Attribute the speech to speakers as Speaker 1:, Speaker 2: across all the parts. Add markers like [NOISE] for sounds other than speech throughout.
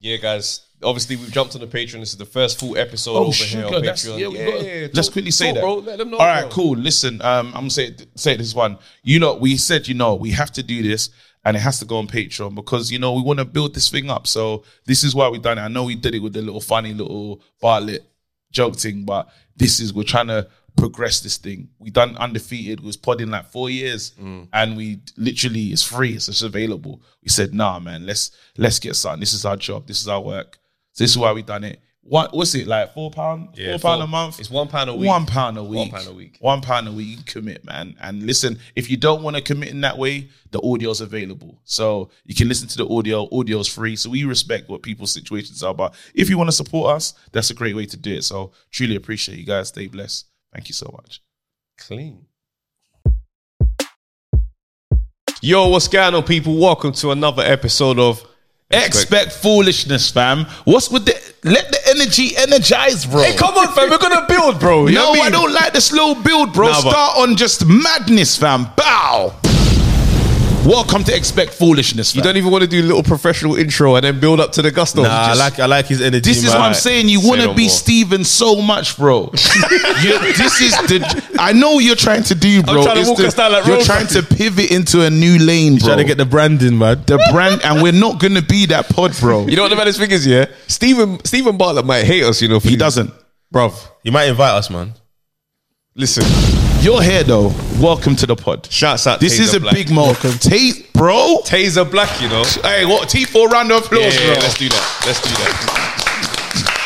Speaker 1: yeah, guys. Obviously, we've jumped on the Patreon. This is the first full episode
Speaker 2: Oh
Speaker 1: over
Speaker 2: shoot,
Speaker 1: here on
Speaker 2: yo, that's,
Speaker 1: Patreon.
Speaker 2: yeah, we got,
Speaker 1: Let's
Speaker 2: talk-
Speaker 1: quickly say
Speaker 2: talk,
Speaker 1: that.
Speaker 2: Bro, let them know.
Speaker 1: All
Speaker 2: All
Speaker 1: right,
Speaker 2: bro. cool.
Speaker 3: Cool. Listen, um, I'm gonna say it- say it this one. You know, we said you know we have to do this, and it has to go on Patreon because you know we want to build this thing up. So this is why we done it. I know we did it with the little funny little Bartlett joke thing, but this is we're trying to progress this thing. We done undefeated. We was podding like four years, and we d- literally it's free. It's just available. We said, nah, man, let's let's get something. This is our job. This is our work. So this is why we done it. What what's it like? Four pound, four pound a month.
Speaker 1: It's one pound a week.
Speaker 3: One pound a week.
Speaker 1: One pound a week.
Speaker 3: One pound a week. You commit, man. And listen, if you don't want to commit in that way, the audio's available. So you can listen to the audio. Audio's free. So we respect what people's situations are. But if you want to support us, that's a great way to do it. So truly appreciate you guys. Stay blessed. Thank you so much.
Speaker 1: clean. Yo, what's going on, people? Welcome to another episode of
Speaker 3: Expect foolishness, fam. What's with the let the energy energize, bro?
Speaker 1: Hey, come on, fam. We're gonna build, bro. You
Speaker 3: no,
Speaker 1: know what
Speaker 3: I
Speaker 1: mean?
Speaker 3: don't like the slow build, bro.
Speaker 1: Nah, but-
Speaker 3: Start on just madness, fam. Bow. Welcome to Expect Foolishness. Fam.
Speaker 1: You don't even want to do a little professional intro and then build up to the gusto.
Speaker 4: Nah, I like I like his energy.
Speaker 3: This is
Speaker 4: man.
Speaker 3: what I'm saying. You want to
Speaker 4: no
Speaker 3: be
Speaker 4: more.
Speaker 3: Steven so much,
Speaker 1: [LAUGHS]
Speaker 3: bro. You- this is the. I know what you're trying to do, bro.
Speaker 1: trying to
Speaker 3: It's
Speaker 1: walk
Speaker 3: the-
Speaker 1: us down that
Speaker 3: you're
Speaker 1: road,
Speaker 3: trying to pivot into a new lane, bro.
Speaker 4: Trying to get the branding, man.
Speaker 3: the brand, and we're not gonna be that pod, bro.
Speaker 1: You know what the maddest thing is, yeah? Stephen Stephen Bartlett might hate us, you know. For
Speaker 3: he
Speaker 1: this.
Speaker 3: doesn't.
Speaker 1: bruv.
Speaker 4: You might invite us, man.
Speaker 1: Listen,
Speaker 3: You're here though. Welcome to the pod.
Speaker 1: shouts out.
Speaker 3: This
Speaker 1: Taser
Speaker 3: is a
Speaker 1: Black.
Speaker 3: big moment. Tate, bro.
Speaker 1: Taser Black, you know.
Speaker 3: Hey, what? T four round of
Speaker 1: Yeah,
Speaker 3: applause,
Speaker 1: yeah,
Speaker 3: bro.
Speaker 1: let's do that. Let's do that.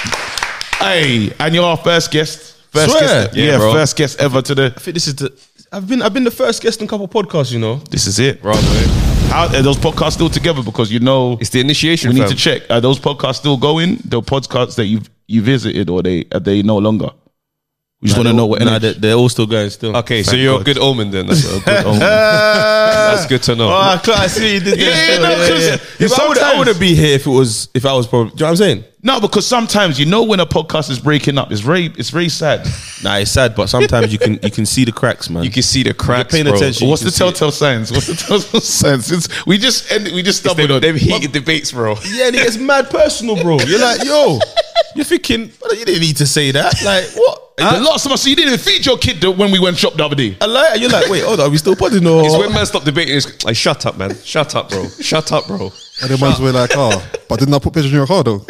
Speaker 3: Hey, and you're our first guest. First
Speaker 4: Swear.
Speaker 3: guest.
Speaker 1: Yeah,
Speaker 3: Yeah,
Speaker 1: bro.
Speaker 3: first guest ever to the.
Speaker 4: I think this is the. I've been I've been the first guest in a couple podcasts. You know,
Speaker 3: This is it.
Speaker 1: Bro,
Speaker 3: How, are those podcasts still together? Because you know
Speaker 1: eh? it's the initiation.
Speaker 3: we need
Speaker 1: fam.
Speaker 3: to check. Are those podcasts still going? The podcasts that you you visited, or they are they no longer? We just want to know what.
Speaker 4: Nah,
Speaker 3: energy-
Speaker 4: they're, they're all still going still.
Speaker 1: Okay, so
Speaker 4: Thank
Speaker 1: you're
Speaker 4: God.
Speaker 1: a good omen then. That's a [LAUGHS] good omen. That's good to know.
Speaker 4: Oh, I can't- I see you did
Speaker 3: Yeah,
Speaker 4: that.
Speaker 3: no, 'cause
Speaker 4: If I would- I
Speaker 3: sometimes-
Speaker 4: wouldn't be here if it was if I was probably. Do you know what I'm saying?
Speaker 3: no, because sometimes you know when a podcast is breaking up, it's very it's very sad.
Speaker 4: Nah, it's sad, but sometimes you can you can see the cracks, man.
Speaker 1: you can see the cracks.
Speaker 4: paying
Speaker 1: bro.
Speaker 4: attention. You
Speaker 3: What's
Speaker 4: can
Speaker 3: the
Speaker 4: see it.
Speaker 3: telltale signs? What's the telltale [LAUGHS] signs? It's, we just ended, we just stumbled
Speaker 1: Them,
Speaker 3: on.
Speaker 1: them heated debates, bro.
Speaker 4: [LAUGHS] Yeah, and it gets mad personal, bro. You're like, yo, you're thinking, "Brother, you didn't need to say that. Like, what?
Speaker 3: The last time I saw you didn't even feed your kid the- when we went shop the other day.
Speaker 4: I like, and you're like, wait, hold on, are we still podding or?
Speaker 1: It's when man stop debating. It's like, shut up, man. Shut up, bro. Shut up, bro.
Speaker 5: And the man's were like, oh, but didn't I put pictures in your car though?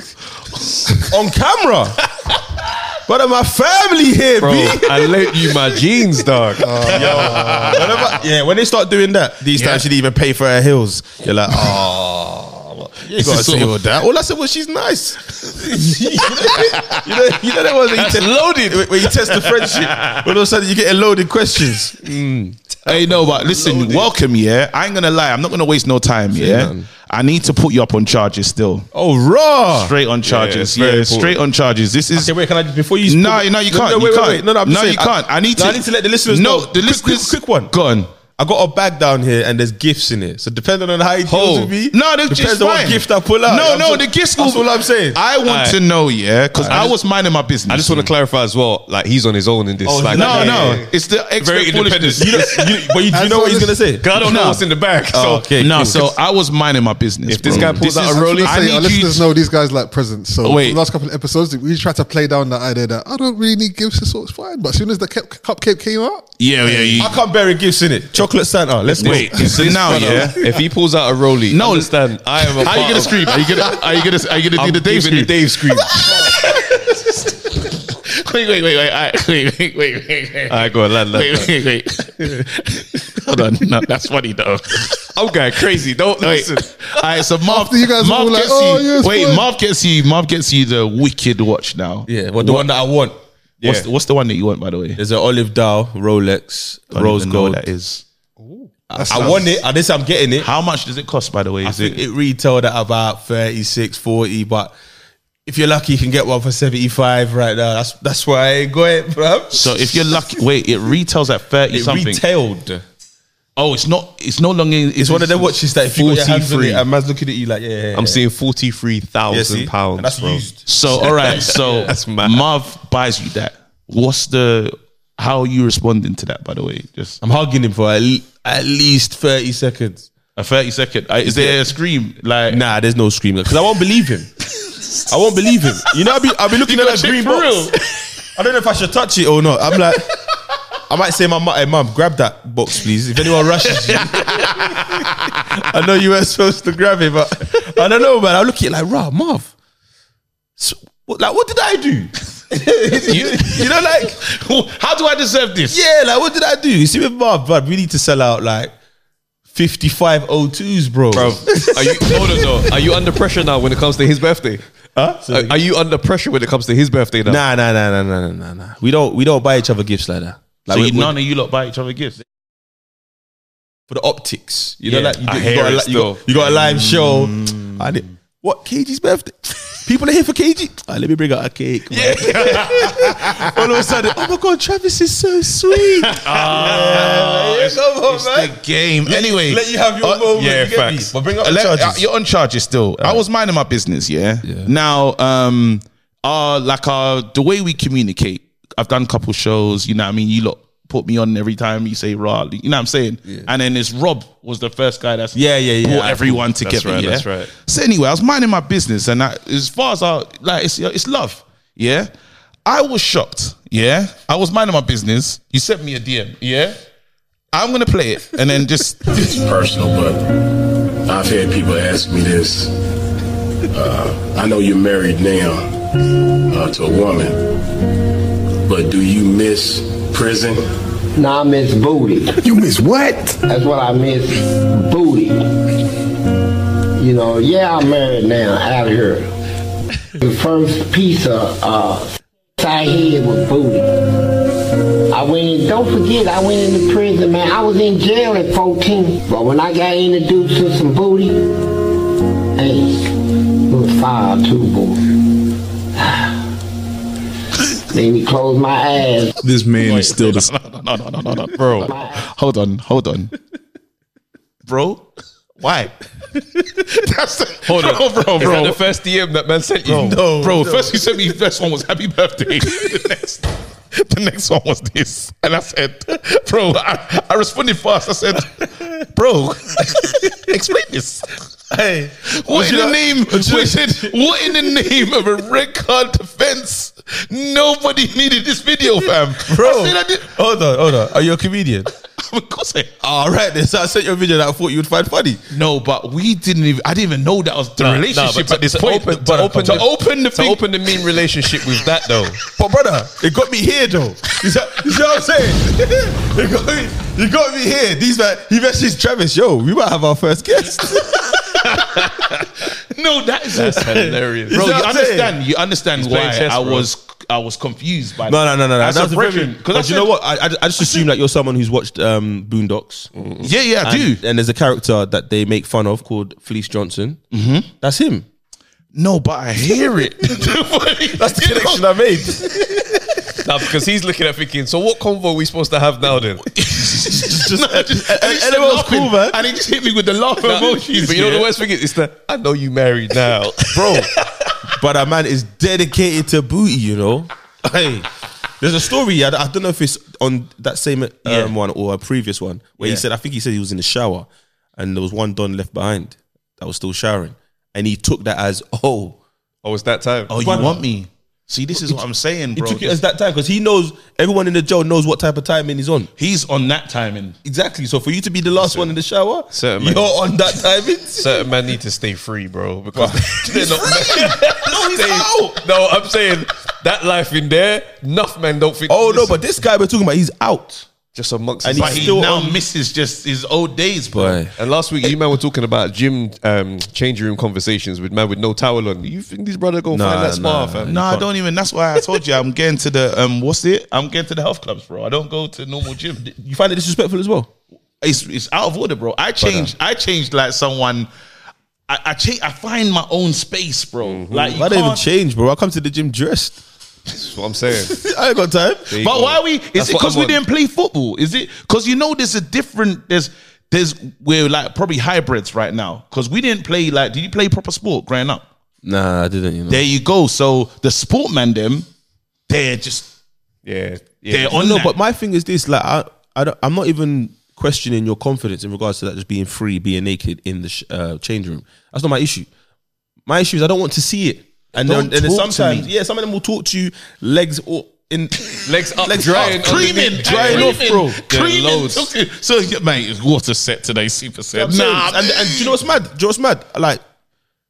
Speaker 4: on camera. Brother, my family here,
Speaker 1: Bro,
Speaker 4: B.
Speaker 1: I lent you my jeans, dog.
Speaker 4: Oh, [LAUGHS] Whenever- yeah, when they start doing that, these times she didn't even pay for her heels. You're like, oh, you gotta
Speaker 3: is sort
Speaker 4: say
Speaker 3: of-
Speaker 4: all that. All I said was she's nice. you, know, you know that one that you test, loaded when, when you test the friendship. When all of a sudden you get loaded questions.
Speaker 3: Mm. Hey, no, but listen, welcome, yeah. I ain't gonna lie, I'm not gonna waste no time, yeah. I need to put you up on charges still.
Speaker 4: Oh, raw.
Speaker 3: Straight on charges,
Speaker 4: very
Speaker 3: yeah,
Speaker 4: important.
Speaker 3: straight on charges. This is
Speaker 4: Okay, wait, can I just before you?
Speaker 3: no, no, you can't.
Speaker 4: No,
Speaker 3: you
Speaker 4: wait,
Speaker 3: can't.
Speaker 4: wait, wait. No, no, I'm just
Speaker 3: no,
Speaker 4: saying,
Speaker 3: you can't. I, need
Speaker 4: no,
Speaker 3: to.
Speaker 4: I need to let the listeners
Speaker 3: No,
Speaker 4: know.
Speaker 3: the
Speaker 4: Quick,
Speaker 3: listeners.
Speaker 4: quick, quick one.
Speaker 3: Go on.
Speaker 4: I got a bag down here and there's gifts in it. So depending on how you deals
Speaker 1: Ho.
Speaker 4: with me,
Speaker 3: No, that's
Speaker 4: depends
Speaker 3: just
Speaker 4: on what
Speaker 3: fine.
Speaker 4: gift I pull out.
Speaker 3: No,
Speaker 4: I'm
Speaker 3: no,
Speaker 4: so-
Speaker 3: the gifts.
Speaker 4: That's all I'm saying.
Speaker 3: I want
Speaker 1: Alright.
Speaker 3: to know, yeah, because I, was minding my business.
Speaker 1: I just want to clarify as well. Like he's on his own in this.
Speaker 4: Oh,
Speaker 1: like,
Speaker 3: No,
Speaker 4: Yeah,
Speaker 3: no,
Speaker 4: yeah, yeah.
Speaker 3: it's the
Speaker 1: Very
Speaker 3: expert
Speaker 1: independent.
Speaker 3: foolishness.
Speaker 4: you know, you, but you, do you know what he's gonna say.
Speaker 1: I don't know what's in the bag. So
Speaker 4: Oh, okay.
Speaker 3: No,
Speaker 4: cool.
Speaker 3: so I was minding my business.
Speaker 1: If this
Speaker 3: bro.
Speaker 1: guy pulls out
Speaker 3: is-
Speaker 1: a Rolly,
Speaker 3: I
Speaker 5: Say, our
Speaker 3: need you. Oh,
Speaker 5: listeners know these guys like presents. So
Speaker 3: Wait.
Speaker 5: for the last couple of episodes, we tried to play down the idea that I don't really need gifts, so it's fine. But as soon as the cup- cupcake came out,
Speaker 3: Yeah, yeah, you.
Speaker 4: I can't bury gifts in it. Chocolate Santa. Let's go.
Speaker 3: Wait, so now, yeah.
Speaker 1: if he pulls out a rollie,
Speaker 3: No.
Speaker 1: understand. I am.
Speaker 3: How
Speaker 1: A part
Speaker 3: you gonna
Speaker 1: of-
Speaker 3: scream? Are you gonna? Are you gonna? Are you gonna
Speaker 1: I'm
Speaker 3: do the Dave
Speaker 1: giving
Speaker 3: scream?
Speaker 1: the Dave scream.
Speaker 3: [LAUGHS] Wait, wait, wait, wait, all right, wait, wait, wait, wait, wait.
Speaker 1: I go on, lad, lad,
Speaker 3: Wait,
Speaker 1: lad.
Speaker 3: wait, wait. Hold on. No, that's funny though.
Speaker 1: I'm going crazy. Don't
Speaker 3: Wait.
Speaker 1: listen.
Speaker 3: All right, so Marv,
Speaker 5: After you guys
Speaker 3: Marv
Speaker 5: were all like,
Speaker 3: gets
Speaker 5: "Oh,
Speaker 3: you.
Speaker 5: yes,
Speaker 3: wait,
Speaker 5: boy."
Speaker 3: Marv gets you. Marv gets you the wicked watch now.
Speaker 4: Yeah, well, the one that I want.
Speaker 3: What's
Speaker 1: Yeah.
Speaker 3: the, what's the one that you want, by the way?
Speaker 4: There's an olive Dow Rolex
Speaker 3: Don't
Speaker 4: rose
Speaker 3: even know what
Speaker 4: gold.
Speaker 3: That is.
Speaker 4: I want it. I didn't say I'm getting it.
Speaker 3: How much does it cost, by the way?
Speaker 4: I
Speaker 3: Is it?
Speaker 4: think it retailed at about 36, 40, but if you're lucky, you can get one for 75 right now. That's that's why I ain't got it, bro.
Speaker 3: So if you're lucky, wait, it retails at thirty
Speaker 4: it
Speaker 3: something.
Speaker 4: retailed.
Speaker 3: oh, it's not. It's no longer.
Speaker 4: It's one of them watches that if you put your hands on
Speaker 3: 43.
Speaker 4: it, um, and man's looking at you like, yeah, yeah, yeah.
Speaker 1: I'm seeing forty-three
Speaker 4: Yeah,
Speaker 1: thousand
Speaker 4: see?
Speaker 1: pounds.
Speaker 4: And that's
Speaker 1: bro.
Speaker 4: used.
Speaker 3: So all right, so
Speaker 1: That's mad.
Speaker 3: Marv buys you that. What's the? How are you responding to that? By the way, just
Speaker 4: I'm hugging him for at, le- at least 30 seconds.
Speaker 3: a thirty second. Uh, Is there a scream? Like
Speaker 4: Nah, there's no screaming because I won't believe him. I won't believe him. You know, I'll be, I'll be looking at
Speaker 3: got
Speaker 4: that
Speaker 3: shit
Speaker 4: green
Speaker 3: for
Speaker 4: box. I don't know if I should touch it or not. I'm like, I might say, my mum, hey, mum, grab that box, please. If anyone rushes you, I know you weren't supposed to grab it, but I don't know, man. I look at it like, rah, Marv. So, what, like, what did I do? you, you know, like,
Speaker 3: oh, How do I deserve this?
Speaker 4: yeah, like, what did I do? You see, with Marv, bro, we need to sell out like 55 02s, bro.
Speaker 1: Bro, are you hold on though? Are you under pressure now when it comes to his birthday?
Speaker 4: Huh?
Speaker 1: Are, are you under pressure when it comes to his birthday now?
Speaker 4: Nah, nah, nah, nah, nah, nah, nah, nah. We don't, we don't buy each other gifts like that. Like,
Speaker 3: So
Speaker 4: we-
Speaker 3: you,
Speaker 4: we-
Speaker 3: none of you lot buy each other gifts.
Speaker 4: for the optics. You know,
Speaker 1: Yeah,
Speaker 4: like you,
Speaker 1: I
Speaker 4: do- you
Speaker 1: hear
Speaker 4: got, a,
Speaker 1: it
Speaker 4: li- you,
Speaker 1: still.
Speaker 4: got, you got a live show. I did, what KG's birthday? [LAUGHS] People are here for KG. Ah, let me bring out a cake. man. [LAUGHS] All of a sudden, oh my god, Travis is so sweet. Yeah, man. come on,
Speaker 3: It's
Speaker 4: man.
Speaker 3: the game. anyway,
Speaker 4: let you have your moment,
Speaker 3: Yeah,
Speaker 4: you get me?
Speaker 3: facts.
Speaker 4: But bring up the
Speaker 3: Let-
Speaker 4: charges.
Speaker 3: uh, you're on charges still. I was minding my business. Yeah. Now, um, uh, like uh, the way we communicate. I've done couple shows. You know, what I mean, you lot put me on every time you say raw. You know what I'm saying? And then this Rob was the first guy that's
Speaker 4: Yeah, yeah, yeah.
Speaker 3: brought
Speaker 4: I-
Speaker 3: everyone together.
Speaker 1: right,
Speaker 3: yeah?
Speaker 1: that's right.
Speaker 3: So anyway, I was minding my business, and I, as far as I like, it's it's love. Yeah, I was shocked. Yeah, I was minding my business. You sent me a DM. Yeah, I'm gonna play it, and then just [LAUGHS]
Speaker 2: It's personal, but I've had people ask me this. Uh, I know you're married now uh, to a woman, but do you miss prison?
Speaker 6: Nah, I miss booty.
Speaker 2: You miss what?
Speaker 6: That's what I miss, booty. You know, yeah, I'm married now, out of here. The first piece of uh, side head was booty. I went in, don't forget, I went into prison, man. I was in jail at 14, but when I got introduced to some booty, hey, it was fire too, booty. [SIGHS] Made me close my eyes.
Speaker 7: This man is still the
Speaker 3: no, no, no, no, no, no, bro. Hold on, hold on, bro. Why? That's the,
Speaker 1: Hold on,
Speaker 3: bro, bro,
Speaker 1: Is
Speaker 3: bro.
Speaker 1: that the first DM that man sent you?
Speaker 3: No, bro. First you sent me. First one was happy
Speaker 1: [LAUGHS]
Speaker 3: birthday. the next, the next one was this, and I said, bro, I, I responded fast. I said, bro, [LAUGHS] explain this.
Speaker 4: Hey,
Speaker 3: What in the name?
Speaker 4: you
Speaker 3: What, said, what in the name of a red card defense? Nobody needed this video, fam.
Speaker 4: bro?
Speaker 3: I said I did.
Speaker 4: Hold on, hold on. Are you a comedian?
Speaker 3: [LAUGHS] Of course, I.
Speaker 4: All right, then. So I sent you a video that I thought you'd find funny.
Speaker 3: No, but we didn't even. I didn't even know that was the
Speaker 1: Nah, nah,
Speaker 3: relationship
Speaker 1: but
Speaker 3: at this
Speaker 1: to
Speaker 3: point.
Speaker 1: open-
Speaker 3: to,
Speaker 1: to
Speaker 3: open
Speaker 1: open
Speaker 3: to
Speaker 1: the-
Speaker 3: open the
Speaker 1: To
Speaker 3: thing-
Speaker 1: open the mean relationship with that
Speaker 3: [LAUGHS]
Speaker 1: though.
Speaker 4: But brother, it got me here though. You see, you see what I'm
Speaker 3: [LAUGHS]
Speaker 4: saying? it, got me, it got me here. These man, he messaged Travis, yo, we might have our first guest.
Speaker 3: No, that is [LAUGHS]
Speaker 1: That's hilarious.
Speaker 3: Bro,
Speaker 4: Is
Speaker 3: you
Speaker 4: that what I'm saying?
Speaker 3: understand? You understand
Speaker 1: playing
Speaker 3: why
Speaker 1: chess,
Speaker 3: I
Speaker 1: bro.
Speaker 3: was I was confused by
Speaker 4: no, no, no, no, no.
Speaker 3: That's
Speaker 4: That was
Speaker 3: a
Speaker 4: a
Speaker 3: brethren.
Speaker 4: very-
Speaker 3: 'Cause I
Speaker 4: But you
Speaker 3: said- Mm-hmm.
Speaker 4: know what? I, I, I just assume that you're someone who's watched um, Boondocks.
Speaker 3: Yeah, yeah, I
Speaker 4: And,
Speaker 3: do.
Speaker 4: and there's a character that they make fun of called Felice Johnson. Mm-hmm. That's him.
Speaker 3: No, but I hear
Speaker 4: [LAUGHS]
Speaker 3: it. That's the
Speaker 4: Connection I made.
Speaker 1: Nah, because he's looking at thinking. So what convo are we supposed to have now [LAUGHS] then?
Speaker 3: just, no, just, and
Speaker 4: and it was cool, man.
Speaker 3: And he just hit me with the laugh
Speaker 1: Nah,
Speaker 3: emojis.
Speaker 1: but you know
Speaker 3: yeah.
Speaker 1: the worst thing is, it's the I know you married
Speaker 3: [LAUGHS]
Speaker 1: now.
Speaker 4: Bro, but a man is dedicated to booty, you know? Hey. There's a story, I, I don't know if it's on that same um,
Speaker 3: Yeah.
Speaker 4: one or a previous one, where he said, I think he said he was in the shower and there was one Don left behind that was still showering. And he took that as, oh,
Speaker 1: Oh, it's that time.
Speaker 3: Oh, you
Speaker 4: Brother.
Speaker 3: want me? See, this is what I'm saying,
Speaker 4: he
Speaker 3: bro.
Speaker 4: took it as that time because he knows, everyone in the jail knows what type of timing he's on.
Speaker 3: He's on that timing.
Speaker 4: Exactly. So for you to be the last one in the shower,
Speaker 1: Certain
Speaker 4: you're
Speaker 1: man.
Speaker 4: on that timing. [LAUGHS]
Speaker 1: Certain men need to stay free, bro, because [LAUGHS] they're not.
Speaker 4: [LAUGHS] no, he's
Speaker 1: Stay- [LAUGHS]
Speaker 4: out.
Speaker 1: No, I'm saying that life in there, enough men don't think.
Speaker 4: Oh, no,
Speaker 1: listen,
Speaker 4: but this guy we're talking about, he's out.
Speaker 1: just amongst.
Speaker 4: And
Speaker 1: us.
Speaker 3: But he
Speaker 4: still
Speaker 3: now
Speaker 4: on-
Speaker 3: misses just his old days, bro.
Speaker 4: Boy.
Speaker 1: And last week, you man were talking about gym um, changing room conversations with man with no towel on. You think this brother gonna
Speaker 4: Nah,
Speaker 1: find that spa,
Speaker 4: nah,
Speaker 1: fam?
Speaker 3: No, I don't even. That's why I told you I'm getting to the um. What's it? I'm getting to the health clubs, bro. I don't go to normal gym.
Speaker 4: [LAUGHS] You find it disrespectful as well?
Speaker 3: it's it's out of order, bro. I changed. I changed like someone. I I, change, I find my own space, bro. Like you
Speaker 4: I don't Mm-hmm. even
Speaker 3: can't.
Speaker 4: change, bro. I come to the gym dressed. [LAUGHS]
Speaker 1: That's what I'm saying.
Speaker 4: I ain't got time.
Speaker 1: There you
Speaker 3: but
Speaker 1: go.
Speaker 3: why are we? Is
Speaker 1: That's
Speaker 3: it
Speaker 1: what
Speaker 3: because
Speaker 1: I
Speaker 3: we
Speaker 1: want.
Speaker 3: didn't play football? Is it because you know there's a different there's there's we're like probably hybrids right now because we didn't play like did you play proper sport growing up?
Speaker 4: Nah, I didn't. You know.
Speaker 3: There you go. So the sport man them, they're just
Speaker 1: Yeah, yeah.
Speaker 3: they're on
Speaker 4: no,
Speaker 3: that.
Speaker 4: but my thing is this: like, I, I don't, I'm not even questioning your confidence in regards to that. Just being free, being naked in the sh- uh, change room. That's not my issue. My issue is I don't want to see it. and
Speaker 3: Don't
Speaker 4: then, and then
Speaker 3: talk to
Speaker 4: sometimes,
Speaker 3: me.
Speaker 4: yeah, some of them will talk to you legs or in
Speaker 7: Legs up,
Speaker 4: legs
Speaker 7: drying
Speaker 4: up,
Speaker 7: underneath,
Speaker 4: creaming, drying off,
Speaker 7: creaming.
Speaker 4: bro.
Speaker 7: There are
Speaker 3: Creaming,
Speaker 7: loads.
Speaker 3: [LAUGHS] okay. So, yeah, mate, it's water set today, super set.
Speaker 4: Nah,
Speaker 3: Nah,
Speaker 4: and, and do you know what's mad? Do you know what's mad? Like,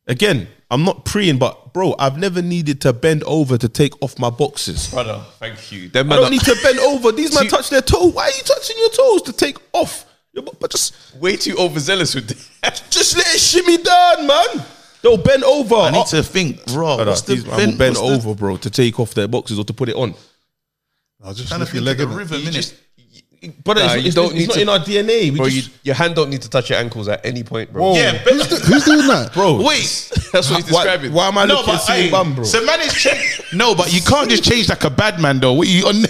Speaker 4: again, I'm not preying, but bro, I've never needed to bend over to take off my boxes.
Speaker 3: brother, thank you.
Speaker 1: Them
Speaker 4: I
Speaker 1: man
Speaker 4: don't
Speaker 1: are,
Speaker 4: need to bend over. These men
Speaker 1: you-
Speaker 4: touch their toe. Why are you touching your toes to take off? Yeah, But, but just,
Speaker 1: way too overzealous with that.
Speaker 4: [LAUGHS] just let it shimmy down, man. They'll bend over.
Speaker 3: I need to think, bro.
Speaker 4: Brother,
Speaker 3: what's the
Speaker 4: these men will
Speaker 3: bend,
Speaker 4: bend
Speaker 3: what's the-
Speaker 4: over, bro, to take off their boxes or to put it on.
Speaker 5: I'll just
Speaker 3: Trying to
Speaker 5: lift your
Speaker 3: think
Speaker 5: leg
Speaker 3: of the rhythm,
Speaker 5: in.
Speaker 1: You
Speaker 3: innit?
Speaker 1: just-
Speaker 4: But
Speaker 1: Nah,
Speaker 4: it's,
Speaker 1: you
Speaker 4: it's-
Speaker 1: don't
Speaker 4: it's
Speaker 1: need
Speaker 4: not
Speaker 1: to-
Speaker 4: in our DNA. We
Speaker 1: Bro, you,
Speaker 4: just,
Speaker 1: your hand don't need to touch your ankles at any point, bro.
Speaker 3: Yeah,
Speaker 5: Who's,
Speaker 4: oh.
Speaker 3: but,
Speaker 5: do- who's doing that?
Speaker 4: bro, [LAUGHS]
Speaker 3: wait.
Speaker 1: that's what he's
Speaker 4: why,
Speaker 1: describing.
Speaker 4: why am I
Speaker 3: No,
Speaker 4: looking
Speaker 3: but
Speaker 4: at seeing
Speaker 3: hey,
Speaker 4: bum, bro?
Speaker 3: so man is
Speaker 4: [LAUGHS]
Speaker 3: ch- no, but you can't just change like a bad man though. What you? On,
Speaker 4: You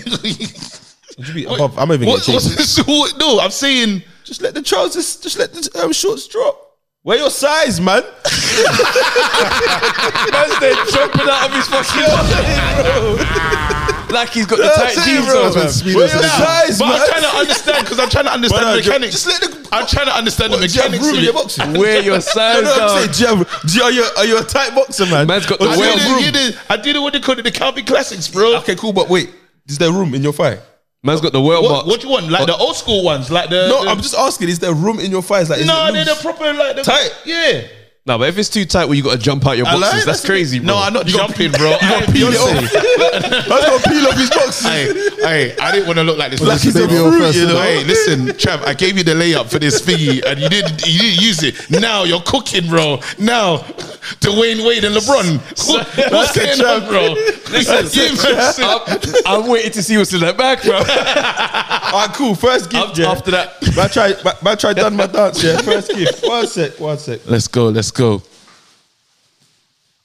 Speaker 4: be above- I'm not even
Speaker 3: what,
Speaker 4: gonna
Speaker 3: what's
Speaker 4: change.
Speaker 3: this, what, no, I'm saying
Speaker 4: Just let the trousers, just let the um, shorts drop. Wear your size, man.
Speaker 7: Man's there jumping out of his fucking like he's got the tight
Speaker 4: That's it,
Speaker 7: jeans
Speaker 4: bro.
Speaker 7: on. man.
Speaker 5: That's me,
Speaker 4: Wear
Speaker 5: that's
Speaker 4: your
Speaker 5: me.
Speaker 4: size,
Speaker 3: but
Speaker 4: man.
Speaker 3: I'm
Speaker 4: [LAUGHS]
Speaker 3: trying to understand because I'm trying to understand
Speaker 4: Brother,
Speaker 3: the mechanics.
Speaker 4: just let the-
Speaker 3: I'm trying to understand the
Speaker 4: What, do you have room
Speaker 3: mechanics.
Speaker 4: in
Speaker 3: of
Speaker 4: your
Speaker 3: it.
Speaker 4: boxes?
Speaker 3: [LAUGHS]
Speaker 7: Wear your size
Speaker 4: No, no, I'm
Speaker 7: down.
Speaker 4: saying, do you have- do you- are, you, are you a tight boxer, man?
Speaker 7: Man's got
Speaker 4: Or
Speaker 7: the
Speaker 4: do you
Speaker 3: I
Speaker 7: well
Speaker 3: did,
Speaker 4: have
Speaker 3: it,
Speaker 4: room?
Speaker 3: you did, I did it what they call it the Calvin Classics, bro.
Speaker 4: Okay, cool, but wait. Is there room in your thigh?
Speaker 1: Man's got the world
Speaker 3: What,
Speaker 1: mark.
Speaker 3: what do you want? Like the old school ones, like the
Speaker 4: No,
Speaker 3: the-
Speaker 4: I'm just asking. Is there room in your thighs? Like, is
Speaker 3: no,
Speaker 4: it
Speaker 3: they're
Speaker 4: loose?
Speaker 3: the proper like the
Speaker 4: Tight.
Speaker 3: Yeah,
Speaker 1: Nah, but if it's too tight, where you got to jump out your
Speaker 4: I
Speaker 1: boxes,
Speaker 4: like-
Speaker 1: that's,
Speaker 4: that's a bit-
Speaker 1: crazy, bro.
Speaker 3: no, I'm not jumping, bro. [LAUGHS] I,
Speaker 4: Peel [LAUGHS] it off. [LAUGHS] Man's got to peel off his boxes.
Speaker 3: I, I didn't want to look like this.
Speaker 4: Like he's
Speaker 5: Baby
Speaker 4: a
Speaker 5: oil
Speaker 4: fruit,
Speaker 5: first,
Speaker 4: you
Speaker 5: innit?
Speaker 4: know.
Speaker 3: Hey, listen, Trav, I gave you the layup for this thingy and you didn't you didn't use it. Now you're
Speaker 1: [LAUGHS]
Speaker 3: cooking, bro. Now [LAUGHS] Dwayne Wade and
Speaker 4: [LAUGHS]
Speaker 3: LeBron. Who- What's
Speaker 4: That's
Speaker 3: going
Speaker 4: a
Speaker 3: on,
Speaker 4: Trav.
Speaker 3: bro? [LAUGHS] Listen,
Speaker 7: I'm, I'm waiting to see what's in that back, bro.
Speaker 4: All right, cool. First gift, yeah.
Speaker 7: After that,
Speaker 4: Man try, man, man try done my dance, yeah. First gift. One sec, one sec.
Speaker 3: let's go, let's go.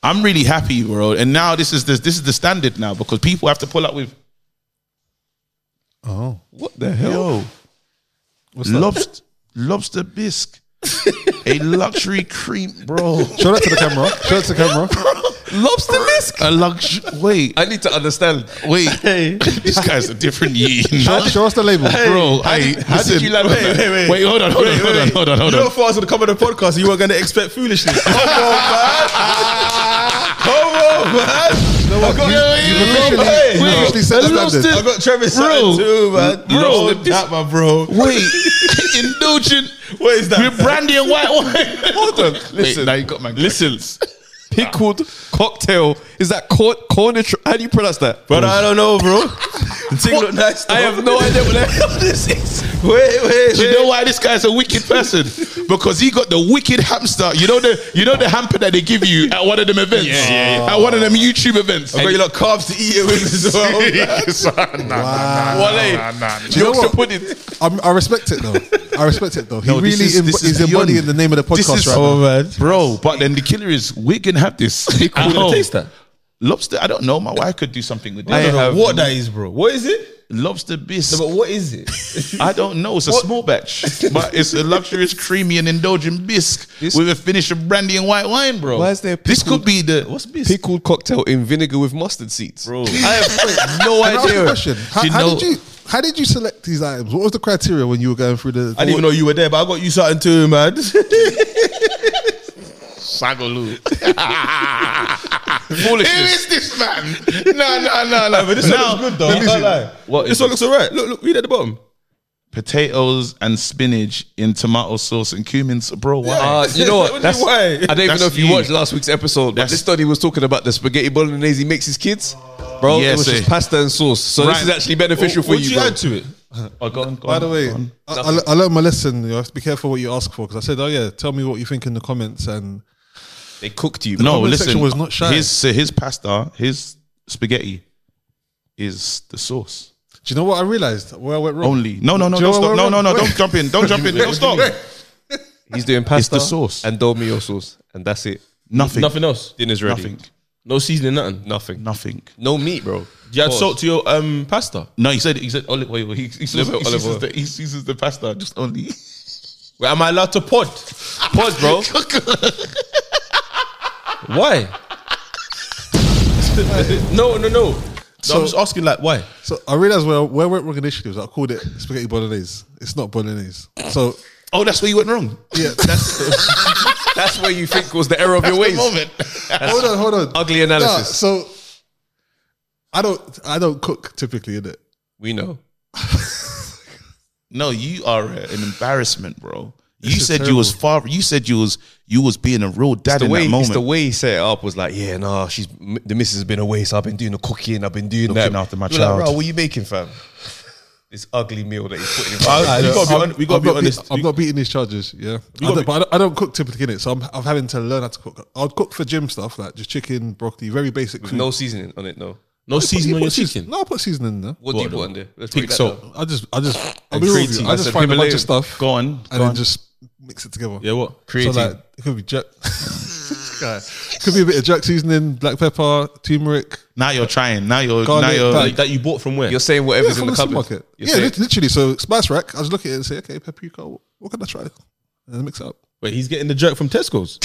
Speaker 3: I'm really happy, bro. And now this is the, this is the standard now because people have to pull up with
Speaker 5: Oh,
Speaker 1: what the hell?
Speaker 3: Yo, lobster, [LAUGHS] lobster bisque, a luxury cream, bro.
Speaker 5: show that to the camera. Show that to the camera.
Speaker 7: lobster bisque.
Speaker 3: A luxury. Wait,
Speaker 1: I need to understand.
Speaker 4: [LAUGHS]
Speaker 3: wait. This guy's a different year.
Speaker 5: Show, show us the label.
Speaker 3: Bro, I
Speaker 1: How did you land on that?
Speaker 3: wait, hold on, hold on, hold on, hold on, hold
Speaker 4: you
Speaker 3: on.
Speaker 4: know, for us to come on the podcast, you were going to expect foolishness.
Speaker 3: [LAUGHS]
Speaker 4: Come on, man. Come on, man.
Speaker 5: You know what? You-
Speaker 3: yeah,
Speaker 5: You've
Speaker 3: yeah,
Speaker 5: officially,
Speaker 3: yeah,
Speaker 5: you've
Speaker 3: yeah.
Speaker 5: officially set the
Speaker 3: Lost
Speaker 5: standard.
Speaker 4: I got Travis Sutton
Speaker 3: Bro.
Speaker 4: too, man.
Speaker 3: Bro.
Speaker 4: Bro, that man, bro. [LAUGHS]
Speaker 3: Wait, indulgent.
Speaker 4: What is that?
Speaker 3: With brandy and white wine. Hold on,
Speaker 1: Listen.
Speaker 3: now you got my
Speaker 1: Listen, pickled cocktail. Is that cor- corner? Tr- how do you pronounce that?
Speaker 4: Brother, I don't know,
Speaker 3: [LAUGHS]
Speaker 4: bro. The thing look nice. Though.
Speaker 1: I have no idea what
Speaker 4: [LAUGHS]
Speaker 1: the hell this is.
Speaker 4: Wait, wait, wait.
Speaker 3: Do you know why this guy's a wicked person? Because he got the wicked hamster. You know the you know the hamper that they give you at one of them events. Yeah, yeah, At one of them YouTube events.
Speaker 4: I got you lot carbs to eat it with as
Speaker 3: [LAUGHS]
Speaker 4: well. [LAUGHS]
Speaker 7: Wale,
Speaker 5: Do you know
Speaker 7: Yorkshire
Speaker 5: what?
Speaker 7: pudding.
Speaker 5: I'm, I respect it though. I respect it though. He
Speaker 3: No,
Speaker 5: really
Speaker 3: this
Speaker 5: is,
Speaker 3: is- this is
Speaker 5: is, embodying
Speaker 3: beyond-
Speaker 5: the name of the
Speaker 3: This
Speaker 5: podcast
Speaker 3: is-
Speaker 5: right now.
Speaker 4: Oh, man.
Speaker 3: Bro, but then the killer is we can
Speaker 4: [LAUGHS]
Speaker 3: have this.
Speaker 4: I wanna taste that.
Speaker 3: Lobster, I don't know. My wife could do something with this.
Speaker 4: I don't know what that is, bro. What is it?
Speaker 3: Lobster bisque.
Speaker 4: No, but what is
Speaker 1: [LAUGHS]
Speaker 4: it?
Speaker 3: I don't know. It's a small batch, but it's a luxurious, creamy, and indulgent bisque with a finish of brandy and white wine, bro.
Speaker 1: Why is there
Speaker 3: this
Speaker 1: pickled-
Speaker 3: could be the what's bisque?
Speaker 1: Pickled cocktail in vinegar with mustard seeds. Bro,
Speaker 5: I have
Speaker 1: no
Speaker 5: Can I ask you a
Speaker 1: idea.
Speaker 5: question? How,
Speaker 3: Do you
Speaker 5: how
Speaker 3: know-
Speaker 5: did you? How did you select these items? What was the criteria when you were going through the?
Speaker 4: I didn't even know you were there, but I got you something too, man.
Speaker 3: Sagaloo. Foolishness. Who is this man? No, no, no, no.
Speaker 4: but this one looks good, though. I can't lie.
Speaker 1: What
Speaker 4: this
Speaker 1: is
Speaker 4: one
Speaker 1: it?
Speaker 4: looks alright. Look, look, read at the bottom.
Speaker 3: Potatoes and spinach in tomato sauce and cumin. s- Bro, why?
Speaker 1: Uh, you
Speaker 3: [LAUGHS]
Speaker 1: know what?
Speaker 4: [LAUGHS] What do you- why?
Speaker 1: I don't even
Speaker 3: That's
Speaker 1: know if you,
Speaker 3: you.
Speaker 1: watched last week's episode, but
Speaker 3: That's-
Speaker 1: this study was talking about the spaghetti bolognese he makes his kids. Bro,
Speaker 3: Yeah,
Speaker 1: it was
Speaker 3: see.
Speaker 1: just pasta and sauce. So this
Speaker 3: Right.
Speaker 1: is actually beneficial
Speaker 4: what
Speaker 1: for you,
Speaker 4: you
Speaker 1: bro.
Speaker 4: add to [LAUGHS] it?
Speaker 3: Oh, go on, go
Speaker 5: By
Speaker 3: on,
Speaker 5: the way,
Speaker 3: go on.
Speaker 5: I, I, I learned my lesson. You have to be careful what you ask for because I said, "Oh yeah, tell me what you think in the comments." And
Speaker 1: They cooked you.
Speaker 3: no,
Speaker 5: comment
Speaker 3: listen.
Speaker 5: section was not shy.
Speaker 3: His so his pasta, his spaghetti, is the sauce.
Speaker 5: do you know what I realized? Where I went wrong.
Speaker 3: Only. No, no, no,
Speaker 5: Do
Speaker 3: don't
Speaker 5: you know
Speaker 3: stop.
Speaker 5: what
Speaker 3: No,
Speaker 5: we're
Speaker 3: no, no,
Speaker 5: wrong?
Speaker 3: don't jump in.
Speaker 1: [LAUGHS]
Speaker 3: Don't jump in. [LAUGHS] Don't stop.
Speaker 1: He's doing pasta
Speaker 3: the sauce.
Speaker 1: and dolmio sauce, and that's it.
Speaker 3: Nothing.
Speaker 4: Nothing else.
Speaker 1: Dinner's ready.
Speaker 3: Nothing.
Speaker 4: No seasoning, nothing.
Speaker 1: Nothing.
Speaker 3: Nothing.
Speaker 1: No meat, bro.
Speaker 4: You add salt to your um pasta.
Speaker 3: No, he said he said olive oil. He, he, says,
Speaker 1: Olive oil,
Speaker 3: he,
Speaker 1: olive
Speaker 3: seasons
Speaker 1: oil.
Speaker 3: The, he seasons the pasta just
Speaker 1: [LAUGHS]
Speaker 3: only.
Speaker 4: Wait, am I allowed to pod?
Speaker 1: Pause, bro.
Speaker 4: Why? [LAUGHS] no, no, no.
Speaker 5: So-
Speaker 4: I'm just asking, like, why?
Speaker 5: So I realized where where I went wrong initially was I called it spaghetti bolognese. It's not bolognese. So
Speaker 3: Oh, that's where you went wrong.
Speaker 5: yeah, that's
Speaker 1: That's where you think was the error of your ways.
Speaker 5: hold on, hold on.
Speaker 1: Ugly analysis.
Speaker 5: Nah, so I don't I don't cook typically in it.
Speaker 1: We know.
Speaker 3: [LAUGHS] No, you are a- an embarrassment, bro. You said you was far. You said you was you was being a real dad
Speaker 1: The
Speaker 3: in
Speaker 1: way,
Speaker 3: that
Speaker 1: it's
Speaker 3: moment.
Speaker 1: the way he set it up was like, yeah, nah, she's m- the missus has been away, so I've been doing the cooking, I've been doing
Speaker 3: Looking
Speaker 1: that.
Speaker 3: after my
Speaker 1: You're
Speaker 3: child.
Speaker 1: Like, bro, what are you making, fam? This ugly meal that he's putting in front
Speaker 4: I-
Speaker 1: of
Speaker 4: we
Speaker 1: Uh, you.
Speaker 4: gotta be hon- we gotta
Speaker 5: I'm
Speaker 4: be
Speaker 5: not
Speaker 4: honest.
Speaker 5: Be, I'm not beating these charges. Yeah, I don't, but I don't, I don't cook typically in it, so I'm, I'm having to learn how to cook. I'll cook for gym stuff like just chicken, broccoli, very basic. Food.
Speaker 1: No seasoning on it, no.
Speaker 7: No season
Speaker 5: You
Speaker 7: on
Speaker 5: put
Speaker 7: your
Speaker 5: seas-
Speaker 7: chicken.
Speaker 5: No, I put seasoning in there.
Speaker 1: What, do you put on there? Let's break
Speaker 7: Pig
Speaker 1: that
Speaker 7: salt.
Speaker 1: down.
Speaker 5: I just, I just, I'll be real with you.
Speaker 1: creatine.
Speaker 5: I just
Speaker 1: That's
Speaker 5: find a bunch
Speaker 1: Himalayan.
Speaker 5: of stuff
Speaker 3: Go on,
Speaker 5: and
Speaker 3: go
Speaker 5: then
Speaker 3: on.
Speaker 5: just mix it together.
Speaker 7: Yeah, what?
Speaker 5: So like, it could be jerk. [LAUGHS] This guy. could be a bit of jerk seasoning, black pepper, turmeric.
Speaker 3: now you're trying. Now you're
Speaker 5: Garlic,
Speaker 3: now you're.
Speaker 5: like-
Speaker 7: Like, that you bought from where?
Speaker 1: You're saying whatever's
Speaker 5: from
Speaker 1: in the cupboard.
Speaker 5: supermarket.
Speaker 1: You're
Speaker 5: Yeah,
Speaker 1: saying-
Speaker 5: lit- literally. So spice rack. I was looking at it and say, okay, paprika. What, what can I try? And then mix it up.
Speaker 4: Wait, he's getting the jerk from Tesco's.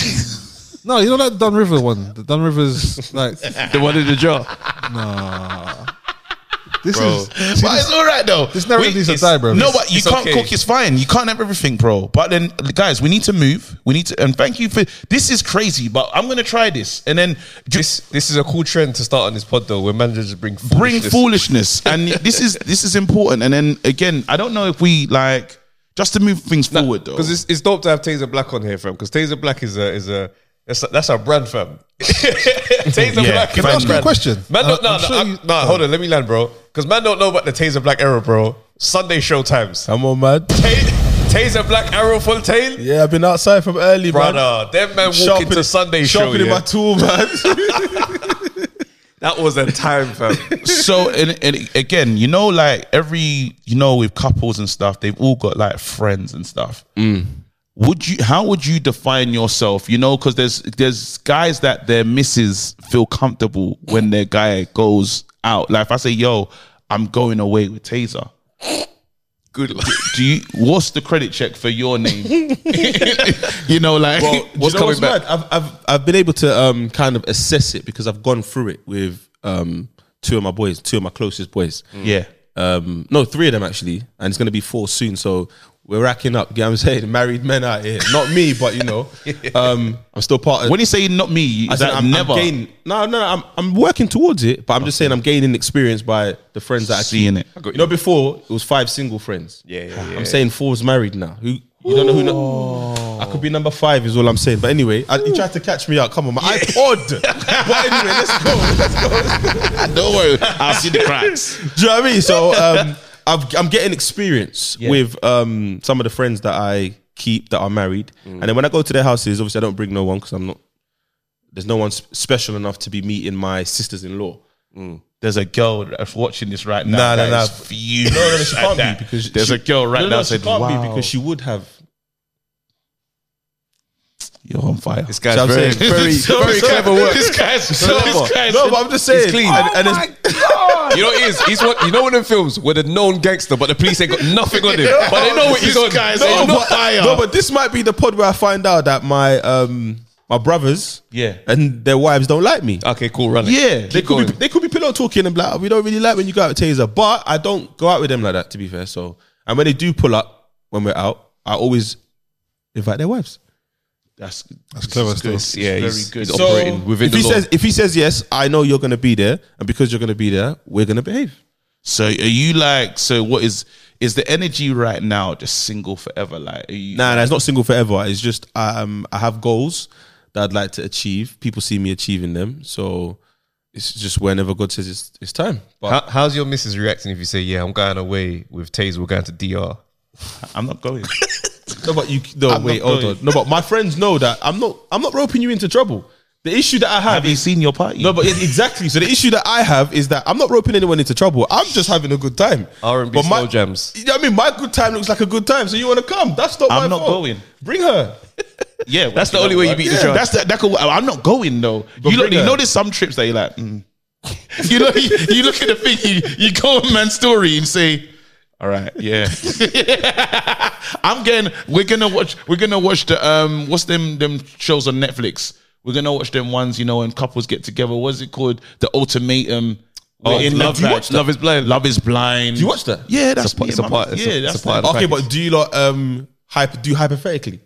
Speaker 5: No, you know that Dun River one. The Dun River's like
Speaker 1: [LAUGHS] the one in the jar.
Speaker 5: this is. see,
Speaker 3: [LAUGHS] But
Speaker 5: this-
Speaker 3: it's all right though.
Speaker 5: this narrative needs to
Speaker 3: it's-
Speaker 5: die, bro.
Speaker 3: No,
Speaker 5: It's-
Speaker 3: but you
Speaker 1: it's
Speaker 3: can't
Speaker 1: okay.
Speaker 3: cook. It's fine. You can't have everything, bro. But then, guys, we need to move. We need to. And thank you for this. Is crazy, but I'm gonna try this. And then just
Speaker 1: This this is a cool trend to start on this pod though, where managers bring
Speaker 3: bring
Speaker 1: foolishness.
Speaker 3: foolishness.
Speaker 1: [LAUGHS]
Speaker 3: and this is this is important. And then again, I don't know if we like just to move things forward though.
Speaker 1: Because it's, it's dope to have Taser Black on here, fam. Because Taser Black is a is a that's a, that's our brand, fam. [LAUGHS] Taser
Speaker 3: Yeah,
Speaker 1: Black.
Speaker 3: can
Speaker 1: is
Speaker 3: I
Speaker 1: our
Speaker 3: ask you a
Speaker 1: brand.
Speaker 5: question?
Speaker 1: Man,
Speaker 5: Uh,
Speaker 1: don't, no,
Speaker 5: I'm
Speaker 1: no,
Speaker 5: sure
Speaker 1: I-
Speaker 5: you-
Speaker 1: nah, hold on. Let me land, bro. Because man don't know about the Taser Black era, bro. Sunday show times.
Speaker 4: Come on, man.
Speaker 1: Ta- Taser Black Arrow Fontaine,
Speaker 4: Yeah, I've been outside from early, man.
Speaker 1: brother. Them man walk into Sunday show.
Speaker 4: sharpening
Speaker 1: yeah.
Speaker 4: my tool, man.
Speaker 1: [LAUGHS] that was a time, fam.
Speaker 3: [LAUGHS] so and, and again, you know, like every you know with couples and stuff, they've all got like friends and stuff.
Speaker 1: Mm.
Speaker 3: Would you? How would you define yourself? You know, because there's there's guys that their missus feel comfortable when their guy goes out. Like if I say, "Yo, I'm going away with Taser."
Speaker 1: Good. luck.
Speaker 3: Do you? What's the credit check for your
Speaker 1: [LAUGHS]
Speaker 3: name? [LAUGHS] you know, like
Speaker 1: what's
Speaker 4: Do you know
Speaker 1: coming back?
Speaker 4: mad? I've, I've I've been able to um kind of assess it because I've gone through it with um two of my boys, two of my closest boys.
Speaker 3: Mm. yeah.
Speaker 4: Um, no, three of them actually, and it's gonna be four soon. So we're racking up. You know what I'm saying? [LAUGHS] Married men out here, not me, but you
Speaker 3: [LAUGHS]
Speaker 4: know, um, I'm still part of.
Speaker 3: When you say not me,
Speaker 4: I
Speaker 3: is
Speaker 4: said
Speaker 3: that
Speaker 4: I'm
Speaker 3: never
Speaker 4: I'm gaining, no, no, no, I'm I'm working towards it, but I'm just saying I'm gaining experience by the friends that I
Speaker 3: seeing it?
Speaker 4: You know, before it was five single friends.
Speaker 1: Yeah, yeah, yeah.
Speaker 4: I'm saying four's married now. Who you don't know who?
Speaker 3: Oh.
Speaker 4: No, I could be number five is all I'm saying. But anyway, I, he tried to catch me out. Come on, my
Speaker 3: [LAUGHS]
Speaker 4: iPod. but anyway, let's go. Let's go.
Speaker 3: Don't worry, I'll see the cracks.
Speaker 4: [LAUGHS] Do you know what I mean? So um, I've, I'm getting experience with um, some of the friends that I keep that are married,
Speaker 1: Mm.
Speaker 4: and then when I go to their houses, obviously I don't bring no one because I'm not. There's no one sp- special enough to be meeting my sisters-in-law.
Speaker 3: There's a girl that's watching this right
Speaker 4: Nah, nah,
Speaker 3: now. that
Speaker 4: nah.
Speaker 3: is fuming
Speaker 4: No, no, no, she
Speaker 3: at
Speaker 4: can't be
Speaker 3: that.
Speaker 4: because
Speaker 3: there's
Speaker 4: she-
Speaker 3: a girl right
Speaker 4: no, no,
Speaker 3: now
Speaker 4: no,
Speaker 3: said,
Speaker 4: she can't
Speaker 3: "Wow,
Speaker 4: be because she would have.
Speaker 3: you're on fire."
Speaker 1: This guy's
Speaker 4: So I'm
Speaker 1: very,
Speaker 4: saying-
Speaker 3: [LAUGHS]
Speaker 1: very,
Speaker 4: So-
Speaker 1: very
Speaker 4: so-
Speaker 1: clever work.
Speaker 3: This guy's so. This guy's Oh
Speaker 4: No, but I'm just saying.
Speaker 1: He's clean.
Speaker 4: And, and it's-
Speaker 1: You know what it is? He's what you know one of them films where the known gangster, but the police ain't got nothing on him.
Speaker 4: [LAUGHS]
Speaker 1: But they know what he's
Speaker 3: This
Speaker 1: on.
Speaker 3: guy's
Speaker 1: They
Speaker 3: on
Speaker 1: know-
Speaker 4: but,
Speaker 3: fire.
Speaker 4: No, but this might be the pod where I find out that my um my brothers,
Speaker 3: Yeah. Uh,
Speaker 4: and their wives don't like me.
Speaker 1: Okay, cool, run it.
Speaker 4: yeah, they
Speaker 1: Keep
Speaker 4: could
Speaker 1: going.
Speaker 4: be they could be pillow talking and be like, "Oh, we don't really like when you go out with Taser, but I don't go out with them like that. To be fair, so and when they do pull up when we're out, I always invite their wives.
Speaker 3: that's
Speaker 5: That's clever
Speaker 3: good.
Speaker 5: stuff.
Speaker 1: yeah,
Speaker 3: very
Speaker 1: he's,
Speaker 3: good.
Speaker 1: he's
Speaker 3: So,
Speaker 1: operating within
Speaker 4: if
Speaker 1: the
Speaker 4: he
Speaker 1: law.
Speaker 4: says if he says yes, I know you're gonna be there, and because you're gonna be there, we're gonna behave.
Speaker 3: So are you like? So what is is the energy right now? Just single forever? Like are you?
Speaker 4: Nah, nah, it's not single forever. It's just um, I have goals that I'd like to achieve. People see me achieving them, so it's just whenever God says it's, it's time. But
Speaker 1: How, how's your missus reacting if you say, "Yeah, I'm going away with Taze. We're going to DR."
Speaker 3: I'm not going.
Speaker 4: no, but you no
Speaker 3: I'm
Speaker 4: wait,
Speaker 3: not
Speaker 4: hold
Speaker 3: going.
Speaker 4: on. No, but my friends know that I'm not I'm not roping you into trouble. The issue that I have,
Speaker 3: Have you
Speaker 4: is
Speaker 3: seen your party?
Speaker 4: no, but yeah, exactly. So the issue that I have is that I'm not roping anyone into trouble. I'm just having a good time.
Speaker 1: R&B
Speaker 4: But my-
Speaker 1: slow jams.
Speaker 4: You know what I mean? My good time looks like a good time. So you want to come? That's not.
Speaker 3: I'm
Speaker 4: my
Speaker 3: not
Speaker 4: fault.
Speaker 3: going.
Speaker 4: Bring her.
Speaker 3: yeah, that's
Speaker 1: the only way you beat the charge.
Speaker 3: That's the, that could, I'm not going though. you look,
Speaker 4: bring
Speaker 3: you
Speaker 4: her.
Speaker 3: know, there's some trips that you're like. mm. [LAUGHS] you know, you, you look at the thing, you, you go on man's story and say, "All right, yeah." [LAUGHS] I'm getting. We're gonna watch. We're gonna watch the um. What's them them shows on Netflix? We're gonna watch them ones. You know, when couples get together. What's it called? The ultimatum. We're in
Speaker 1: Oh, Love,
Speaker 3: that.
Speaker 1: Love is blind.
Speaker 3: Love is blind.
Speaker 4: Do you watch that?
Speaker 3: Yeah, that's
Speaker 1: It's a part-
Speaker 3: me
Speaker 1: it's a
Speaker 3: and my-
Speaker 1: part- it's a-
Speaker 3: Yeah,
Speaker 1: it's a
Speaker 3: that's
Speaker 1: part
Speaker 3: that.
Speaker 1: of the
Speaker 4: Okay, but do you lot um hyper do you hypothetically?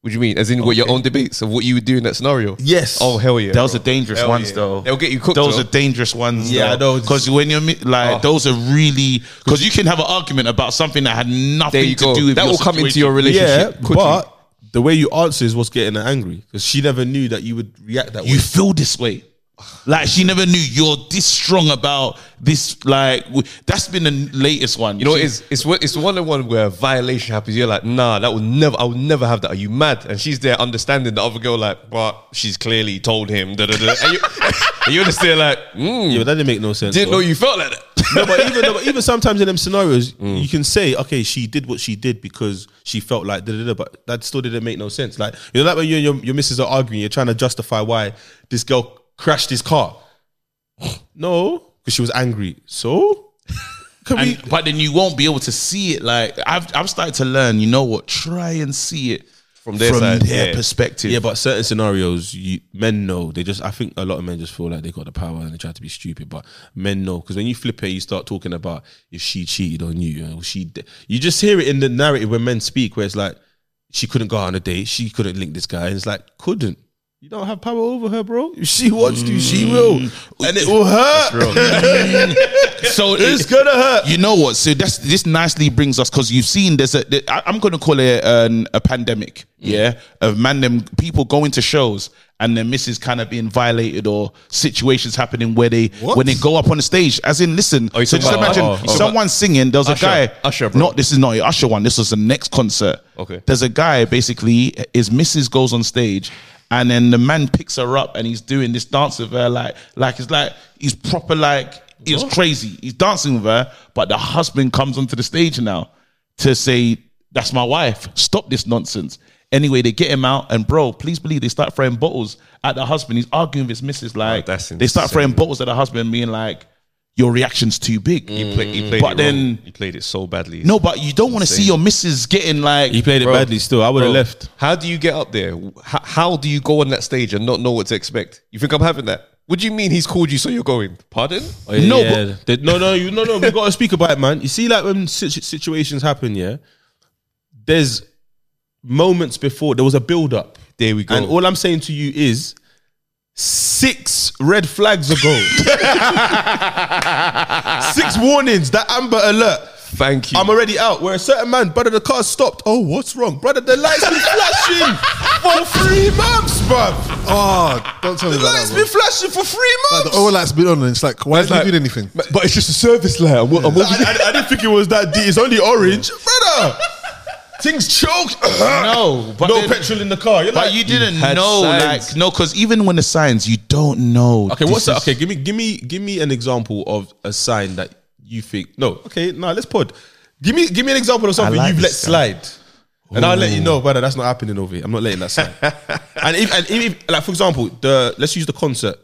Speaker 1: What do you mean? As in, what your own debates of what you would do in that scenario?
Speaker 4: Yes.
Speaker 1: Oh hell yeah.
Speaker 3: Those
Speaker 1: bro.
Speaker 3: are dangerous
Speaker 1: Hell
Speaker 3: ones,
Speaker 1: yeah.
Speaker 3: though.
Speaker 1: They'll get you cooked.
Speaker 3: Those
Speaker 1: though.
Speaker 3: are dangerous ones.
Speaker 4: Yeah, I know.
Speaker 3: Because when you're mi- like,
Speaker 1: Oh.
Speaker 3: those are really because you can have an argument about something that had nothing
Speaker 1: There you
Speaker 3: to
Speaker 1: go.
Speaker 3: do with
Speaker 1: That
Speaker 3: your
Speaker 1: will come into
Speaker 3: situation.
Speaker 1: your
Speaker 4: Yeah,
Speaker 1: relationship. quickly.
Speaker 4: but the way you answer is what's getting her angry because she never knew that you would react that
Speaker 3: You
Speaker 4: way.
Speaker 3: feel this way. Like she never knew you're this strong about this. Like w- that's been the n- latest one.
Speaker 1: You know, it's it's one- it's one of one where violation happens. You're like, nah, that will never. I will never have that. Are you mad? And she's there understanding the other girl, like, but she's clearly told him. Da, da, da. And, you, [LAUGHS] and you're just there, like, mm,
Speaker 4: Yeah, but that didn't make no sense.
Speaker 1: didn't know
Speaker 4: though.
Speaker 1: you felt like that.
Speaker 4: no, but even no, but even sometimes in them scenarios, you can say, okay, she did what she did because she felt like da da da, but that still didn't make no sense. Like you know, like when you and your, your missus are arguing, you're trying to justify why this girl crashed his car. No, because she was angry. So can we?
Speaker 3: And, but then you won't be able to see it. Like I've I've started to learn. You know what? Try and see it from
Speaker 1: their side, yeah.
Speaker 3: perspective.
Speaker 4: Yeah, but certain scenarios, you, men know. They just, I think a lot of men just feel like they got the power and they try to be stupid. But men know because when you flip it, you start talking about if she cheated on you, you know, she. d- You just hear it in the narrative when men speak, where it's like she couldn't go out on a date, she couldn't link this guy, and it's like couldn't. You don't have power over her, bro. If she wants to, she will, and it will hurt.
Speaker 3: so
Speaker 4: it's
Speaker 3: it-
Speaker 4: gonna hurt.
Speaker 3: You know what? So that's this nicely brings us because you've seen there's a there- I- I'm going to call it an, a pandemic,
Speaker 1: Mm.
Speaker 3: yeah, of man them people going to shows and their misses kind of being violated or situations happening where they when they go up on the stage. As in, listen,
Speaker 1: Oh, you're
Speaker 3: so
Speaker 1: talking
Speaker 3: just
Speaker 1: about-
Speaker 3: imagine
Speaker 1: oh, oh, oh.
Speaker 3: someone singing. There's
Speaker 1: Usher.
Speaker 3: a guy,
Speaker 1: Usher, bro.
Speaker 3: not this is not the Usher one. This was the next concert.
Speaker 1: Okay.
Speaker 3: there's a guy basically his missus goes on stage. And then the man picks her up and he's doing this dance with her like like it's like he's proper like it was crazy. He's dancing with her, but the husband comes onto the stage now to say, That's my wife. Stop this nonsense. Anyway, they get him out, and bro, please believe they start throwing bottles at the husband. He's arguing with his missus. Like,
Speaker 1: Oh, that's
Speaker 3: they start
Speaker 1: insane.
Speaker 3: throwing bottles at the husband, being like, Your reaction's too big.
Speaker 1: He, play, he played
Speaker 3: But
Speaker 1: it
Speaker 3: then-
Speaker 1: wrong. he played it so badly.
Speaker 3: No, but you don't want to see your missus getting like.
Speaker 4: He played it badly. Still, I would have left.
Speaker 1: How do you get up there? H- how do you go on that stage and not know what to expect? You think I'm having that? What do you mean he's called you, so you're going? Pardon?
Speaker 4: no,
Speaker 3: No,
Speaker 4: but no, no, you, no, no. We got to speak about it, man. You see, like when situ- situations happen, yeah. There's moments before there was a build up,
Speaker 1: There we go.
Speaker 4: and all I'm saying to you is six red flags ago, [LAUGHS] six warnings. That Amber Alert.
Speaker 1: Thank you.
Speaker 4: I'm already out. Where a certain man, brother, the car stopped. Oh, what's wrong, brother? The lights been flashing
Speaker 1: [LAUGHS]
Speaker 4: for three months, bruv.
Speaker 5: Oh, don't tell me
Speaker 4: The
Speaker 5: about
Speaker 4: lights
Speaker 5: that.
Speaker 4: been
Speaker 5: bro.
Speaker 4: flashing for three months.
Speaker 5: Like, the oil light's been on, and it's like, why isn't he doing anything?
Speaker 1: But but it's just a service layer. I'm, I'm
Speaker 4: I, I- I didn't think it was that deep. It's only orange, [LAUGHS] brother. Things choked.
Speaker 3: [LAUGHS] No, but
Speaker 4: no
Speaker 3: then-
Speaker 4: petrol in the car. You're
Speaker 3: but
Speaker 4: like,
Speaker 3: you didn't
Speaker 1: had
Speaker 3: know,
Speaker 1: signs.
Speaker 3: like, no, because even when the signs, you don't know.
Speaker 4: okay,
Speaker 3: This
Speaker 4: what's that?
Speaker 3: is-
Speaker 4: Okay, give me, give me, give me an example of a sign that you think. No, okay, no, let's pod. Give me, give me an example of something
Speaker 3: like
Speaker 4: you've let
Speaker 3: this guy.
Speaker 4: slide, and I'll let you know, brother. That's not happening over here. I'm not letting that
Speaker 3: [LAUGHS]
Speaker 4: slide. and if, and if, like for example, the let's use the concert.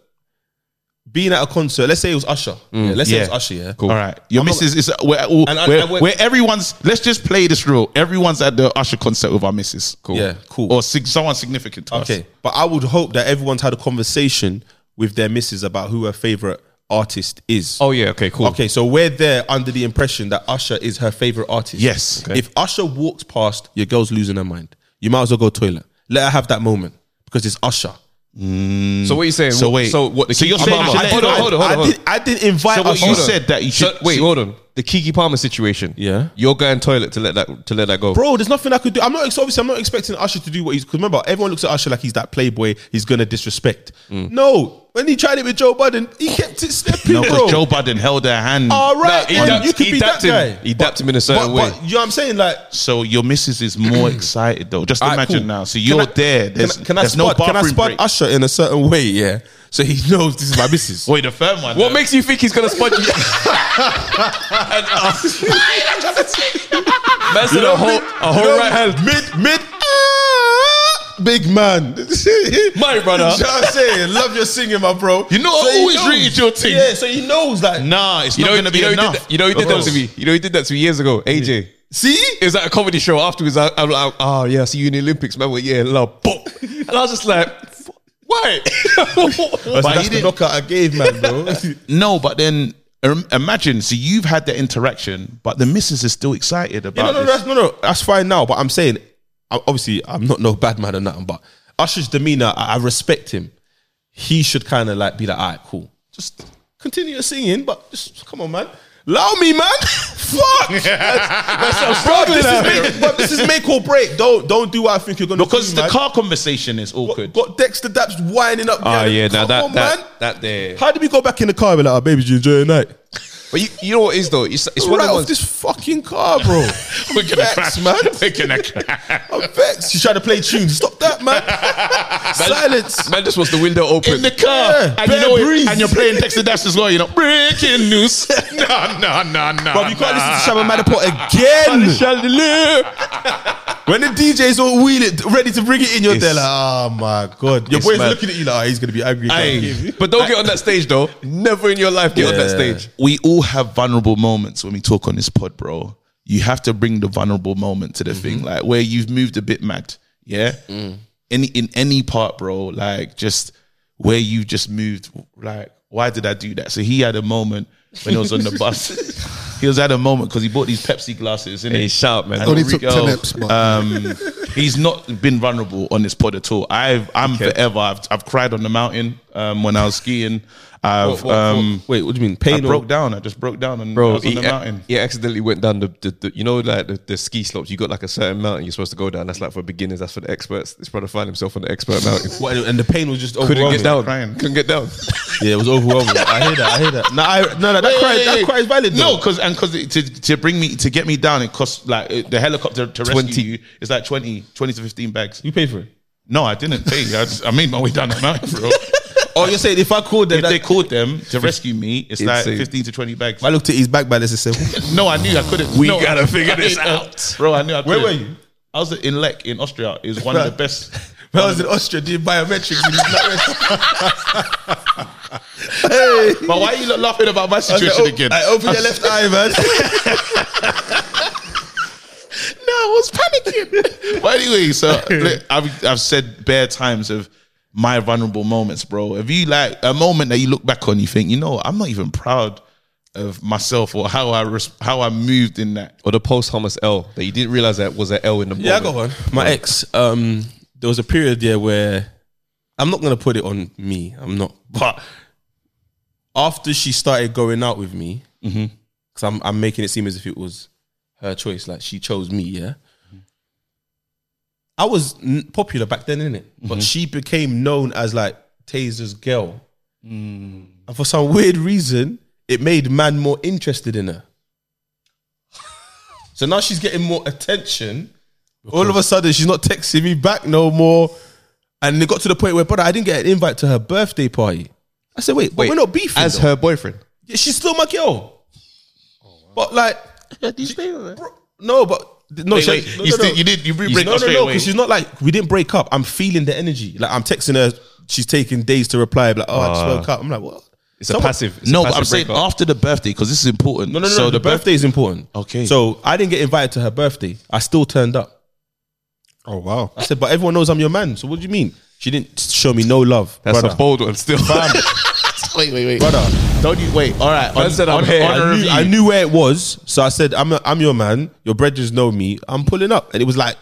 Speaker 4: Being at a concert, let's say it was Usher. Yeah, let's say it
Speaker 3: yeah.
Speaker 4: was Usher. Yeah,
Speaker 3: All right, your missus is uh, where, where,
Speaker 4: And I- I went-
Speaker 3: where everyone's. Let's just play this rule. Everyone's at the Usher concert with our missus. Cool.
Speaker 4: Yeah, cool.
Speaker 3: Or sig- someone significant to us.
Speaker 4: Okay, but I would hope that everyone's had a conversation with their missus about who her favorite artist is.
Speaker 1: Oh yeah, okay, cool.
Speaker 4: Okay, so we're there under the impression that Usher is her favorite artist.
Speaker 3: Yes.
Speaker 4: If Usher walks past, your girl's losing her mind. You might as well go toilet. Let her have that moment because it's Usher.
Speaker 1: Mm. So what are you saying?
Speaker 3: So wait.
Speaker 1: So what? The
Speaker 3: So
Speaker 1: Kiki
Speaker 3: you're saying
Speaker 1: Palmer-
Speaker 3: I should let
Speaker 1: Hold on,
Speaker 3: it go?
Speaker 1: hold on, hold on.
Speaker 4: I,
Speaker 1: hold on.
Speaker 4: did, I didn't invite
Speaker 3: So what
Speaker 4: Usher.
Speaker 3: you
Speaker 1: Hold on.
Speaker 3: said that you
Speaker 1: So-
Speaker 3: should
Speaker 1: wait,
Speaker 3: so-
Speaker 1: hold on. The Kiki Palmer situation.
Speaker 4: Yeah.
Speaker 1: you're going toilet to let that to let that go.
Speaker 4: Bro, there's nothing I could do. I'm not obviously I'm not expecting Usher to do what he's because remember, everyone looks at Usher like he's that playboy, he's gonna disrespect. No. When he tried it with Joe Budden, he kept it stepping,
Speaker 3: Mm. No,
Speaker 4: bro.
Speaker 3: because Joe Budden held her hand.
Speaker 4: All right,
Speaker 1: he
Speaker 4: then
Speaker 1: dapped-
Speaker 4: you could
Speaker 1: he
Speaker 4: be that
Speaker 1: dapped him.
Speaker 4: guy.
Speaker 1: He dapped him in a certain
Speaker 4: but, but
Speaker 1: way.
Speaker 4: you know what I'm saying? Like,
Speaker 3: So your missus is
Speaker 4: [CLEARS THROAT]
Speaker 3: more excited though. Just
Speaker 4: alright,
Speaker 3: imagine
Speaker 4: cool.
Speaker 3: now. So
Speaker 4: Can
Speaker 3: you're
Speaker 4: I-
Speaker 3: there.
Speaker 4: can
Speaker 3: There's,
Speaker 4: I- can I
Speaker 3: there's no
Speaker 4: spot, can I
Speaker 3: bathroom
Speaker 4: spot
Speaker 3: break.
Speaker 4: Usher in a certain way? Yeah, so he knows this is my missus. [LAUGHS]
Speaker 3: Wait, the firm one.
Speaker 1: What
Speaker 3: though.
Speaker 1: makes you think he's gonna sponge you? Man said a whole, a whole
Speaker 4: You know,
Speaker 1: right hand.
Speaker 4: mid mid. ah, Big man, [LAUGHS]
Speaker 1: My brother.
Speaker 4: You know what I'm saying, love your singing, my bro.
Speaker 3: You know I
Speaker 4: he
Speaker 3: always
Speaker 4: knows.
Speaker 3: rated your thing.
Speaker 4: Yeah, so he knows that.
Speaker 3: Nah, it's
Speaker 1: You
Speaker 3: not
Speaker 1: know,
Speaker 3: going to be
Speaker 1: you know, he did
Speaker 3: enough.
Speaker 1: that, you know he did that
Speaker 3: Because-
Speaker 1: to me. You know he did that to me years ago. AJ.
Speaker 4: See,
Speaker 1: It was at a comedy show afterwards. I, I, I, oh yeah, I see you in the Olympics, man. Well, yeah, love, pop. And I was just like, why? [LAUGHS]
Speaker 4: but
Speaker 3: he
Speaker 4: that's the
Speaker 3: didn't-
Speaker 4: knockout I gave, man,
Speaker 3: [LAUGHS]
Speaker 4: bro.
Speaker 3: No, but then um, imagine. So you've had that interaction, but the missus is still excited
Speaker 4: Yeah,
Speaker 3: about
Speaker 4: no, no,
Speaker 3: this.
Speaker 4: that's, no, no, that's fine now. But I'm saying I- obviously I'm not no bad man or nothing, but Usher's demeanor, I, I respect him. He should kind of like be like, all right, cool. Just continue your singing, but just come on, man. Allow me, man. [LAUGHS] Fuck. That's, that's- bro, this is make, but this is make or break. Don't don't do what I think you're gonna
Speaker 3: Because
Speaker 4: do,
Speaker 3: the
Speaker 4: man.
Speaker 3: car conversation is awkward.
Speaker 4: got Dexter Daps winding up.
Speaker 1: Ah,
Speaker 4: behind
Speaker 1: yeah,
Speaker 4: him.
Speaker 1: now
Speaker 4: Come
Speaker 1: that,
Speaker 4: on,
Speaker 1: that,
Speaker 4: man.
Speaker 1: that there.
Speaker 4: How did we go back in the car? and be like, oh, baby, did you enjoy your night?
Speaker 1: But you, you know what it is though? It's, it's one
Speaker 4: right
Speaker 1: of the
Speaker 4: off
Speaker 1: ones.
Speaker 4: this fucking car, bro.
Speaker 3: We're gonna
Speaker 4: Facts,
Speaker 3: crash,
Speaker 4: man. Oh,
Speaker 3: We're gonna crash.
Speaker 4: I'm vexed. She's trying to play tunes. Stop that, man. Silence.
Speaker 1: Man just wants the window open.
Speaker 3: in the car,
Speaker 4: Yeah,
Speaker 3: and you
Speaker 4: bare
Speaker 3: know
Speaker 4: breeze.
Speaker 3: it, and you're playing Dexter Dash's law. You know, breaking news. no, no, no, no.
Speaker 4: Bro, you can't listen to Shabba [LAUGHS] Madaport again. when the DJ's all wheel it, ready to bring it in, you're there
Speaker 1: It's-
Speaker 4: like, oh my god. Your
Speaker 1: it's
Speaker 4: boy's
Speaker 1: mad.
Speaker 4: looking at you like, oh, he's gonna be angry.
Speaker 1: Aye. But don't get on that stage though. Never in your life get on that
Speaker 4: Yeah.
Speaker 1: stage.
Speaker 3: we all have vulnerable moments when we talk on this pod, bro. You have to bring the vulnerable moment to the thing, like where you've moved a bit mad, yeah. Any in any part, bro, like just where you just moved, like why did I do that? So he had a moment when he was on the bus. He was at a moment because he bought these Pepsi glasses. innit?
Speaker 1: Hey, shout, man.
Speaker 3: And
Speaker 5: Only
Speaker 3: there
Speaker 5: took
Speaker 3: we go.
Speaker 5: 10 eps, but-
Speaker 3: Um, he's not been vulnerable on this pod at all. I've, I'm forever. I've, I've cried on the mountain um, when I was skiing. I've um,
Speaker 4: Wait, what do you mean?
Speaker 3: I
Speaker 4: Pain
Speaker 3: broke down. I just broke down and I
Speaker 1: Bro,
Speaker 3: was on
Speaker 1: he,
Speaker 3: the mountain.
Speaker 1: he accidentally went down the, the, the you know like the, the ski slopes. You got like a certain mountain you're supposed to go down. That's like for beginners. That's for the experts. This brother found himself on
Speaker 4: [LAUGHS]
Speaker 1: the expert mountain.
Speaker 4: What, and the pain was just
Speaker 1: Couldn't
Speaker 4: overwhelming.
Speaker 1: get down.
Speaker 3: [LAUGHS] Crying.
Speaker 1: Couldn't
Speaker 4: [LAUGHS]
Speaker 1: get down.
Speaker 4: Yeah, it was overwhelming. I hear that. I hear
Speaker 3: [LAUGHS]
Speaker 4: that. No, I, no, no, that, cry,
Speaker 3: Wait, wait,
Speaker 4: that
Speaker 3: wait.
Speaker 4: cry is valid.
Speaker 3: No,
Speaker 4: though.
Speaker 3: because and because to, to bring me to get me down, it costs like it- the helicopter to rescue
Speaker 1: 20.
Speaker 3: you is like 20, 20 to fifteen bags.
Speaker 4: you paid for it.
Speaker 3: No, I didn't pay. I, just, I made my way down the mountain, [LAUGHS] bro.
Speaker 4: Oh, you're saying if I called them,
Speaker 3: if
Speaker 4: that,
Speaker 3: they called them to rescue me, it's like
Speaker 1: Insane.
Speaker 3: fifteen to twenty bags.
Speaker 4: I looked at his back by this and said,
Speaker 3: No, I knew I couldn't. We
Speaker 1: gotta figure this
Speaker 3: out, bro. [LAUGHS] I knew. I
Speaker 4: Where
Speaker 3: couldn't.
Speaker 4: were you?
Speaker 3: I was in Lech in Austria. It was one [LAUGHS] of the best.
Speaker 4: "When I was in Austria doing biometrics." in his black rest."
Speaker 3: But why are you lot laughing about my
Speaker 4: I said,
Speaker 3: situation
Speaker 4: "Oh,
Speaker 3: again?
Speaker 4: I open your left eye, [LAUGHS] man.
Speaker 3: No, I was panicking. but anyway, so look, I've, I've said bare times of my vulnerable moments, bro. If you like a moment that you look back on, you think, you know, I'm not even proud of myself or how I res- how I moved in that.
Speaker 1: Or the post hummus L that you didn't realize that was an L in the
Speaker 4: [LAUGHS]
Speaker 1: moment.
Speaker 4: Yeah, I got one. My ex, um, there was a period there where I'm not gonna put it on me. I'm not, [LAUGHS] but after she started going out with me, because I'm, I'm making it seem as if it was her choice, like she chose me. Yeah, I was n- popular back then, innit? But she became known as like Taser's girl, and for some weird reason, it made man more interested in
Speaker 1: [LAUGHS]
Speaker 4: her. So now she's getting more attention. All of a sudden, she's not texting me back no more. And it got to the point where, brother, I didn't get an invite to her birthday party. I said, wait, but
Speaker 1: Wait,
Speaker 4: we're not beefing.
Speaker 1: As
Speaker 4: though.
Speaker 1: her boyfriend.
Speaker 4: Yeah, she's still my girl.
Speaker 3: Oh,
Speaker 4: But like, bro, no, but no,
Speaker 3: Wait,
Speaker 4: she-
Speaker 3: wait,
Speaker 4: no,
Speaker 3: you
Speaker 4: no,
Speaker 3: still-
Speaker 4: no.
Speaker 3: you did- you re- break
Speaker 4: no,
Speaker 3: up
Speaker 4: no,
Speaker 3: straight
Speaker 4: no,
Speaker 3: away.
Speaker 4: because she's not like we didn't break up. I'm feeling the energy. Like I'm texting her, she's taking days to reply. Like, oh, I just
Speaker 1: Ah.
Speaker 4: woke up. I'm like, what?
Speaker 1: It's a
Speaker 4: Someone-
Speaker 1: passive. It's
Speaker 3: no,
Speaker 1: a
Speaker 3: but
Speaker 1: passive
Speaker 3: I'm saying
Speaker 1: breakup.
Speaker 3: after the birthday because this is important.
Speaker 4: No, no, no.
Speaker 3: So
Speaker 4: the, birthday is important.
Speaker 3: Okay.
Speaker 4: So I didn't get invited to her birthday. I still turned up.
Speaker 5: Oh wow.
Speaker 4: I said, but everyone knows I'm your man. So what do you mean? She didn't show me no love.
Speaker 1: That's
Speaker 4: brother.
Speaker 1: a bold one still.
Speaker 3: wait, wait, wait, Don't you wait? All right,
Speaker 1: Man said I'm here.
Speaker 4: I
Speaker 1: Honor
Speaker 4: knew,
Speaker 1: of
Speaker 4: I
Speaker 1: you.
Speaker 4: knew where it was, so I said, "I'm, I'm your man. Your brethren know me. I'm pulling up." And it was like,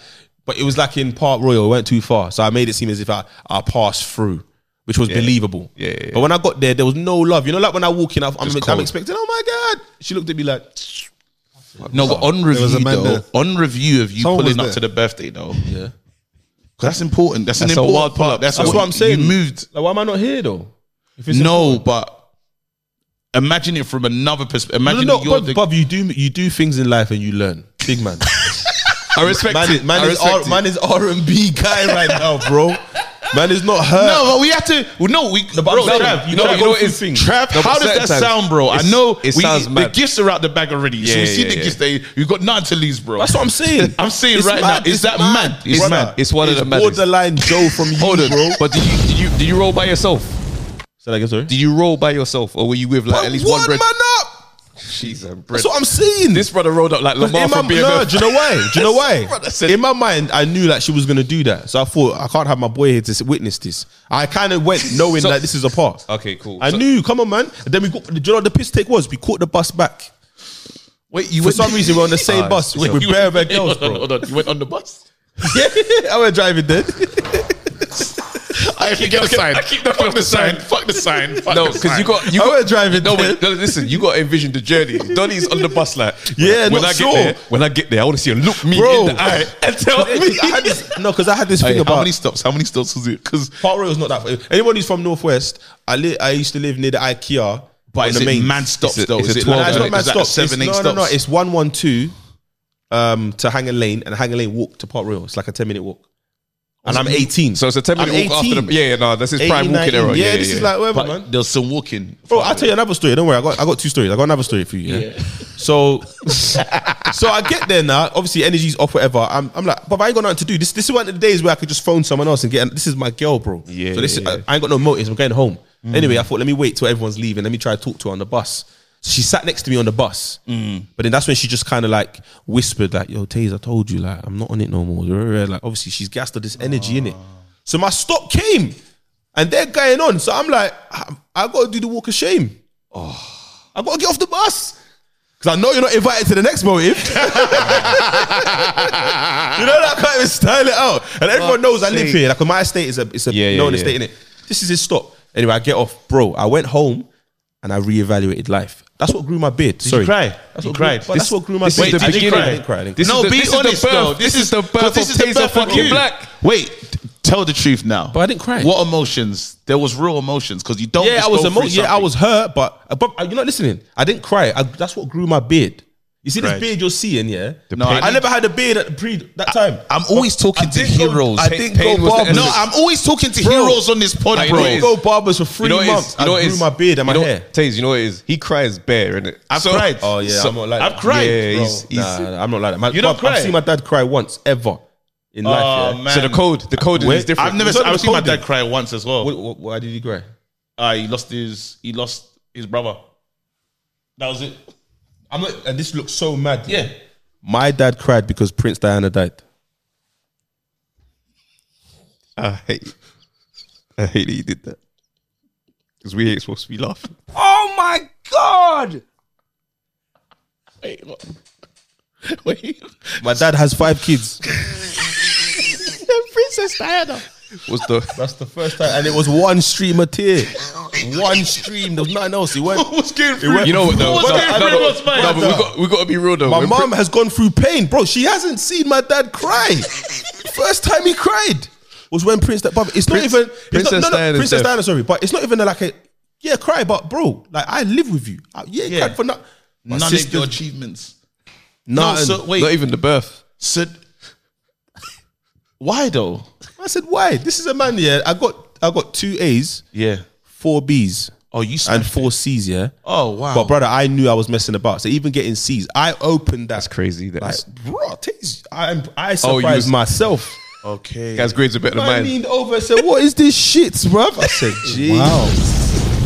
Speaker 4: but it was like in Park Royal. It went too far, so I made it seem as if I, I passed through, which was believable.
Speaker 1: Yeah, yeah, yeah.
Speaker 4: But when I got there, there was no love. You know, like when I walk in, I'm, I'm,
Speaker 1: cold.
Speaker 4: expecting. Oh my god! She looked at me like,
Speaker 3: No, but on review
Speaker 5: was a man
Speaker 3: though,
Speaker 5: there.
Speaker 3: on review of you
Speaker 5: Someone was
Speaker 3: pulling up to
Speaker 5: there.
Speaker 3: the birthday though,
Speaker 4: "Yeah."
Speaker 3: that's important. That's,
Speaker 1: That's
Speaker 3: an
Speaker 1: a
Speaker 3: important
Speaker 1: wild
Speaker 3: part.
Speaker 1: pull-up.
Speaker 3: That's,
Speaker 4: That's what I'm saying.
Speaker 3: You moved.
Speaker 4: Like, why am I not here though? If it's
Speaker 3: No, but imagine it from another perspective.
Speaker 4: no,
Speaker 3: Imagine
Speaker 4: no,
Speaker 3: you're
Speaker 4: no
Speaker 3: the
Speaker 4: Bob, Bob, you do you do things in life and you learn, big
Speaker 1: [LAUGHS]
Speaker 4: man.
Speaker 1: [LAUGHS] I respect
Speaker 4: Man,
Speaker 1: it.
Speaker 4: man
Speaker 1: I
Speaker 4: is R,
Speaker 1: respect
Speaker 4: man is R and B guy right now, bro. Man is not her.
Speaker 3: No, but we have to. well, No, we.
Speaker 4: but
Speaker 3: bro,
Speaker 4: I'm saying,
Speaker 3: Trav,
Speaker 4: you
Speaker 3: you
Speaker 4: know
Speaker 3: know,
Speaker 4: what
Speaker 3: you know
Speaker 4: it is?
Speaker 3: it's Trav.
Speaker 1: No, but
Speaker 3: how does that
Speaker 1: certain times,
Speaker 3: sound, bro? I
Speaker 1: it's-
Speaker 3: know
Speaker 1: it
Speaker 3: we,
Speaker 1: sounds
Speaker 3: the
Speaker 1: mad.
Speaker 3: gifts are out the bag already. so
Speaker 1: Yeah,
Speaker 3: we see
Speaker 1: yeah,
Speaker 3: the
Speaker 1: yeah.
Speaker 3: gifts. They you got none to lose, bro.
Speaker 4: That's what I'm
Speaker 1: [LAUGHS]
Speaker 4: saying.
Speaker 3: I'm saying
Speaker 4: It's
Speaker 3: right
Speaker 4: mad,
Speaker 3: now. Is
Speaker 4: it's
Speaker 3: that
Speaker 4: mad.
Speaker 3: mad?
Speaker 1: It's
Speaker 3: Brother,
Speaker 1: mad. It's one of the maddest.
Speaker 4: borderline Joe
Speaker 1: [LAUGHS]
Speaker 4: from you,
Speaker 1: Hold on.
Speaker 4: bro.
Speaker 1: But did you did you did you roll by yourself?
Speaker 4: Say that again, sorry.
Speaker 1: Did you roll by yourself, or were you with like
Speaker 4: But
Speaker 1: at least one, bread?
Speaker 4: man up.
Speaker 1: She's a bread.
Speaker 4: That's what I'm saying.
Speaker 1: This brother rolled up like
Speaker 4: in
Speaker 1: Lamar
Speaker 4: my,
Speaker 1: from BMF.
Speaker 4: no, do you know why? Do you
Speaker 1: [LAUGHS]
Speaker 4: know why?
Speaker 1: Brother said-
Speaker 4: in my mind, I knew that she was gonna do that, so I thought I can't have my boy here to s- witness this. I kind of went knowing
Speaker 1: [LAUGHS] So-
Speaker 4: that this is a part.
Speaker 1: Okay, cool.
Speaker 4: I
Speaker 1: So-
Speaker 4: knew. Come on, man. And then we got. Do you know what the piss take was? We caught the bus back.
Speaker 3: Wait, you
Speaker 4: For
Speaker 3: went-
Speaker 4: some reason, we're on the same
Speaker 1: [LAUGHS] Ah,
Speaker 4: bus
Speaker 1: it's-
Speaker 4: with
Speaker 1: it's-
Speaker 4: bare bare
Speaker 1: [LAUGHS]
Speaker 3: Hold
Speaker 4: girls,
Speaker 3: on,
Speaker 4: bro.
Speaker 3: hold on. You went on the bus.
Speaker 4: yeah, [LAUGHS] I went driving then.
Speaker 1: [LAUGHS] I
Speaker 7: forget the sign.
Speaker 1: I keep knocking
Speaker 7: Fuck the sign. Fuck the sign. Fuck
Speaker 1: No,
Speaker 7: the
Speaker 1: because
Speaker 7: sign.
Speaker 1: you got you
Speaker 4: I
Speaker 1: got
Speaker 4: went driving
Speaker 1: No,
Speaker 4: then.
Speaker 1: wait, no, listen, you got to envision the journey. Donnie's on the bus, like
Speaker 4: Yeah,
Speaker 1: When
Speaker 4: not
Speaker 1: I
Speaker 4: sure.
Speaker 1: get there, when I get there, I want to see him look me
Speaker 4: Bro.
Speaker 1: in the eye
Speaker 4: [LAUGHS]
Speaker 1: and tell me.
Speaker 4: I had this, no, because I had this thing
Speaker 3: Hey,
Speaker 4: about
Speaker 3: how many stops? How many stops was it? Because
Speaker 4: Park Royal's not that far. Anyone who's from Northwest, I li- I used to live near the IKEA.
Speaker 3: but
Speaker 4: on
Speaker 3: is
Speaker 4: the
Speaker 3: it
Speaker 4: main.
Speaker 3: mad stops
Speaker 1: It's a-
Speaker 3: though?
Speaker 1: it's a
Speaker 3: Is it
Speaker 1: 12,
Speaker 4: Nah,
Speaker 3: like
Speaker 4: it's
Speaker 1: isn't
Speaker 4: not
Speaker 1: it?
Speaker 4: mad
Speaker 3: is that
Speaker 4: stops.
Speaker 3: Seven,
Speaker 4: it's,
Speaker 3: eight
Speaker 4: no,
Speaker 3: stops.
Speaker 4: no, no. It's one one two um, to Hanger Lane, and Hanger Lane walk to Park Royal. It's like a ten minute walk. And I'm 18,
Speaker 1: So it's a ten minute
Speaker 4: I'm
Speaker 1: walk after the
Speaker 4: 18.
Speaker 1: yeah, yeah, no, that's his prime
Speaker 4: 18,
Speaker 1: walking
Speaker 4: 19.
Speaker 1: era.
Speaker 4: Yeah, this is like whatever, man.
Speaker 3: There's some walking.
Speaker 4: Bro, Oh, I'll tell you another story. Don't worry, I got I got two stories. I got another story for you. Yeah. So [LAUGHS] so I get there now. Obviously, energy's off, whatever. I'm, I'm like, but I ain't got nothing to do. This this is one of the days where I could just phone someone else and get this is my girl, bro.
Speaker 1: Yeah,
Speaker 4: So this
Speaker 1: yeah, Mm.
Speaker 4: is, I, I ain't got no motives. I'm going home. Anyway, I thought let me wait till everyone's leaving. Let me try to talk to her on the bus. So she sat next to me on the bus.
Speaker 1: Mm.
Speaker 4: But then that's when she just kind of like whispered, like, yo, Taze, I told you, like, I'm not on it no more. Like, obviously, she's gassed all this energy in it.
Speaker 1: Ah.
Speaker 4: So my stop came and they're going on. So I'm like, I, I gotta do the walk of shame. Oh, I gotta get off the bus. Cause I know you're not invited to the next
Speaker 1: [LAUGHS]
Speaker 4: motive. you know that I can't even style it out. And everyone knows I live
Speaker 1: sake.
Speaker 4: here. Like my estate is a it's a
Speaker 1: Yeah, yeah,
Speaker 4: known
Speaker 1: yeah.
Speaker 4: estate, innit? This is his stop. Anyway, I get off. Bro, I went home and I reevaluated life. That's what grew my beard. Did Sorry.
Speaker 3: cry?
Speaker 4: That's
Speaker 3: You
Speaker 4: what
Speaker 3: cried?
Speaker 4: Grew, but that's what grew my
Speaker 1: this
Speaker 4: beard.
Speaker 1: is the
Speaker 4: I didn't
Speaker 1: beginning.
Speaker 4: cry. I didn't cry. I didn't cry.
Speaker 1: This
Speaker 3: No,
Speaker 1: is the,
Speaker 3: be
Speaker 1: this is
Speaker 3: honest
Speaker 1: the birth.
Speaker 3: though.
Speaker 1: This is the
Speaker 3: 'Cause
Speaker 1: birth of
Speaker 3: this is the
Speaker 1: Taser
Speaker 3: birth of
Speaker 1: fucking
Speaker 3: you.
Speaker 1: Black.
Speaker 3: Wait, t- tell the truth now.
Speaker 4: But I didn't cry.
Speaker 3: What emotions? There was real emotions because you don't.
Speaker 4: Yeah, I
Speaker 3: just
Speaker 4: was
Speaker 3: go
Speaker 4: emo-
Speaker 3: through
Speaker 4: yeah, I
Speaker 3: something.
Speaker 4: was hurt, but but uh, you're not listening. I didn't cry. I, that's what grew my beard. You see
Speaker 3: Right.
Speaker 4: this beard you're seeing, yeah?
Speaker 3: No,
Speaker 4: I,
Speaker 3: pain.
Speaker 4: never had a beard at pre that time.
Speaker 3: I'm always talking to heroes.
Speaker 4: I didn't
Speaker 1: Pain
Speaker 4: go
Speaker 1: was the
Speaker 4: barbers.
Speaker 1: end
Speaker 3: no,
Speaker 1: of
Speaker 3: I'm always talking to
Speaker 4: Bro.
Speaker 3: heroes on this pod,
Speaker 1: I
Speaker 4: I
Speaker 1: know
Speaker 3: bro.
Speaker 1: it
Speaker 4: didn't
Speaker 1: is.
Speaker 4: go barbers for three
Speaker 1: You know what it is?
Speaker 4: months.
Speaker 1: You know what
Speaker 4: I
Speaker 1: it
Speaker 4: grew
Speaker 1: is?
Speaker 4: my beard and my
Speaker 1: you know,
Speaker 4: hair.
Speaker 1: Taze, you know what it is? He cries bare, innit?
Speaker 3: I've cried.
Speaker 4: Oh yeah,
Speaker 3: So-
Speaker 4: I'm not like
Speaker 3: I've
Speaker 4: that.
Speaker 3: cried.
Speaker 1: Yeah,
Speaker 3: bro.
Speaker 1: he's, he's,
Speaker 4: nah, nah, I'm not like that. My,
Speaker 3: You don't
Speaker 4: I've
Speaker 3: cry?
Speaker 4: seen my dad cry Oh, once ever in life. Yeah.
Speaker 3: Oh, man.
Speaker 1: So the code, the code
Speaker 4: Wait,
Speaker 1: is different.
Speaker 3: I've never.
Speaker 4: It's not
Speaker 3: I've seen my
Speaker 4: recorded.
Speaker 3: dad cry once as well.
Speaker 4: Wh- wh- why did he cry?
Speaker 3: Uh, he lost his. He lost his brother. That was it.
Speaker 4: I'm not, and this looks so mad.
Speaker 3: Yeah.
Speaker 4: My dad cried because Prince Diana died.
Speaker 1: I hate, I hate that you did that because we ain't supposed to be laughing.
Speaker 8: Oh my god!
Speaker 3: Wait. what? Wait.
Speaker 4: My dad has five kids.
Speaker 3: Princess Diana.
Speaker 1: What's the?
Speaker 4: That's the first time, and it was one stream a
Speaker 3: [LAUGHS]
Speaker 4: tear. one stream. There was nothing else. It went.
Speaker 3: What's going
Speaker 4: It
Speaker 3: through?
Speaker 4: went-
Speaker 1: You know what? though?
Speaker 3: What
Speaker 1: No,
Speaker 3: was
Speaker 1: no,
Speaker 3: that?
Speaker 1: no,
Speaker 3: Everyone was mine.
Speaker 1: no, but we got we got to be real though.
Speaker 4: My
Speaker 1: When
Speaker 4: mom has gone through pain, bro. She hasn't seen my dad cry. First time he cried was when Prince. Di- But it's not
Speaker 1: Prince-
Speaker 4: even it's
Speaker 1: Princess
Speaker 4: not,
Speaker 1: Diana's
Speaker 4: Princess
Speaker 1: death.
Speaker 4: Diana. Sorry, but it's not even like a yeah cry. But bro, like I live with you. I- yeah,
Speaker 3: Yeah.
Speaker 4: cried for not. my
Speaker 3: None
Speaker 4: sister-
Speaker 3: of your achievements.
Speaker 4: Nah,
Speaker 3: No, so
Speaker 4: and-
Speaker 1: Prince- not
Speaker 3: wait.
Speaker 1: even the birth.
Speaker 3: So why though?
Speaker 4: I said why? This is a man. Yeah, I got I got two A's,
Speaker 3: Yeah.
Speaker 4: four B's,
Speaker 3: Oh, you
Speaker 4: and
Speaker 3: smashed.
Speaker 4: four C's. Yeah.
Speaker 3: oh wow.
Speaker 4: But brother, I knew I was messing about. So even getting C's, I opened that.
Speaker 1: That's crazy. That
Speaker 4: Like,
Speaker 1: this
Speaker 4: bro, taste, I I
Speaker 1: Oh, you
Speaker 4: surprised
Speaker 1: was-
Speaker 4: myself.
Speaker 3: okay.
Speaker 1: guy's grades are better than
Speaker 4: I
Speaker 1: mine.
Speaker 4: leaned over and said, "What is this shit, bruv? I
Speaker 3: [LAUGHS]
Speaker 4: said, "Jeez,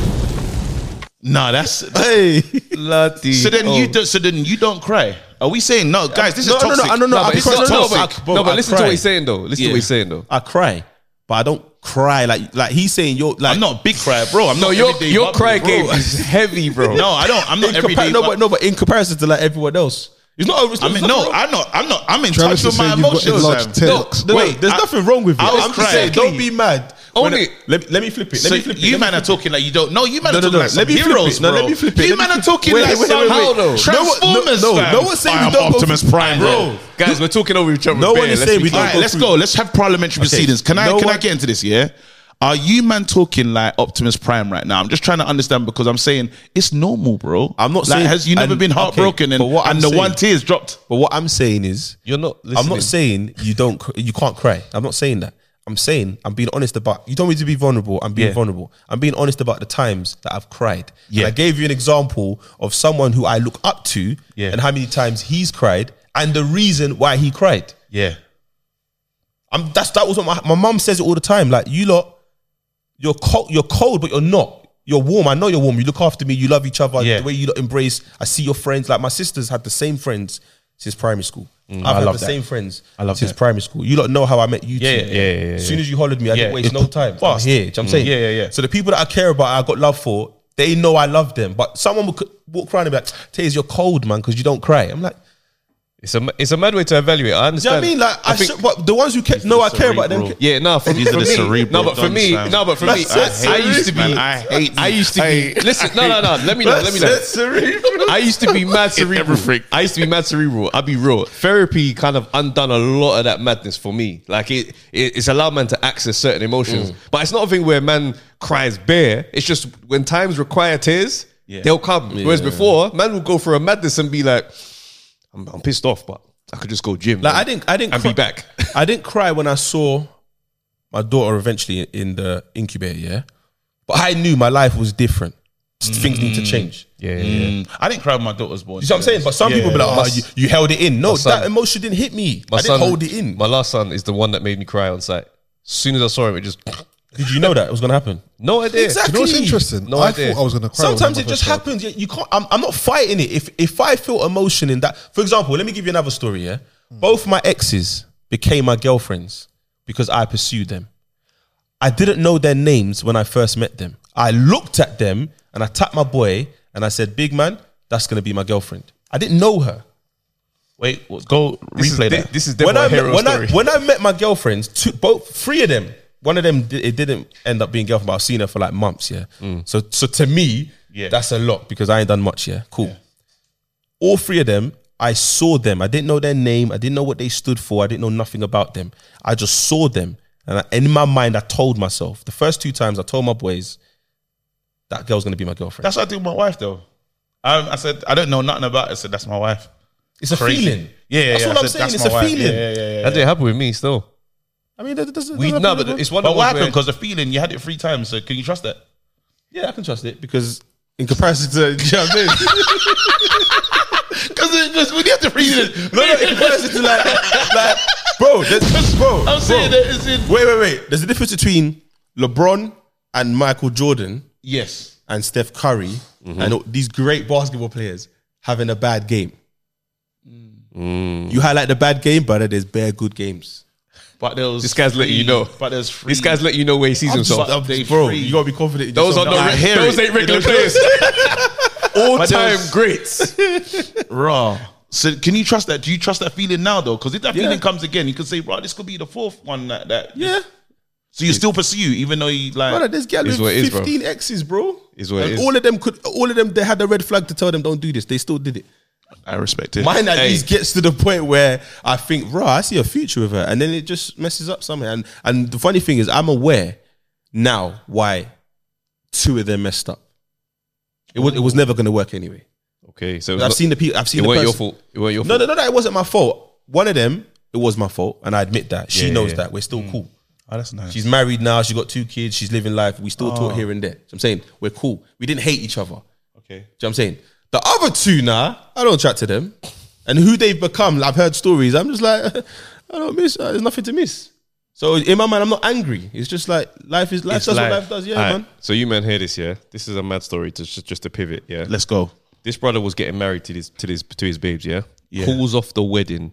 Speaker 3: nah, that's
Speaker 4: hey."
Speaker 1: Bloody
Speaker 3: so then you
Speaker 1: hell.
Speaker 3: don't so then you don't cry. Are we saying no, guys, this
Speaker 4: No,
Speaker 3: is
Speaker 4: no, no,
Speaker 3: toxic.
Speaker 4: I don't know.
Speaker 1: No,
Speaker 4: I
Speaker 1: but it's
Speaker 4: cried.
Speaker 1: not
Speaker 4: No, no,
Speaker 1: toxic.
Speaker 4: but I- bro,
Speaker 1: No,
Speaker 4: I
Speaker 1: but listen to
Speaker 4: cried.
Speaker 1: what he's saying though. Listen to what he's saying though.
Speaker 4: I cry, but I don't cry like like he's saying you're like [LAUGHS]
Speaker 3: I'm not a big crier, bro. I'm
Speaker 1: No,
Speaker 3: not
Speaker 1: your
Speaker 3: everyday
Speaker 1: your
Speaker 3: bubble,
Speaker 1: cry
Speaker 3: bro.
Speaker 1: game is heavy,
Speaker 4: [LAUGHS]
Speaker 1: bro.
Speaker 3: No, I don't. I'm not
Speaker 4: in compa-
Speaker 3: everyday.
Speaker 4: no,
Speaker 3: bub-
Speaker 4: but no, but in comparison to like everyone else, it's not. It's
Speaker 3: I
Speaker 4: not
Speaker 3: mean,
Speaker 4: nothing
Speaker 3: no,
Speaker 4: wrong.
Speaker 3: I'm not. I'm not. I'm in
Speaker 5: Travis
Speaker 3: touch with
Speaker 5: is
Speaker 3: my
Speaker 5: saying you've got
Speaker 3: emotions.
Speaker 5: enlarged
Speaker 3: man.
Speaker 5: tits.
Speaker 4: No,
Speaker 1: Wait,
Speaker 4: there's
Speaker 3: I-
Speaker 4: nothing wrong with it.
Speaker 3: I was
Speaker 4: I'm just
Speaker 3: crying.
Speaker 4: saying, don't be mad.
Speaker 1: Own
Speaker 4: When-
Speaker 1: it.
Speaker 4: Let, let me flip it. Let
Speaker 3: So
Speaker 4: me flip it.
Speaker 3: you
Speaker 4: Let me
Speaker 3: man are talking like you don't. No, you man
Speaker 4: No,
Speaker 3: are
Speaker 4: no,
Speaker 3: talking
Speaker 4: no.
Speaker 3: like some
Speaker 4: Let me flip
Speaker 3: heroes,
Speaker 4: it. No,
Speaker 3: bro.
Speaker 4: let me flip it.
Speaker 3: You
Speaker 4: Let me
Speaker 3: man
Speaker 4: flip
Speaker 3: are
Speaker 4: it.
Speaker 3: talking
Speaker 4: Wait,
Speaker 3: like
Speaker 4: wait,
Speaker 3: some
Speaker 4: wait, wait, wait. No,
Speaker 3: Transformers.
Speaker 4: no, no,
Speaker 3: fam.
Speaker 4: no one's saying
Speaker 3: I
Speaker 4: we
Speaker 3: am
Speaker 4: don't go-
Speaker 3: Optimus Prime,
Speaker 4: Bro.
Speaker 3: bro.
Speaker 1: guys, we're talking over each other.
Speaker 4: No
Speaker 1: bare.
Speaker 4: one is
Speaker 1: Let's
Speaker 4: saying we
Speaker 1: be
Speaker 4: don't
Speaker 1: clear.
Speaker 3: All right, let's go. Let's have parliamentary proceedings. Can I
Speaker 4: No
Speaker 3: can I
Speaker 4: one-
Speaker 3: get into this? Yeah. Are you man talking like Optimus Prime right now? I'm just trying to understand because I'm saying it's normal, bro.
Speaker 4: I'm not
Speaker 3: like,
Speaker 4: saying-
Speaker 3: has you never
Speaker 4: and-
Speaker 3: been heartbroken
Speaker 4: okay,
Speaker 3: and
Speaker 4: but what
Speaker 3: and
Speaker 4: I'm
Speaker 3: the
Speaker 4: saying-
Speaker 3: one tear's dropped.
Speaker 4: But what I'm saying is,
Speaker 1: You're not
Speaker 4: I'm
Speaker 1: listening.
Speaker 4: not saying you don't, cr- you can't cry. I'm not saying that. I'm saying I'm being honest about. You told me to be vulnerable. I'm being
Speaker 3: Yeah.
Speaker 4: vulnerable. I'm being honest about the times that I've cried. And
Speaker 3: Yeah.
Speaker 4: I gave you an example of someone who I look up to,
Speaker 3: Yeah.
Speaker 4: and how many times he's cried, and the reason why he cried.
Speaker 3: Yeah.
Speaker 4: I'm that's that was what my my mum says it all the time. Like you lot, you're cold, you're cold, but you're not. You're warm. I know you're warm. You look after me. You love each other.
Speaker 3: Yeah.
Speaker 4: The way you lot embrace. I see your friends. Like my sisters had the same friends since primary school. I've
Speaker 3: Mm. I
Speaker 4: had
Speaker 3: love
Speaker 4: the
Speaker 3: that.
Speaker 4: same friends
Speaker 3: I love
Speaker 4: since
Speaker 3: that.
Speaker 4: primary school. You lot know how I met you.
Speaker 3: Yeah,
Speaker 4: two.
Speaker 3: yeah, yeah, yeah, yeah,
Speaker 4: As soon as you hollered me, I
Speaker 3: Yeah.
Speaker 4: didn't waste no time. I'm
Speaker 3: Fast. Mm.
Speaker 4: here. Do you know what I'm saying?
Speaker 3: Yeah, yeah, yeah.
Speaker 4: So the people that I care about, I got love for. They know I love them. But someone would c- walk around and be like, "Taze, you're cold, man, because you don't cry." I'm like,
Speaker 1: It's a it's a mad way to evaluate. I
Speaker 4: Do you know
Speaker 1: understand.
Speaker 4: what I mean? Like, I,
Speaker 1: think-
Speaker 4: should, but the ones who care, no, I care about them.
Speaker 3: cerebral.
Speaker 1: Yeah, no, for,
Speaker 3: These are
Speaker 1: for
Speaker 3: the
Speaker 1: me,
Speaker 3: cerebral
Speaker 1: no, but for
Speaker 3: dons,
Speaker 1: me,
Speaker 3: fam.
Speaker 1: no, but for me, I,
Speaker 4: That's
Speaker 1: I
Speaker 4: it,
Speaker 1: used to be,
Speaker 3: man. I hate
Speaker 1: I
Speaker 3: these.
Speaker 1: used to
Speaker 3: I
Speaker 1: be.
Speaker 3: hate-
Speaker 1: Listen, no, no, no. Let me know. Let me know.
Speaker 4: That's it, cerebral.
Speaker 1: I used to be mad cerebral.
Speaker 3: everything.
Speaker 1: I used to be mad cerebral. I'll be real. Therapy kind of undone a lot of that madness for me. Like it, it it's allowed man to access certain emotions, but it's not a thing where man cries bare. It's just when times require tears, they'll come. Whereas before, man would go for a madness and be like, "I'm, I'm pissed off, but I could just go gym."
Speaker 4: Like
Speaker 1: and-
Speaker 4: I didn't, I didn't,
Speaker 1: and
Speaker 4: cry,
Speaker 1: be back.
Speaker 4: I didn't cry when I saw my daughter eventually in the incubator. Yeah, but I knew my life was different. Things need to
Speaker 1: Mm.
Speaker 4: change.
Speaker 1: Yeah, yeah, yeah.
Speaker 3: I didn't cry when my daughter was born.
Speaker 4: You see what I'm saying? But some people be like, oh, you, you held it in. No,
Speaker 1: son-
Speaker 4: that emotion didn't hit me. I didn't hold it in.
Speaker 1: My last son is the one that made me cry on site. As soon as I saw him, it just [CLEARS THROAT]
Speaker 4: Did you know that it was going to happen?
Speaker 1: no idea.
Speaker 4: Exactly.
Speaker 5: You know what's interesting?
Speaker 1: No
Speaker 5: I
Speaker 1: idea.
Speaker 5: thought I was going to cry. when
Speaker 4: Sometimes
Speaker 5: my
Speaker 4: it
Speaker 5: first
Speaker 4: just
Speaker 5: child-
Speaker 4: happens. You- You can't. I'm, I'm not fighting it. If if I feel emotion in that, for example, let me give you another story. Yeah,
Speaker 5: Hmm.
Speaker 4: both my exes became my girlfriends because I pursued them. I didn't know their names when I first met them. I looked at them and I tapped my boy and I said, "Big man, that's gonna be my girlfriend." I didn't know her. Wait, what- go
Speaker 1: This is
Speaker 4: replay
Speaker 1: de-
Speaker 4: that.
Speaker 1: this is
Speaker 4: when
Speaker 1: Deborah
Speaker 4: I met,
Speaker 1: Hero's
Speaker 4: when
Speaker 1: story.
Speaker 4: I when I met my girlfriends, two, both three of them. One of them di- it didn't end up being girlfriend, but I've seen her for like months. Yeah. So so to me,
Speaker 3: Yeah.
Speaker 4: that's a lot because I ain't done much. Yeah. Cool. All three of them, I saw them. I didn't know their name. I didn't know what they stood for. I didn't know nothing about them. I just saw them, and I, in my mind, I told myself the first two times I told my boys that girl's gonna be my girlfriend.
Speaker 3: That's what I do with my wife though. Um, I, I said I don't know nothing about it. I said that's my wife.
Speaker 4: it's a
Speaker 3: Crazy.
Speaker 4: feeling.
Speaker 3: Yeah, yeah.
Speaker 4: That's
Speaker 3: yeah.
Speaker 4: all
Speaker 3: I
Speaker 4: I'm
Speaker 3: said,
Speaker 4: saying.
Speaker 3: "That's
Speaker 4: It's
Speaker 3: my
Speaker 4: a
Speaker 3: wife."
Speaker 4: feeling.
Speaker 3: Yeah, yeah, yeah, yeah.
Speaker 1: That didn't happen with me. Still,
Speaker 4: I mean, that doesn't.
Speaker 1: we
Speaker 4: doesn't
Speaker 1: no,
Speaker 4: happen
Speaker 1: but it's
Speaker 4: anymore.
Speaker 1: one.
Speaker 3: But
Speaker 1: of
Speaker 3: what
Speaker 1: those
Speaker 3: happened?
Speaker 1: where-
Speaker 3: Because the feeling you had it three times. So can you trust that?
Speaker 4: Yeah, I can trust it because in comparison to [LAUGHS] you know what I'm saying?
Speaker 3: Because we get the feeling.
Speaker 4: no, no, in comparison to like, like bro, there's, bro.
Speaker 3: I'm saying that it's in.
Speaker 4: Wait, wait, wait. There's a difference between LeBron and Michael Jordan
Speaker 3: Yes.
Speaker 4: and Steph Curry
Speaker 3: Mm-hmm.
Speaker 4: and all these great basketball players having a bad game.
Speaker 3: Mm.
Speaker 4: You highlight the bad game, but there's bare good games.
Speaker 3: But there was
Speaker 1: This guy's letting you know.
Speaker 3: But there's free.
Speaker 1: This guy's letting you know where he sees himself.
Speaker 3: But they
Speaker 4: bro,
Speaker 3: free.
Speaker 4: you gotta be confident. in
Speaker 1: Those are
Speaker 4: yourself.
Speaker 1: not
Speaker 4: Nah, I hear
Speaker 1: re- those
Speaker 4: it.
Speaker 1: ain't regular
Speaker 4: You know what I'm
Speaker 1: players. [LAUGHS] All time
Speaker 3: those-
Speaker 1: greats.
Speaker 3: raw. So can you trust that? Do you trust that feeling now though? Because if that
Speaker 4: Yeah.
Speaker 3: feeling comes again, you can say, "Right, this could be the fourth one that." that
Speaker 4: Yeah.
Speaker 3: So you still pursue, even though you like.
Speaker 4: Brother, this girl
Speaker 1: Is
Speaker 4: with
Speaker 1: what it is, bro.
Speaker 4: 15 exes, bro.
Speaker 1: Is what it
Speaker 4: and
Speaker 1: is.
Speaker 4: all of them could all of them they had a red flag to tell them don't do this. They still did it.
Speaker 3: I respect it.
Speaker 4: Mine at
Speaker 1: Hey.
Speaker 4: least gets to the point where I think, raw, I see a future with her. And then it just messes up something. And and the funny thing is I'm aware now why two of them messed up. It was it was never gonna work anyway.
Speaker 1: Okay, so it was
Speaker 4: I've
Speaker 1: not-
Speaker 4: seen the people I've seen
Speaker 1: It
Speaker 4: the
Speaker 1: weren't your
Speaker 4: person-
Speaker 1: fault. It weren't your
Speaker 4: No,
Speaker 1: fault.
Speaker 4: no, no, no, it wasn't my fault. One of them, it was my fault, and I admit that. She
Speaker 1: Yeah,
Speaker 4: knows
Speaker 1: yeah. Mm.
Speaker 4: that. We're still cool.
Speaker 3: Oh, that's nice.
Speaker 4: She's married now. She got two kids. She's living life. We still
Speaker 1: Oh.
Speaker 4: talk here and there. So I'm saying we're cool. We didn't hate each other.
Speaker 3: okay.
Speaker 4: Do you know what I'm saying? The other two now, I don't chat to them. And who they've become, I've heard stories. I'm just like, [LAUGHS] I don't miss. uh, There's nothing to miss. So in my mind, I'm not angry. It's just like life is life. does what life does. Yeah,
Speaker 1: All right,
Speaker 4: man.
Speaker 1: So you man hear this, yeah? This is a mad story to just, just to pivot, yeah.
Speaker 3: Let's go.
Speaker 1: This brother was getting married to this to this to his babes, yeah. Calls off the wedding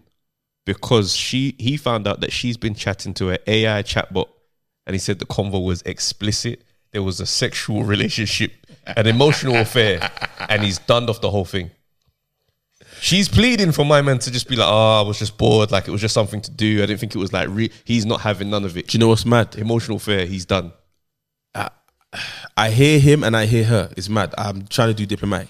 Speaker 1: because she he found out that she's been chatting to an AI chatbot, and he said the convo was explicit. There was a sexual [LAUGHS] relationship, an emotional affair, and he's done off the whole thing. She's pleading for my man to just be like, oh, I was just bored. Like, it was just something to do. I didn't think it was like, re-. he's not having none of it.
Speaker 4: Do you know what's mad?
Speaker 1: Emotional affair, he's done.
Speaker 4: I hear him and I hear her. It's mad. I'm trying to do diplomatic.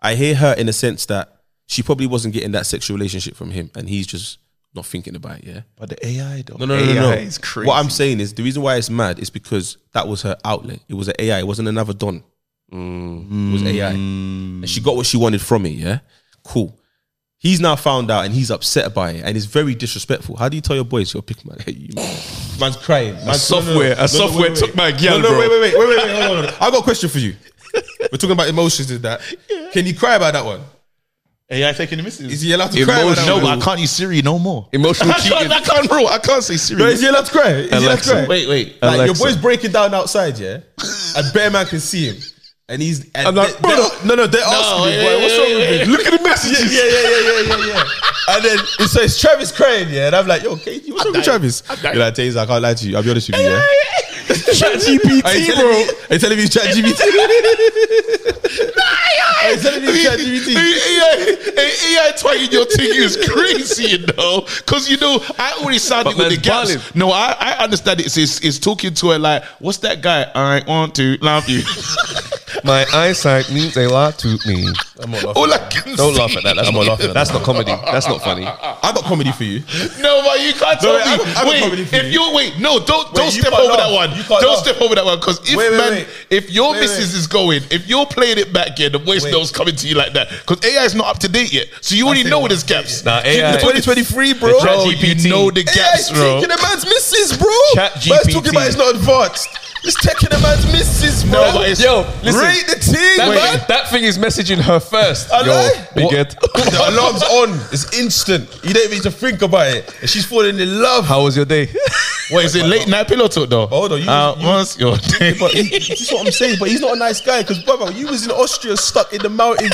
Speaker 4: I hear her in the sense that she probably wasn't getting that sexual relationship from him, and he's just not thinking about it. Yeah.
Speaker 3: But the AI though.
Speaker 4: No, no, no, no, no.
Speaker 1: AI is crazy.
Speaker 4: What I'm saying is the reason why it's mad is because that was her outlet. It was an AI. It wasn't another Don.
Speaker 3: Mm.
Speaker 4: It was AI, and she got what she wanted from it. Yeah, cool. He's now found out, and he's upset by it, and it's very disrespectful. How do you tell your boys you're a pick man? [LAUGHS] You man- Man's crying. Man's,
Speaker 1: software- a software took my gyal,
Speaker 4: No, no,
Speaker 1: bro.
Speaker 4: wait, wait, wait, wait, wait, wait. Hold on, hold on. I got a question for you. We're talking about emotions. Is that? Can you cry about that one?
Speaker 3: AI taking the misses.
Speaker 4: Is he allowed to cry about that
Speaker 3: no,
Speaker 4: one?
Speaker 3: but I can't use Siri no more. [LAUGHS]
Speaker 1: [LAUGHS]
Speaker 4: [LAUGHS]
Speaker 1: Emotional
Speaker 3: I
Speaker 1: cheating.
Speaker 3: can't, I can't, bro. I can't say Siri.
Speaker 4: No, is he allowed to cry? Is he allowed to
Speaker 1: Alexa.
Speaker 4: cry?
Speaker 3: Wait, wait.
Speaker 4: Like
Speaker 1: Alexa.
Speaker 4: your boy's breaking down outside, yeah, and bear man can see him, and he's. And
Speaker 1: I'm like,
Speaker 4: they- they-
Speaker 1: brother.
Speaker 4: no, no, they're asking me,
Speaker 3: yeah,
Speaker 4: boy, what's
Speaker 3: yeah,
Speaker 4: wrong with me?
Speaker 1: Look at the messages.
Speaker 4: Yeah, yeah, yeah, yeah, yeah, yeah. And then it says Travis crying, yeah, and I'm like, yo, Katie, what's wrong with Travis? You're like, Taze, I can't lie to you. I'll be honest with you, yeah. [LAUGHS]
Speaker 1: ChatGPT,
Speaker 4: Are you telling me- are you telling me it's ChatGPT? Are you telling me it's
Speaker 3: ChatGPT. AI twatting your thing is crazy, you know. Because you know, I already sounded
Speaker 1: But
Speaker 3: with the
Speaker 1: man's
Speaker 3: gaps.
Speaker 1: balling.
Speaker 3: No, I, I understand it. It's, it's, it's talking to her like, what's that guy? I want to love you.
Speaker 1: My eyesight means a lot to me.
Speaker 4: I'm not laughing.
Speaker 3: All I can
Speaker 1: Don't
Speaker 3: see-
Speaker 1: laugh at that. That's
Speaker 4: I'm
Speaker 1: not
Speaker 4: not laughing at
Speaker 1: That's
Speaker 4: that.
Speaker 1: not comedy. That's not funny.
Speaker 4: I got comedy for you.
Speaker 3: No, but you can't
Speaker 4: No,
Speaker 3: tell
Speaker 4: wait,
Speaker 3: me.
Speaker 4: I- I got
Speaker 3: wait,
Speaker 4: comedy for
Speaker 3: if
Speaker 4: you.
Speaker 3: you wait, no, don't don't
Speaker 4: you
Speaker 3: step
Speaker 4: can't
Speaker 3: over that
Speaker 4: laugh.
Speaker 3: one.
Speaker 4: You can't
Speaker 3: Don't
Speaker 4: laugh.
Speaker 3: step over that one because if
Speaker 4: Wait, wait,
Speaker 3: man,
Speaker 4: wait.
Speaker 3: if your
Speaker 4: Wait,
Speaker 3: missus
Speaker 4: wait.
Speaker 3: is going, if you're playing it back here, the voice
Speaker 4: Wait.
Speaker 3: notes coming to you like that because AI is not up to date yet, so you already
Speaker 4: think
Speaker 3: know
Speaker 4: I'm
Speaker 3: where there's gaps.
Speaker 1: Nah, AI
Speaker 4: It's 2023, bro.
Speaker 3: Bro, you
Speaker 1: ChatGPT.
Speaker 3: know the
Speaker 4: AI's
Speaker 3: gaps, bro.
Speaker 4: taking a man's missus, bro.
Speaker 1: Chat
Speaker 4: Man's
Speaker 1: GPT.
Speaker 4: talking about it's not advanced. It's taking a man's missus, bro.
Speaker 3: but it's-
Speaker 1: Yo, listen.
Speaker 4: Rate the team,
Speaker 1: That,
Speaker 4: man.
Speaker 1: thing, that thing is messaging her first.
Speaker 4: I
Speaker 1: Yo,
Speaker 4: lie.
Speaker 1: big
Speaker 4: What?
Speaker 1: head.
Speaker 3: [LAUGHS]
Speaker 4: the alarm's on. It's instant. You don't even need to think about it. And she's falling in love.
Speaker 1: How was your day?
Speaker 3: What is it? Late night pillow talk though.
Speaker 4: Hold on, you-
Speaker 3: uh,
Speaker 4: you-
Speaker 3: once your day.
Speaker 4: [LAUGHS] But he, this is what I'm saying. But he's not a nice guy because, brother, you was in Austria, stuck in the mountains.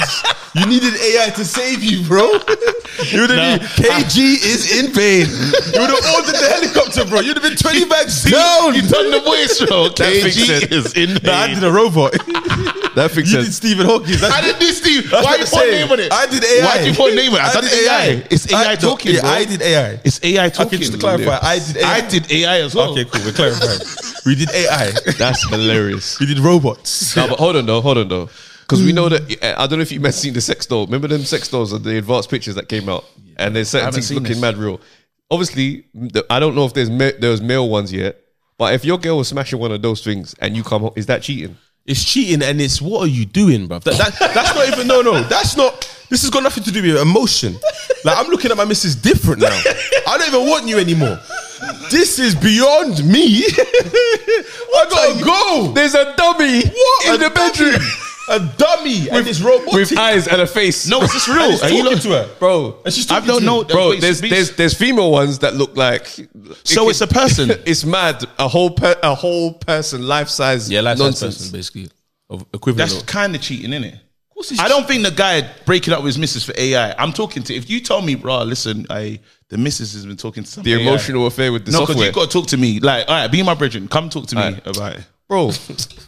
Speaker 4: You needed AI to save you, bro. You would
Speaker 3: Nah.
Speaker 4: have been KG is in vain. You would have ordered the helicopter, bro. You'd have been 20 bags down.
Speaker 3: You done the voice, bro.
Speaker 1: fix
Speaker 3: KG
Speaker 1: it.
Speaker 3: is in
Speaker 4: Nah, I did
Speaker 3: there.
Speaker 4: a robot. [LAUGHS]
Speaker 1: that fixed
Speaker 4: you did
Speaker 1: sense.
Speaker 4: Stephen Hawking. That's-
Speaker 3: I did this, Steve.
Speaker 4: that's
Speaker 3: Why
Speaker 4: what
Speaker 3: you
Speaker 4: I'm
Speaker 3: put a
Speaker 4: saying.
Speaker 3: name on it?
Speaker 4: I did AI.
Speaker 3: Why you put a name on it? I,
Speaker 4: I
Speaker 3: done
Speaker 4: did
Speaker 3: AI.
Speaker 4: AI.
Speaker 3: It's AI
Speaker 4: I-
Speaker 3: talking,
Speaker 4: yeah,
Speaker 3: bro.
Speaker 4: I did AI.
Speaker 3: It's AI talking.
Speaker 4: Okay, just to
Speaker 3: bro.
Speaker 4: clarify, I did AI.
Speaker 3: I did AI as well.
Speaker 4: Okay, cool. We're clarifying. [LAUGHS] we did AI.
Speaker 1: That's hilarious.
Speaker 4: We did robots.
Speaker 1: No, but hold on though, hold on though. Because we know that I don't know if you have seen the sex doll. Remember them sex dolls and the advanced pictures that came out, and there's certain
Speaker 3: haven't
Speaker 1: things
Speaker 3: seen
Speaker 1: looking
Speaker 3: this.
Speaker 1: mad real. Obviously, the, I don't know if there's ma- there's male ones yet, but if your girl was smashing one of those things and you come, home, is that cheating?
Speaker 9: It's cheating, and it's what are you doing, bruv? That,
Speaker 4: That, that's not even no no. That's not. This has got nothing to do with emotion. Like I'm looking at my missus different now. I don't even want you anymore. This is beyond me. [LAUGHS] I gotta go.
Speaker 1: There's a dummy
Speaker 4: What
Speaker 1: in
Speaker 4: a
Speaker 1: the bedroom
Speaker 4: dummy. A dummy and it's robotic.
Speaker 1: with eyes and a face.
Speaker 3: No, is this real?
Speaker 4: And he's
Speaker 3: Are you
Speaker 4: talking
Speaker 3: look-
Speaker 4: to her,
Speaker 1: bro,
Speaker 4: And she's
Speaker 3: I
Speaker 4: talking
Speaker 3: don't
Speaker 4: to
Speaker 3: know,
Speaker 4: him.
Speaker 1: bro.
Speaker 3: Wait,
Speaker 1: There's
Speaker 3: speak-
Speaker 1: there's there's female ones that look like.
Speaker 3: So it's a person?
Speaker 1: It's mad. A whole per, a whole person life size.
Speaker 9: yeah, like
Speaker 1: nonsense.
Speaker 9: person, basically, of equivalent.
Speaker 3: That's
Speaker 9: of,
Speaker 3: kind of cheating, isn't it? I don't think the guy breaking up with his missus for AI. I'm talking to if you tell me, bro, listen, I the missus has been talking to some
Speaker 1: The
Speaker 3: AI."
Speaker 1: emotional affair with the
Speaker 3: No, because
Speaker 1: software.
Speaker 3: you got to talk to me. Like, all right, be my brethren. Come talk to me
Speaker 1: Alright.
Speaker 3: about it,
Speaker 1: bro.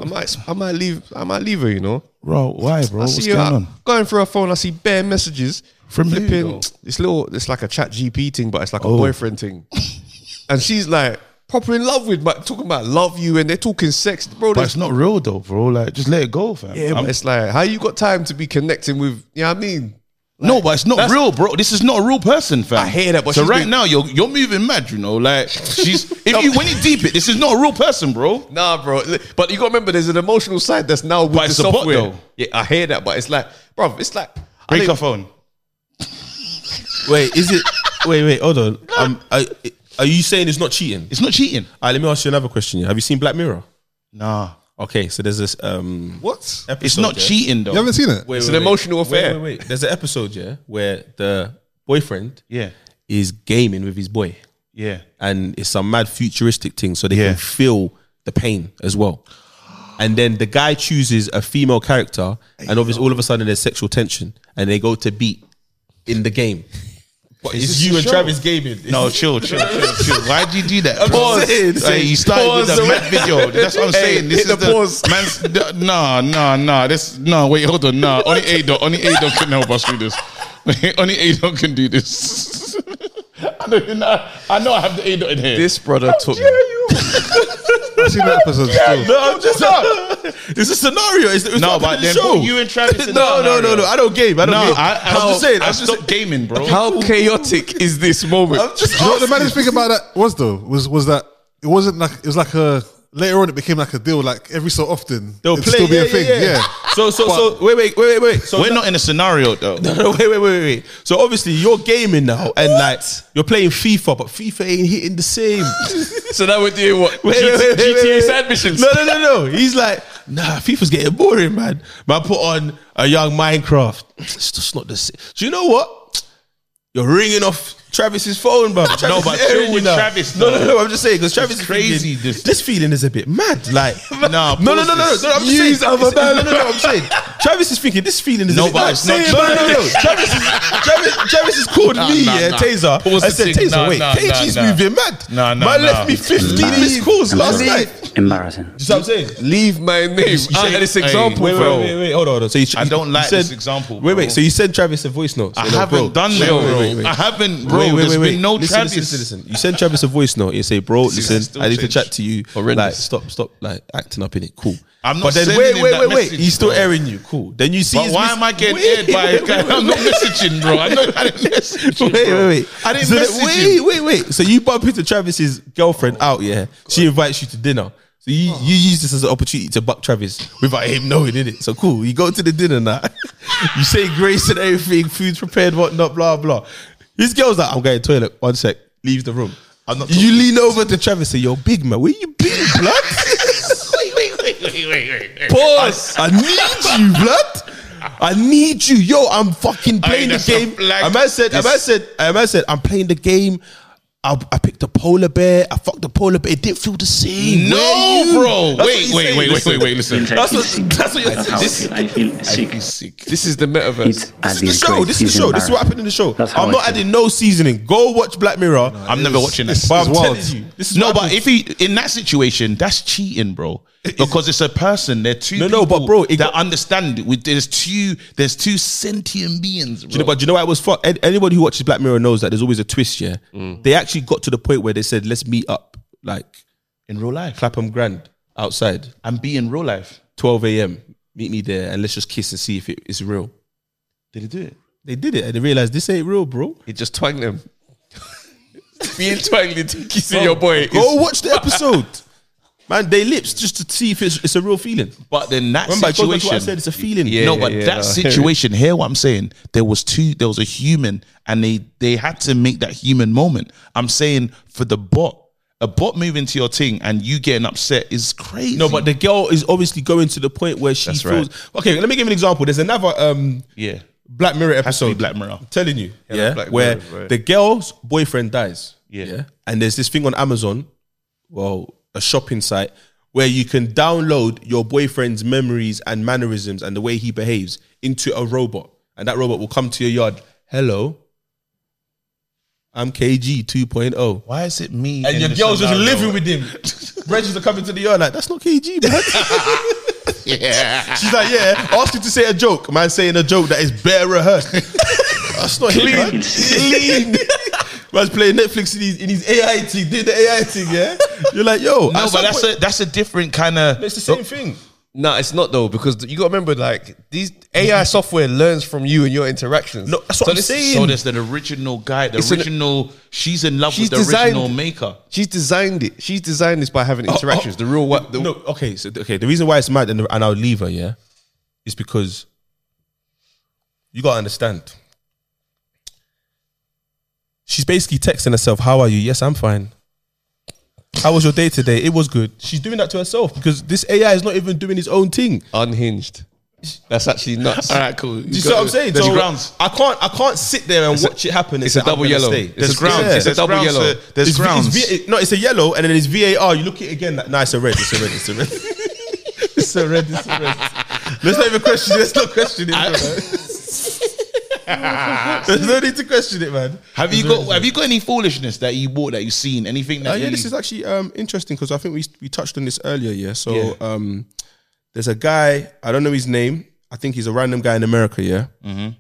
Speaker 1: I might, I might leave, I might leave her. You know,
Speaker 3: bro. Why, bro?
Speaker 1: I see her I- going through her phone. I see bare messages
Speaker 3: From who,
Speaker 1: flipping.
Speaker 3: though? Oh.
Speaker 1: It's little, it's like a Chat GP thing, but it's like a boyfriend thing. and she's like proper in love with, but talking about love you, and they're talking sex, bro.
Speaker 3: But
Speaker 1: there's-
Speaker 3: it's not real though, bro. Like, just let it go, fam.
Speaker 1: yeah, but
Speaker 3: I'm-
Speaker 1: it's like how you got time to be connecting with? You know what I mean?
Speaker 3: no, but it's not real, bro. This is not a real person, fam.
Speaker 1: I hear that, but
Speaker 3: so
Speaker 1: she's
Speaker 3: right
Speaker 1: been-
Speaker 3: now you're you're moving mad, you know. Like,
Speaker 1: [LAUGHS]
Speaker 3: she's if you when you deep it, this is not a real person, bro.
Speaker 1: Nah, bro. Li- But you got to remember, there's an emotional side that's now with
Speaker 3: But
Speaker 1: the
Speaker 3: it's a bot,
Speaker 1: software.
Speaker 3: though.
Speaker 1: Yeah, I hear that, but it's like, bro, it's like I
Speaker 3: Break
Speaker 1: think-
Speaker 3: her phone.
Speaker 4: Wait, is
Speaker 9: [LAUGHS]
Speaker 4: it? Wait, wait, hold on.
Speaker 9: um, are, are you saying it's not cheating?
Speaker 3: It's not cheating.
Speaker 9: All right, let me ask you another question. yeah. Have you seen Black Mirror?
Speaker 3: Nah,
Speaker 9: Okay, so there's this um,
Speaker 5: What? You
Speaker 3: it's not
Speaker 9: yeah.
Speaker 3: cheating though.
Speaker 5: haven't seen it?
Speaker 9: Wait,
Speaker 1: It's
Speaker 9: wait,
Speaker 1: an
Speaker 9: wait.
Speaker 1: emotional
Speaker 9: Wait,
Speaker 1: affair.
Speaker 9: Wait, wait, There's an episode, yeah, where the boyfriend
Speaker 3: Yeah,
Speaker 9: is gaming with his boy,
Speaker 3: yeah.
Speaker 9: and it's some mad futuristic thing, so they
Speaker 3: Yeah.
Speaker 9: can feel the pain as well. And then the guy chooses a female character, and obviously all of a sudden there's sexual tension, and they go to beat in the
Speaker 4: [LAUGHS]
Speaker 9: game.
Speaker 4: What, it's you and Travis gaming.
Speaker 3: No, chill, chill, chill,
Speaker 1: [LAUGHS]
Speaker 3: chill. Why would you do that?
Speaker 4: Pause.
Speaker 3: Hey, you started with a mad video. That's what I'm saying. This
Speaker 1: hit
Speaker 3: is
Speaker 1: the pause.
Speaker 3: Man's, no, no, no. This no. Wait, hold on. No, only Adon. Only Adon can help us do this. [LAUGHS] only Adon can do this. [LAUGHS] I know, you know- I know. I have the Adon in here.
Speaker 1: This brother took.
Speaker 5: I've seen that episode still.
Speaker 4: No, I'm just It's a scenario. It's, it's
Speaker 3: no,
Speaker 4: not
Speaker 3: but
Speaker 4: the
Speaker 3: then
Speaker 4: show.
Speaker 3: put you and Travis.
Speaker 1: [LAUGHS]
Speaker 3: In
Speaker 4: no,
Speaker 3: the
Speaker 4: no, no, no. I don't game. I don't
Speaker 3: No,
Speaker 4: game.
Speaker 3: I, I,
Speaker 4: am just saying.
Speaker 3: I
Speaker 4: I'm just,
Speaker 3: stopped gaming, bro.
Speaker 1: How chaotic is this moment?
Speaker 4: I'm just
Speaker 5: You know what the
Speaker 4: asking.
Speaker 5: maddest thing about that was though was was that it wasn't like it was like a later on it became like a deal like every so often
Speaker 4: They'll
Speaker 5: it'd
Speaker 4: play,
Speaker 5: still be
Speaker 4: yeah,
Speaker 5: a
Speaker 4: yeah,
Speaker 5: thing
Speaker 4: yeah.
Speaker 9: [LAUGHS]
Speaker 4: So, so, so, wait, wait, wait, wait, wait. So,
Speaker 3: We're not in a scenario though.
Speaker 9: [LAUGHS]
Speaker 4: no, wait, wait, wait, wait. So, obviously, you're gaming now, and like you're playing FIFA, but FIFA ain't hitting the [LAUGHS] same.
Speaker 1: [LAUGHS] So now we're doing what?
Speaker 4: Wait,
Speaker 1: G-
Speaker 4: wait, wait, wait,
Speaker 1: GTA
Speaker 4: wait, wait.
Speaker 1: side missions.
Speaker 4: No, no, no, no. He's like, nah, FIFA's getting boring, man. Man, put on a young Minecraft. It's just not the same. Do you know what? You're ringing off Travis's phone,
Speaker 3: [LAUGHS]
Speaker 4: bro. Travis
Speaker 3: No,
Speaker 4: is
Speaker 3: but
Speaker 4: airing
Speaker 3: chill
Speaker 4: you
Speaker 3: with
Speaker 4: now.
Speaker 3: Travis,
Speaker 4: No, no,
Speaker 3: though.
Speaker 4: no. I'm just saying because Travis
Speaker 3: It's
Speaker 4: is
Speaker 3: crazy,
Speaker 4: Thinking,
Speaker 3: this-
Speaker 4: this feeling is a bit mad. Like,
Speaker 3: [LAUGHS]
Speaker 4: no,
Speaker 3: Nah,
Speaker 4: no,
Speaker 3: pause
Speaker 4: no, no, no.
Speaker 3: this.
Speaker 4: no I'm just
Speaker 1: Use
Speaker 4: saying.
Speaker 1: other
Speaker 4: it's- No, no,
Speaker 1: man.
Speaker 4: no, I'm saying. Travis is thinking this feeling is
Speaker 3: No,
Speaker 4: a bit
Speaker 3: but
Speaker 4: mad.
Speaker 3: it's not
Speaker 4: No, no,
Speaker 3: [LAUGHS]
Speaker 4: no, no. Travis, is, Travis, Travis has called
Speaker 3: Nah,
Speaker 4: me
Speaker 3: nah,
Speaker 4: yeah,
Speaker 3: nah.
Speaker 4: Taser.
Speaker 3: Pause
Speaker 4: I
Speaker 3: the
Speaker 4: said,
Speaker 3: thing.
Speaker 4: Taser,
Speaker 3: Nah,
Speaker 4: wait.
Speaker 3: nah,
Speaker 4: KG's
Speaker 3: nah, nah.
Speaker 4: moving mad.
Speaker 3: Nah, nah,
Speaker 4: Man
Speaker 3: nah.
Speaker 4: left me 15 missed calls last night.
Speaker 10: Embarrassing.
Speaker 4: You see what I'm saying?
Speaker 1: Leave my name
Speaker 3: you
Speaker 1: out of
Speaker 3: say-
Speaker 1: this
Speaker 3: Hey,
Speaker 1: example,
Speaker 4: Wait, wait,
Speaker 1: bro.
Speaker 4: wait, wait, wait, hold on, hold on. So you,
Speaker 3: I don't
Speaker 4: you
Speaker 3: like
Speaker 4: said,
Speaker 3: this example,
Speaker 4: Wait,
Speaker 3: bro.
Speaker 4: wait. So you sent Travis a voice note.
Speaker 3: I
Speaker 4: Say, no,
Speaker 3: haven't
Speaker 4: bro.
Speaker 3: done
Speaker 4: Wait,
Speaker 3: that,
Speaker 4: wait,
Speaker 3: bro.
Speaker 4: wait, wait.
Speaker 3: I haven't, bro.
Speaker 4: Wait, wait,
Speaker 3: There's
Speaker 4: wait, wait.
Speaker 3: been no
Speaker 4: listen,
Speaker 3: Travis.
Speaker 4: Listen, listen, listen. You send Travis a voice note. You say, bro,
Speaker 3: This is
Speaker 4: listen,
Speaker 3: still
Speaker 4: I need to chat
Speaker 3: changed.
Speaker 4: to you.
Speaker 1: Horrendous.
Speaker 4: Like, stop, stop, like acting up in it. Cool.
Speaker 3: I'm not
Speaker 4: but then
Speaker 3: sending
Speaker 4: wait,
Speaker 3: him
Speaker 4: wait,
Speaker 3: that
Speaker 4: wait, wait.
Speaker 3: message,
Speaker 4: He's still
Speaker 3: bro.
Speaker 4: airing you. Cool. Then you see.
Speaker 3: But
Speaker 4: his
Speaker 3: why
Speaker 4: miss-
Speaker 3: am I getting
Speaker 4: Wait,
Speaker 3: aired by a
Speaker 4: wait,
Speaker 3: guy?
Speaker 4: wait,
Speaker 3: I'm not messaging, bro. I, know, I didn't
Speaker 1: [LAUGHS]
Speaker 3: message
Speaker 4: [LAUGHS]
Speaker 3: you,
Speaker 4: Wait, wait,
Speaker 3: bro.
Speaker 4: wait.
Speaker 3: I didn't
Speaker 4: So then-
Speaker 3: message you.
Speaker 4: Wait, wait, wait. So you bump into Travis's girlfriend out, yeah? She invites you to dinner. So you, you use this as an opportunity to buck Travis without him knowing, innit? So cool. You go to the dinner now. [LAUGHS] you say grace and everything, food's prepared, whatnot, blah, blah. His girl's like, I'm going to the toilet. One sec. Leaves the room. I'm not you lean over to Travis and say, yo, big man, where you been, blood? [LAUGHS] wait, wait, wait.
Speaker 1: Pause.
Speaker 4: I need you, blood. I need you, yo. I'm fucking playing the
Speaker 3: that's a
Speaker 4: game.
Speaker 3: flag.
Speaker 4: A man said, a man said, a man said, I'm playing the game. I, I picked a polar bear. I fucked the polar bear. It didn't feel the same. Where
Speaker 3: No,
Speaker 4: you?
Speaker 3: bro.
Speaker 4: That's what
Speaker 3: Wait,
Speaker 4: he's
Speaker 3: wait,
Speaker 4: saying.
Speaker 3: wait, wait,
Speaker 4: Listen.
Speaker 3: wait, wait. Listen.
Speaker 4: That's what. That's what you're
Speaker 10: That's how I
Speaker 4: saying.
Speaker 10: feel. I feel sick.
Speaker 3: Sick.
Speaker 1: This is the metaverse.
Speaker 10: It's
Speaker 4: This is the show. This is the show. This is what happened in the show.
Speaker 10: That's how
Speaker 4: I'm
Speaker 10: I
Speaker 4: not
Speaker 10: feel.
Speaker 4: adding no seasoning. Go watch Black Mirror.
Speaker 3: I'm [LAUGHS] never watching that.
Speaker 4: But I'm
Speaker 5: It's wild.
Speaker 4: telling you, this is
Speaker 3: No,
Speaker 4: what
Speaker 3: but
Speaker 4: happened.
Speaker 3: if he in that situation, that's cheating, bro. Because it's a person. They're two.
Speaker 4: No, no, but
Speaker 3: people
Speaker 4: bro, it
Speaker 3: that
Speaker 4: got-
Speaker 3: understand it. With there's two, there's two sentient beings,
Speaker 4: Do you know,
Speaker 3: bro.
Speaker 4: but do you know what was fun? An- Anybody who watches Black Mirror knows that there's always a twist. Yeah,
Speaker 3: Mm.
Speaker 4: they actually got to the point where they said, "Let's meet up, like
Speaker 3: In real life,
Speaker 4: Clapham Grand outside,
Speaker 3: and be in real life.
Speaker 4: 12 a.m. Meet me there, and let's just kiss and see if it is real."
Speaker 3: Did he do it?
Speaker 4: They did it, and they realized this ain't real, bro.
Speaker 1: It just
Speaker 3: [LAUGHS]
Speaker 1: twanged him. Being twanged into kissing your boy.
Speaker 4: Go
Speaker 1: is-
Speaker 4: watch the episode, man. They lips just to see if it's, it's a real feeling.
Speaker 3: But then that
Speaker 4: Remember, it goes back to
Speaker 3: situation.
Speaker 4: what I said. It's a feeling.
Speaker 1: Yeah,
Speaker 3: no,
Speaker 1: yeah,
Speaker 3: but
Speaker 1: yeah,
Speaker 3: that [LAUGHS]
Speaker 1: no.
Speaker 3: situation. Hear what I'm saying? There was two. There was a human, and they they had to make that human moment. I'm saying for the bot, a bot moving to your thing, and you getting upset is crazy.
Speaker 4: No, but the girl is obviously going to the point where she
Speaker 3: That's
Speaker 4: feels. Okay, let me give you an example. There's another um,
Speaker 3: yeah,
Speaker 4: Black Mirror
Speaker 3: has to be
Speaker 4: episode.
Speaker 3: Black Mirror.
Speaker 4: telling you, yeah,
Speaker 1: Black
Speaker 4: where
Speaker 1: Mirror, right.
Speaker 4: the girl's boyfriend dies,
Speaker 3: Yeah.
Speaker 4: and there's this thing on Amazon, well, a shopping site where you can download your boyfriend's memories and mannerisms and the way he behaves into a robot, and that robot will come to your yard. Hello, I'm KG 2.0.
Speaker 3: Why is it me?
Speaker 4: oh. And
Speaker 3: in
Speaker 4: your
Speaker 3: the
Speaker 4: girl's just
Speaker 3: scenario?
Speaker 4: living
Speaker 3: [LAUGHS]
Speaker 4: with him. Rachel's coming to the yard like, that's not KG, man.
Speaker 3: Yeah.
Speaker 4: She's like,
Speaker 1: [LAUGHS]
Speaker 4: yeah, ask you to say a joke. Man saying a joke that is bare rehearsed. That's not clean. Him, man. [LAUGHS] clean. Man's playing Netflix in his, in his AI thing, doing the AI thing, yeah? You're like, yo.
Speaker 3: No, but that's a that's a different kind of.
Speaker 4: It's the same thing.
Speaker 1: Nah, it's not though because you got to remember like these AI software learns from you and your interactions.
Speaker 4: No, that's what I'm
Speaker 1: this-
Speaker 4: saying.
Speaker 3: So there's the original guy, the
Speaker 1: It's an-
Speaker 3: original. she's in love
Speaker 1: She's
Speaker 3: with the
Speaker 1: designed-
Speaker 3: original maker. Oh,
Speaker 1: She's designed it. She's designed this by
Speaker 4: oh,
Speaker 1: having interactions. The real what? The,
Speaker 4: No, okay, so okay. The reason why it's mad and, and I'll leave her, yeah, is because you gotta understand. She's basically texting herself, "How are you? Yes, I'm fine. How was your day today? It was good." She's doing that to herself because this AI is not even doing his own thing.
Speaker 1: unhinged. That's actually nuts.
Speaker 3: All right, cool.
Speaker 4: Do you see what I'm saying?
Speaker 3: There's grounds.
Speaker 4: I can't, I can't sit there and watch it happen. and
Speaker 1: it's
Speaker 4: say,
Speaker 1: a
Speaker 4: I'm
Speaker 1: double
Speaker 4: gonna
Speaker 1: yellow.
Speaker 4: stay.
Speaker 1: It's
Speaker 4: There's
Speaker 1: a grounds.
Speaker 4: yeah.
Speaker 1: It's a double
Speaker 3: grounds,
Speaker 1: yellow.
Speaker 3: uh, there's
Speaker 4: It's V- it's
Speaker 3: grounds.
Speaker 4: V- no, it's a yellow, and then it's VAR. You look at it again. Like, nah, it's a red. It's a red. It's a
Speaker 1: [LAUGHS]
Speaker 4: red. it's a red. It's a red. Let's not even question. it. Let's not question it.
Speaker 1: [LAUGHS]
Speaker 4: bro, man. There's no need to question it, man.
Speaker 3: have you got Have you got any foolishness that you bought that you've seen? Anything
Speaker 1: Oh,
Speaker 3: that?
Speaker 4: Uh, yeah,
Speaker 3: you,
Speaker 4: this is actually um, interesting because I think we we touched on this earlier. Yeah, so
Speaker 3: Yeah.
Speaker 4: Um, there's a guy I don't know his name. I think he's a random guy in America. Yeah,
Speaker 3: Mm-hmm.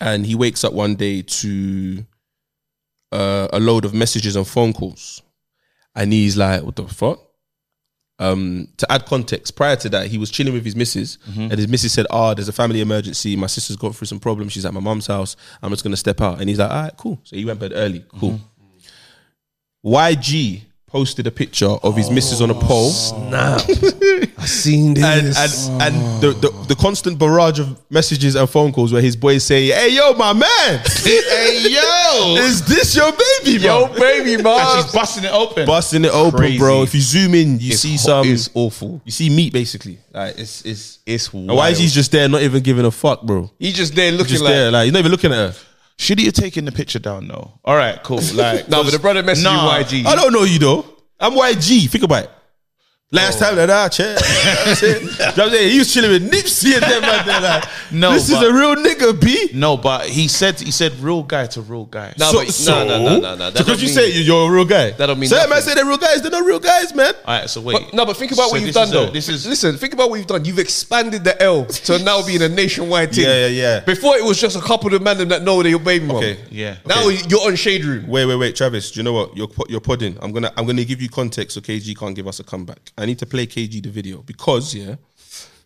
Speaker 4: and he wakes up one day to uh, a load of messages and phone calls, and he's like, "What the fuck?" Um, to add context, prior to that, he was chilling with his missus,
Speaker 3: Mm-hmm.
Speaker 4: and his missus said, "Ah, there's a family emergency. My sister's got through some problems. She's at my mom's house. I'm just gonna step out." And he's like, "All right, cool." So he went bed early. Cool.
Speaker 3: Mm-hmm.
Speaker 4: YG posted a picture of his missus on a pole.
Speaker 1: seen
Speaker 4: And and, and the, the, the constant barrage of messages and phone calls where his boys say, Hey yo, my
Speaker 1: [LAUGHS]
Speaker 4: man,
Speaker 3: [LAUGHS] hey yo,
Speaker 4: is this your baby, bro?
Speaker 1: Yo, baby,
Speaker 3: and
Speaker 1: man.
Speaker 3: she's busting it open.
Speaker 4: Busting it open,
Speaker 1: Crazy.
Speaker 4: bro. If you zoom in, you
Speaker 1: It's
Speaker 4: see
Speaker 1: ho-
Speaker 4: some
Speaker 1: It's awful.
Speaker 4: you see meat basically. Like it's it's
Speaker 1: It's wild.
Speaker 4: and YG's just there not even giving a fuck, bro.
Speaker 1: He just there looking
Speaker 4: Just
Speaker 1: like
Speaker 4: there, like he's not even looking at her.
Speaker 3: Should he have taken the picture down? No. All right,
Speaker 1: [LAUGHS]
Speaker 3: cool. Like,
Speaker 1: No, but the brother messaged you YG.
Speaker 4: I don't know you though. I'm YG. Think about it.
Speaker 1: Oh.
Speaker 4: Last time that I checked, [LAUGHS]
Speaker 1: [LAUGHS]
Speaker 4: he was chilling with Nipsey and them. Man, they're like,
Speaker 3: No,
Speaker 4: this
Speaker 3: but-
Speaker 4: is a real nigga, B.
Speaker 3: No, but he said he said real guy to real guy.
Speaker 1: No, but- no, no, no, no, no, that
Speaker 4: Because
Speaker 1: don't
Speaker 4: you
Speaker 1: mean-
Speaker 4: say you're a real guy.
Speaker 1: That don't mean
Speaker 4: So that man
Speaker 1: nothing.
Speaker 4: said they're real guys. They're not real guys, man.
Speaker 3: All right, so wait.
Speaker 1: But, no, but think about
Speaker 3: So
Speaker 1: what you've
Speaker 3: this
Speaker 1: done
Speaker 3: is a-
Speaker 1: though.
Speaker 3: this is
Speaker 1: listen. Think about what you've done. You've expanded the L to now being a nationwide team.
Speaker 4: Yeah, yeah, yeah.
Speaker 1: Before it was just a couple of men that know their baby mom.
Speaker 4: Okay,
Speaker 3: yeah.
Speaker 1: Now you're on shade room.
Speaker 4: Wait, wait, wait, Travis. Do you know what? You're po- you're podding. I'm gonna I'm gonna give you context so KG can't give us a comeback. I need to play KG the video because yeah,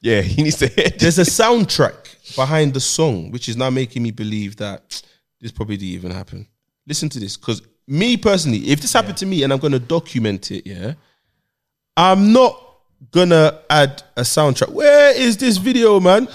Speaker 1: Yeah, he needs
Speaker 3: [LAUGHS]
Speaker 1: to [LAUGHS] hit.
Speaker 4: there's a soundtrack behind the song which is now making me believe that this probably didn't even happen. Listen to this, because me personally, if this happened to me and I'm gonna document it, yeah, I'm not gonna add a soundtrack. Where is this video, man,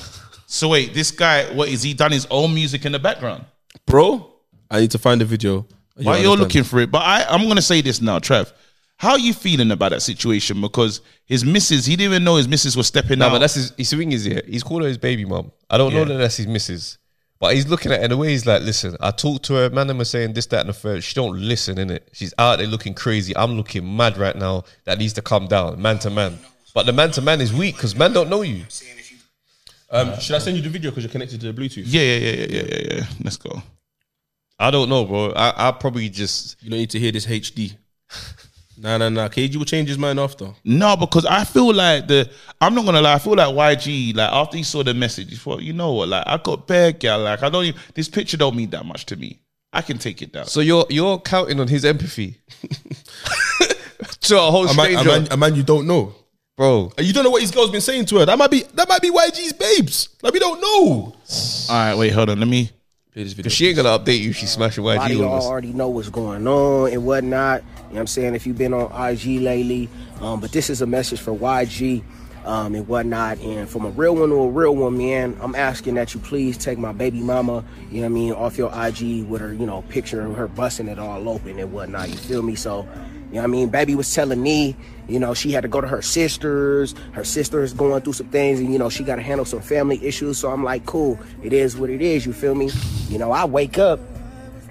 Speaker 3: so wait. This guy, what is he done? His own music in the background.
Speaker 4: bro? I need to find the video. You
Speaker 3: Why you're
Speaker 4: understand?
Speaker 3: looking for it? But I, I'm gonna say this now, Trev. How you feeling about that situation? Because his missus, he didn't even know his missus was stepping
Speaker 1: No,
Speaker 3: out.
Speaker 1: but that's his. His thing is here. He's calling her his baby mom. I don't know that that's his missus, but he's looking at it in a way. He's like, listen, I talked to her. Man, them are saying this, that, and the third. She don't listen in it. She's out there looking crazy. I'm looking mad right now. That needs to come down, man to man. But the man to man is weak because man don't know you.
Speaker 4: Um, should I send you the video because you're connected to the Bluetooth?
Speaker 3: yeah, yeah, yeah, yeah, yeah, yeah, yeah. Let's go.
Speaker 1: I don't know, bro. I I probably just
Speaker 4: You don't need to hear this HD. [LAUGHS] nah, nah, nah. KG will change his mind after.
Speaker 3: No, because I feel like the I'm not gonna lie, I feel like YG, like after he saw the message, he thought, you know what, like I got bare girl, like I don't even this picture don't mean that much to me. I can take it down.
Speaker 1: So you're you're counting on his empathy [LAUGHS] to a whole
Speaker 4: A man,
Speaker 1: stranger,
Speaker 4: a man- a man you don't know.
Speaker 1: bro.
Speaker 4: You don't know what his girl's been saying to her. That might be that might be YG's babes. Like we don't know.
Speaker 3: All right, wait, hold on, let me
Speaker 4: Play this video.
Speaker 1: Because she ain't gonna update you. She's smashing
Speaker 10: A lot of
Speaker 1: YG on
Speaker 10: y'all
Speaker 1: us.
Speaker 10: already know what's going on and whatnot. You know what I'm saying? If you've been on IG lately, um, but this is a message for YG um, and whatnot. And from a real one to a real one, man, I'm asking that you please take my baby mama, you know what I mean, off your IG with her, you know, picture of her busting it all open and whatnot. You feel me? So, you know what I mean? Baby was telling me, you know, she had to go to her sisters. Her sister's going through some things and, you know, she got to handle some family issues. So I'm like, cool, it is what it is. You feel me? You know, I wake up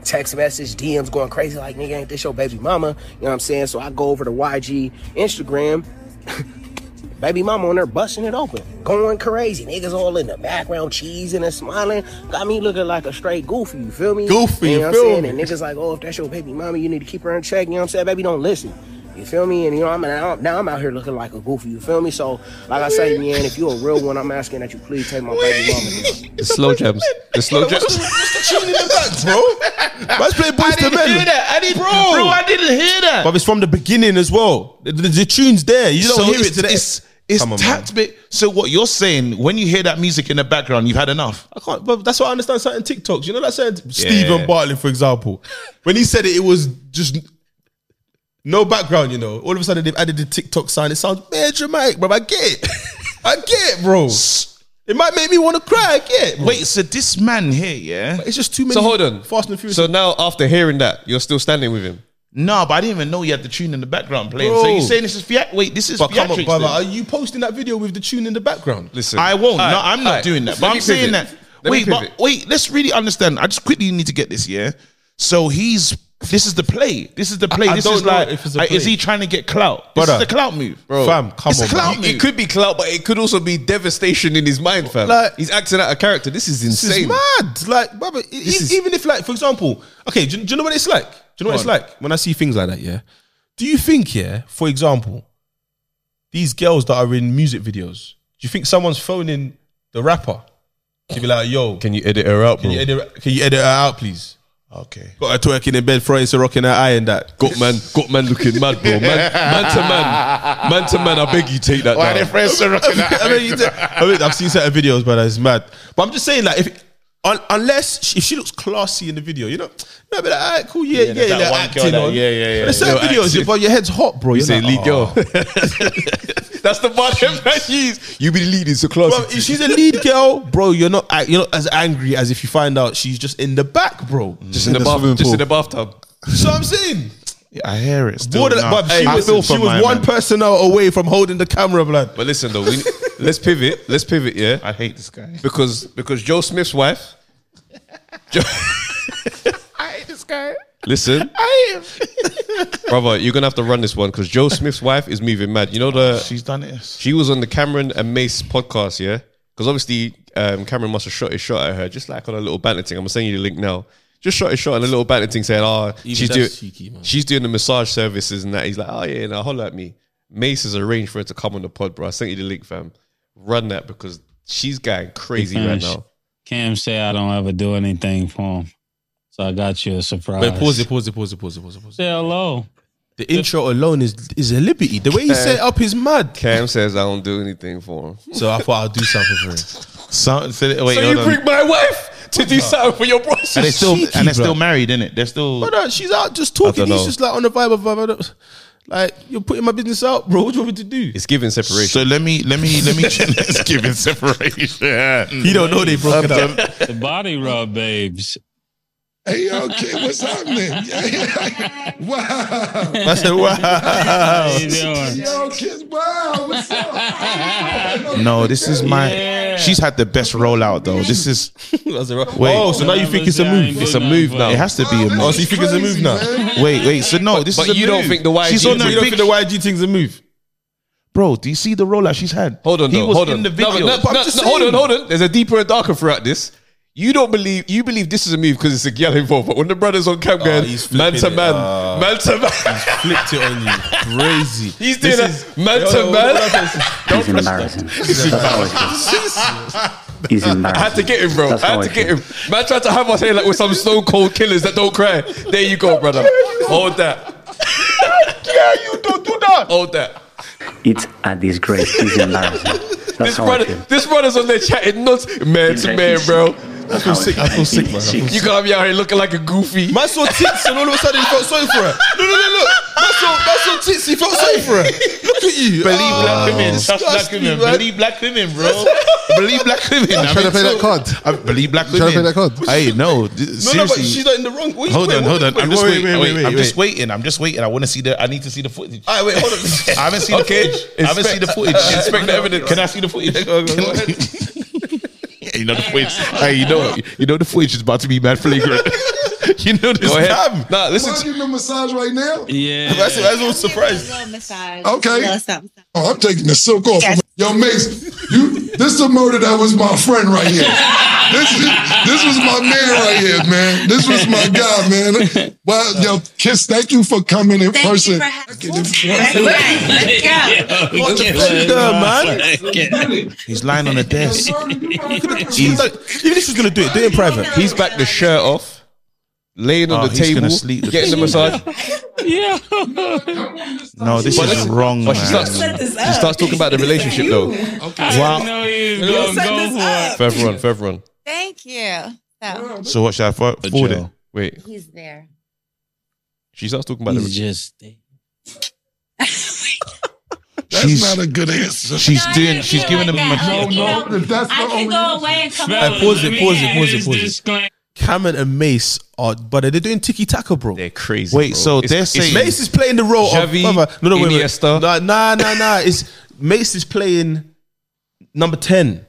Speaker 10: text message, DMs going crazy, like, nigga, ain't this your baby mama? You know what I'm saying? So I go over to YG Instagram. [LAUGHS] Baby mama on there busting it open, going crazy. Niggas all in the background, cheesing and smiling. Got me looking like a straight goofy, you feel me?
Speaker 4: Goofy,
Speaker 10: you
Speaker 4: you
Speaker 10: know
Speaker 4: feel
Speaker 10: what I'm saying?
Speaker 4: me?
Speaker 10: And niggas like, oh, if that's your baby mama, you need to keep her in check. You know what I'm saying? Baby, don't listen. You feel me? And you know, I'm now, now I'm out here looking like a goofy, you feel me? So, like I say, man, if you a real one, I'm asking that you please take my baby mama down.
Speaker 1: The slow jams. The slow jams.
Speaker 4: What's the tune in the back, bro? Man's playing Boys to Men.
Speaker 3: that. I didn't, bro. I didn't hear that.
Speaker 4: But it's from the beginning as well. The, the- the tune's there. You don't hear it
Speaker 3: it's,
Speaker 4: today.
Speaker 3: it's it's
Speaker 4: Come on, man.
Speaker 3: tapped bit. So what you're saying when you hear that music in the background, you've had enough.
Speaker 4: I can't, but that's what I understand certain TikToks. You know that certain Stephen Bartley, for
Speaker 3: [LAUGHS]
Speaker 4: example. When he said it, it was just no background, you know. All of a sudden they've added the TikTok sound. It sounds very dramatic, bro. I get it. [LAUGHS] I get it, bro. It might make me want to cry. I get it. Bro.
Speaker 3: Wait, so this man here, yeah?
Speaker 4: It's just too many.
Speaker 1: So hold on.
Speaker 4: Fast and Furious.
Speaker 1: So now after hearing that, you're still standing with him.
Speaker 3: No, but I didn't even know you had the tune in the background playing. So
Speaker 4: Bro.
Speaker 3: you're saying this is fiat? Wait, this is
Speaker 4: but come on,
Speaker 3: theatrics
Speaker 4: brother.
Speaker 3: then?
Speaker 4: Are you posting that video with the tune in the background?
Speaker 1: Listen,
Speaker 3: I won't.
Speaker 1: All
Speaker 3: no,
Speaker 1: right,
Speaker 3: I'm
Speaker 1: all
Speaker 3: not
Speaker 1: right.
Speaker 3: doing that.
Speaker 1: Let
Speaker 3: But
Speaker 1: me
Speaker 3: I'm saying
Speaker 1: pivot.
Speaker 3: that.
Speaker 1: Let me
Speaker 3: wait, but
Speaker 1: pivot.
Speaker 3: wait. Let's really understand. I just quickly need to get this. Yeah. So he's. This is the play. This is the play.
Speaker 4: I
Speaker 3: this
Speaker 4: don't
Speaker 3: is
Speaker 4: know
Speaker 3: like.
Speaker 4: if it's a
Speaker 3: uh, Is
Speaker 4: play.
Speaker 3: he trying to get clout? This is
Speaker 4: Brother.
Speaker 3: the clout move,
Speaker 4: Fam, come
Speaker 3: it's
Speaker 4: on,
Speaker 3: a clout
Speaker 4: man.
Speaker 3: move.
Speaker 1: It could be clout, but it could also be devastation in his mind, fam.
Speaker 4: Like-
Speaker 1: He's acting out a character. This is
Speaker 4: This is
Speaker 1: insane.
Speaker 4: mad. Like, brother, e- e-
Speaker 1: is-
Speaker 4: even if, like, for example, okay, do, you- do you know what it's like? Do you know what it's like when I see things like that? Yeah. Do you think, yeah, for example, these girls that are in music videos, do you think someone's phoning the rapper to be like, yo, can
Speaker 1: Can you edit her out, bro?
Speaker 4: you edit, can you edit her out, please?
Speaker 3: okay.
Speaker 4: Got her twerking in bed, throwing so rocking her eye and that. Got
Speaker 1: Got man, got man looking mad, bro. Man, man to man, man to man. I beg you, take that down.
Speaker 3: friends are looking
Speaker 4: [LAUGHS] I mean, you ta- I mean, I've seen certain videos, but it's mad. But I'm just saying, like, if un, unless she, if she looks classy in the video, you know, you know, be like, all right, cool, yeah, yeah,
Speaker 3: there's
Speaker 4: yeah,
Speaker 3: that
Speaker 4: like
Speaker 3: one girl
Speaker 4: acting
Speaker 3: that-
Speaker 4: on.
Speaker 3: yeah, yeah, yeah.
Speaker 4: There's certain
Speaker 1: Little
Speaker 4: videos,
Speaker 1: acting.
Speaker 4: you- but your head's hot, bro. You're
Speaker 1: Say
Speaker 4: like,
Speaker 1: lead
Speaker 4: "Oh." [LAUGHS]
Speaker 1: girl. That's the bar that man use. You be the lead. It's a class.
Speaker 4: Bro, if she's a lead girl, bro, you're not a- you're not as angry as if you find out she's just in the back, bro.
Speaker 1: just in the,
Speaker 5: the
Speaker 1: bath,
Speaker 5: swimming
Speaker 1: just
Speaker 5: pool.
Speaker 1: in the bathtub.
Speaker 4: So I'm saying,
Speaker 3: I hear it. Still,
Speaker 4: more than,
Speaker 3: nah.
Speaker 4: but she
Speaker 3: I
Speaker 4: was,
Speaker 3: feel
Speaker 4: she
Speaker 3: for
Speaker 4: was
Speaker 3: my
Speaker 4: one
Speaker 3: man.
Speaker 4: person out away from holding the camera, blood.
Speaker 1: But listen though, we, let's pivot. Let's pivot, yeah,
Speaker 3: I hate this guy.
Speaker 1: because because Joe Smith's wife, Joe,
Speaker 3: I hate this guy.
Speaker 1: Listen,
Speaker 3: I
Speaker 1: brother, you're gonna have to run this one because Joe Smith's wife is moving mad. You know the
Speaker 3: she's done it.
Speaker 1: She was on the Cameron and Mace podcast, yeah. Because obviously, um, Cameron must have shot his shot at her, just like on a little banter thing. I'm sending you the link now. Just shot his shot and a little banter thing, saying, "Oh,
Speaker 4: Even
Speaker 1: she's doing
Speaker 4: that's cheeky, man.
Speaker 1: she's doing the massage services and that." He's like, "Oh yeah, now holler at me." Mace has arranged for her to come on the pod, bro. I sent you the link, fam. Run that because she's going crazy
Speaker 10: Fam,
Speaker 1: right
Speaker 10: sh-
Speaker 1: now.
Speaker 10: Cam say I don't ever do anything for him, so I got you a surprise.
Speaker 4: Wait, pause it, pause it, pause it, pause it, pause it. Pause it.
Speaker 10: Say hello.
Speaker 4: The intro alone is is a liberty. The way he set it up is mad.
Speaker 1: Cam says I don't do anything for him.
Speaker 4: So I thought I'll do something for him.
Speaker 3: Something. Wait,
Speaker 1: so
Speaker 3: hold
Speaker 1: you
Speaker 3: on.
Speaker 1: bring my wife to do something for your brother.
Speaker 3: and they still
Speaker 4: Cheeky,
Speaker 3: and they're still
Speaker 4: bro.
Speaker 3: married, innit? They're still.
Speaker 4: But no, she's out just
Speaker 1: I
Speaker 4: talking.
Speaker 1: don't
Speaker 4: He's
Speaker 1: know.
Speaker 4: just like on the vibe of vibe. I don't- Like you're putting my business out, bro. What do you want me to do?
Speaker 1: It's giving separation.
Speaker 3: So let me let me [LAUGHS] let me let's give it separation.
Speaker 4: He don't know they broke it up.
Speaker 10: The body rub babes.
Speaker 5: Hey, yo, kid, what's happening? wow.
Speaker 4: I said, wow.
Speaker 10: How you doing?
Speaker 5: Yo, kid, wow, what's up?
Speaker 3: No, this is my. She's had the best rollout though. This is wait.
Speaker 4: Oh, so now you think it's a move?
Speaker 1: It's a move now.
Speaker 3: It has to be a move.
Speaker 4: Oh, so you think it's a move now?
Speaker 3: Wait, wait. So no, this
Speaker 1: but
Speaker 3: is. a
Speaker 1: you don't
Speaker 3: move.
Speaker 1: think the YG
Speaker 3: She's on
Speaker 1: thing-
Speaker 3: the
Speaker 1: you don't
Speaker 3: big.
Speaker 4: think the YG thing's a move?
Speaker 3: Bro, do you see the rollout she's had?
Speaker 1: Hold on,
Speaker 3: he
Speaker 1: though.
Speaker 3: was
Speaker 1: hold
Speaker 3: in
Speaker 1: on.
Speaker 3: the video.
Speaker 1: No, no,
Speaker 3: But I'm
Speaker 1: no,
Speaker 3: just
Speaker 1: no, hold on,
Speaker 3: saying.
Speaker 1: hold on. There's a deeper and darker throughout this. You don't believe you believe this is a move because it's a girl involved, but when the brothers on
Speaker 3: Ah,
Speaker 1: camp going
Speaker 4: he's
Speaker 1: man to
Speaker 4: flipping it.
Speaker 1: man,
Speaker 4: Ah.
Speaker 1: man to man,
Speaker 4: Flipped it on you, [LAUGHS] crazy.
Speaker 1: he's doing
Speaker 4: This
Speaker 1: that man
Speaker 4: Yo,
Speaker 1: to
Speaker 4: what-
Speaker 1: man.
Speaker 4: what else?
Speaker 11: He's embarrassing. He's
Speaker 1: [LAUGHS] I
Speaker 11: embarrassing.
Speaker 1: had to get him, bro.
Speaker 11: That's
Speaker 1: I
Speaker 11: how
Speaker 1: had
Speaker 11: I
Speaker 1: to get him. Man tried to have us here like with some stone cold killers that don't cry. There you go, brother. Hold that.
Speaker 3: Yeah, you don't do that.
Speaker 1: Hold that.
Speaker 11: It's a disgrace. He's
Speaker 1: [LAUGHS]
Speaker 11: embarrassing. That's
Speaker 1: This
Speaker 11: how
Speaker 1: brother,
Speaker 11: I feel.
Speaker 1: this brother's on there chatting nuts, man to man, bro.
Speaker 11: That's how I feel sick.
Speaker 4: I feel sick, man. I feel
Speaker 1: You gotta be out here looking like a goofy.
Speaker 4: Man saw tits and all of a sudden he felt sorry for her. No, no, no, no. Man saw, man saw tits, he felt sorry for her. Look at you.
Speaker 3: Believe
Speaker 4: Ah,
Speaker 3: black women. Trust black
Speaker 4: disgust me,
Speaker 3: women.
Speaker 4: man.
Speaker 3: Believe black women, bro. Believe black women.
Speaker 12: Trying to play that card.
Speaker 3: I believe black
Speaker 12: Trying to
Speaker 3: women.
Speaker 12: play that card.
Speaker 3: Hey, no. d-
Speaker 4: No,
Speaker 3: seriously.
Speaker 4: no, but she's not in the wrong. Wait,
Speaker 3: Hold
Speaker 4: wait,
Speaker 3: on,
Speaker 4: wait,
Speaker 3: hold on.
Speaker 4: wait,
Speaker 3: I'm just
Speaker 4: wait,
Speaker 3: waiting.
Speaker 4: wait, wait,
Speaker 3: I'm
Speaker 4: wait.
Speaker 3: just waiting. I'm just waiting. I want to see the. I need to see the footage.
Speaker 4: All right, wait, hold on.
Speaker 3: [LAUGHS] I haven't seen
Speaker 1: Okay.
Speaker 3: the footage. I haven't seen the
Speaker 1: Inspect-
Speaker 3: footage.
Speaker 1: inspect the evidence.
Speaker 3: Can I see the footage? Can- you know the footage. [LAUGHS] Hey, you know, you know the footage is about to be mad flagrant. you know this.
Speaker 1: Go
Speaker 3: Damn.
Speaker 1: ahead. Nah,
Speaker 5: Why
Speaker 1: listen.
Speaker 5: are
Speaker 1: To,
Speaker 5: you the massage right now?
Speaker 10: Yeah.
Speaker 4: [LAUGHS] That's, that's all surprised.
Speaker 5: Okay.
Speaker 13: No, stop. stop.
Speaker 5: Oh, I'm taking the silk off.
Speaker 13: Yes.
Speaker 5: Yo, Mace, you this is the murder that was my friend right here. This is this was my man right here, man. This was my guy, man. Well, yo, Kiss, thank you for coming in
Speaker 13: Thank
Speaker 5: person.
Speaker 13: you for having me. Let's go.
Speaker 5: What the
Speaker 10: Yeah, man.
Speaker 3: He's lying on the desk.
Speaker 4: She's like, even if she's gonna do it, do it in private.
Speaker 1: he's back the shirt off, laying on
Speaker 3: Oh,
Speaker 1: the
Speaker 3: he's
Speaker 1: table,
Speaker 3: gonna sleep with
Speaker 1: getting the massage.
Speaker 10: Yeah.
Speaker 3: No, this
Speaker 1: But
Speaker 3: is
Speaker 1: listen,
Speaker 3: wrong,
Speaker 1: But she
Speaker 3: man.
Speaker 1: starts, she starts talking about the relationship though.
Speaker 10: I
Speaker 3: Wow.
Speaker 10: didn't know he was going to go for it.
Speaker 1: Further on, further on.
Speaker 13: Thank you. So
Speaker 3: So what should I for? forward it?
Speaker 1: Wait,
Speaker 13: he's there.
Speaker 1: she starts talking about
Speaker 10: He's
Speaker 1: the.
Speaker 10: just.
Speaker 5: That's not a good answer.
Speaker 3: She's
Speaker 13: No, I
Speaker 3: doing.
Speaker 13: didn't
Speaker 3: She's
Speaker 13: feel
Speaker 3: giving
Speaker 13: like
Speaker 3: him.
Speaker 13: that.
Speaker 3: a-
Speaker 13: Like, you
Speaker 5: No,
Speaker 13: know,
Speaker 5: no, if that's
Speaker 13: I
Speaker 5: the
Speaker 13: can
Speaker 5: only
Speaker 13: go away and come
Speaker 10: Fam,
Speaker 13: back.
Speaker 4: Alright, pause it,
Speaker 10: we
Speaker 4: pause it,
Speaker 10: had
Speaker 4: pause it,
Speaker 10: this
Speaker 4: pause it.
Speaker 10: disclaimer.
Speaker 4: Cameron and Mace are, but they're doing tiki taka, bro.
Speaker 1: They're crazy.
Speaker 3: Wait,
Speaker 1: bro.
Speaker 3: so
Speaker 1: It's-
Speaker 3: they're
Speaker 1: it's
Speaker 3: saying-
Speaker 1: Mace-
Speaker 4: Mace is playing the role
Speaker 1: Xavi,
Speaker 4: of brother, no, no, wait, wait.
Speaker 1: Iniesta.
Speaker 4: Nah, nah, nah, nah. It's Mace is playing number ten.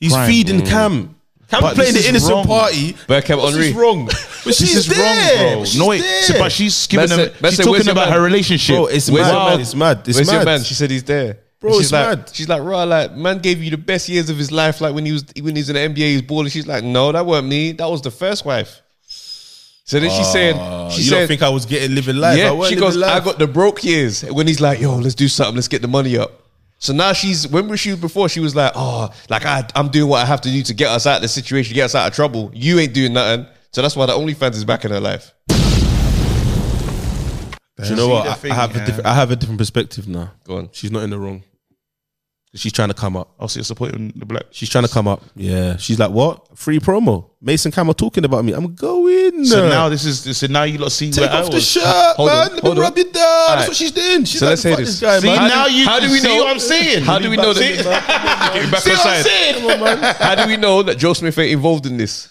Speaker 4: He's
Speaker 3: Prime.
Speaker 4: feeding Cam. Mm. Cam
Speaker 3: But
Speaker 4: playing
Speaker 3: this
Speaker 4: the
Speaker 3: is
Speaker 4: innocent
Speaker 3: wrong.
Speaker 4: party.
Speaker 1: Bergkamp
Speaker 4: This
Speaker 1: Henry.
Speaker 4: is [LAUGHS] wrong. But
Speaker 3: This
Speaker 4: she's
Speaker 3: is
Speaker 4: there.
Speaker 3: wrong, bro.
Speaker 4: She's
Speaker 3: No, wait.
Speaker 4: there.
Speaker 3: So, but she's giving him.
Speaker 1: Messi-
Speaker 3: She's
Speaker 1: Messi, where's
Speaker 3: talking
Speaker 1: your
Speaker 3: about
Speaker 1: man?
Speaker 3: her relationship.
Speaker 4: Bro, it's
Speaker 1: Where's
Speaker 4: mad.
Speaker 1: your man?
Speaker 4: It's mad. It's
Speaker 1: Where's
Speaker 4: mad.
Speaker 1: your man? She said he's there.
Speaker 4: Bro,
Speaker 1: she's
Speaker 4: it's
Speaker 1: like,
Speaker 4: mad.
Speaker 1: She's like, raw, like, man gave you the best years of his life. Like when he was when he was in the NBA, he's balling. She's like, no, that weren't me. That was the first wife. So then she's
Speaker 3: Ah,
Speaker 1: saying, she
Speaker 4: you
Speaker 1: said,
Speaker 4: don't think I was getting living life? I
Speaker 1: yeah,
Speaker 4: wasn't
Speaker 1: she goes,
Speaker 4: living life.
Speaker 1: I got the broke years. When he's like, yo, let's do something, let's get the money up. So now she's, when was she before? She was like, oh, like I, I'm doing what I have to do to get us out of the situation, get us out of trouble. You ain't doing nothing. So that's why the OnlyFans is back in her life.
Speaker 4: Do you know
Speaker 3: See
Speaker 4: what?
Speaker 3: the
Speaker 4: I,
Speaker 3: thing,
Speaker 4: I have
Speaker 3: yeah.
Speaker 4: a different. I have a different perspective now.
Speaker 1: Go on.
Speaker 4: She's not in the wrong. She's trying to come up.
Speaker 3: I'll see. Supporting the black.
Speaker 4: She's trying to come up. Yeah. She's like, what? Free promo. Mason Cam are talking about me. I'm going.
Speaker 3: So
Speaker 4: uh,
Speaker 3: now this is. So now you lot see
Speaker 4: take
Speaker 3: where I
Speaker 4: off the
Speaker 3: was.
Speaker 4: shirt,
Speaker 1: Hold on,
Speaker 4: man. Let me
Speaker 1: hold on.
Speaker 4: rub it down. That's what she's doing. She's
Speaker 1: So
Speaker 4: like,
Speaker 1: let's hear
Speaker 4: fuck this
Speaker 1: this.
Speaker 4: guy,
Speaker 3: See
Speaker 4: man.
Speaker 3: now you.
Speaker 1: how do we
Speaker 3: see
Speaker 1: know-
Speaker 3: What I'm saying.
Speaker 1: How do we know that? Get back
Speaker 3: See what I'm
Speaker 1: aside.
Speaker 3: saying?
Speaker 1: How do we know that Joe Smith ain't involved in this?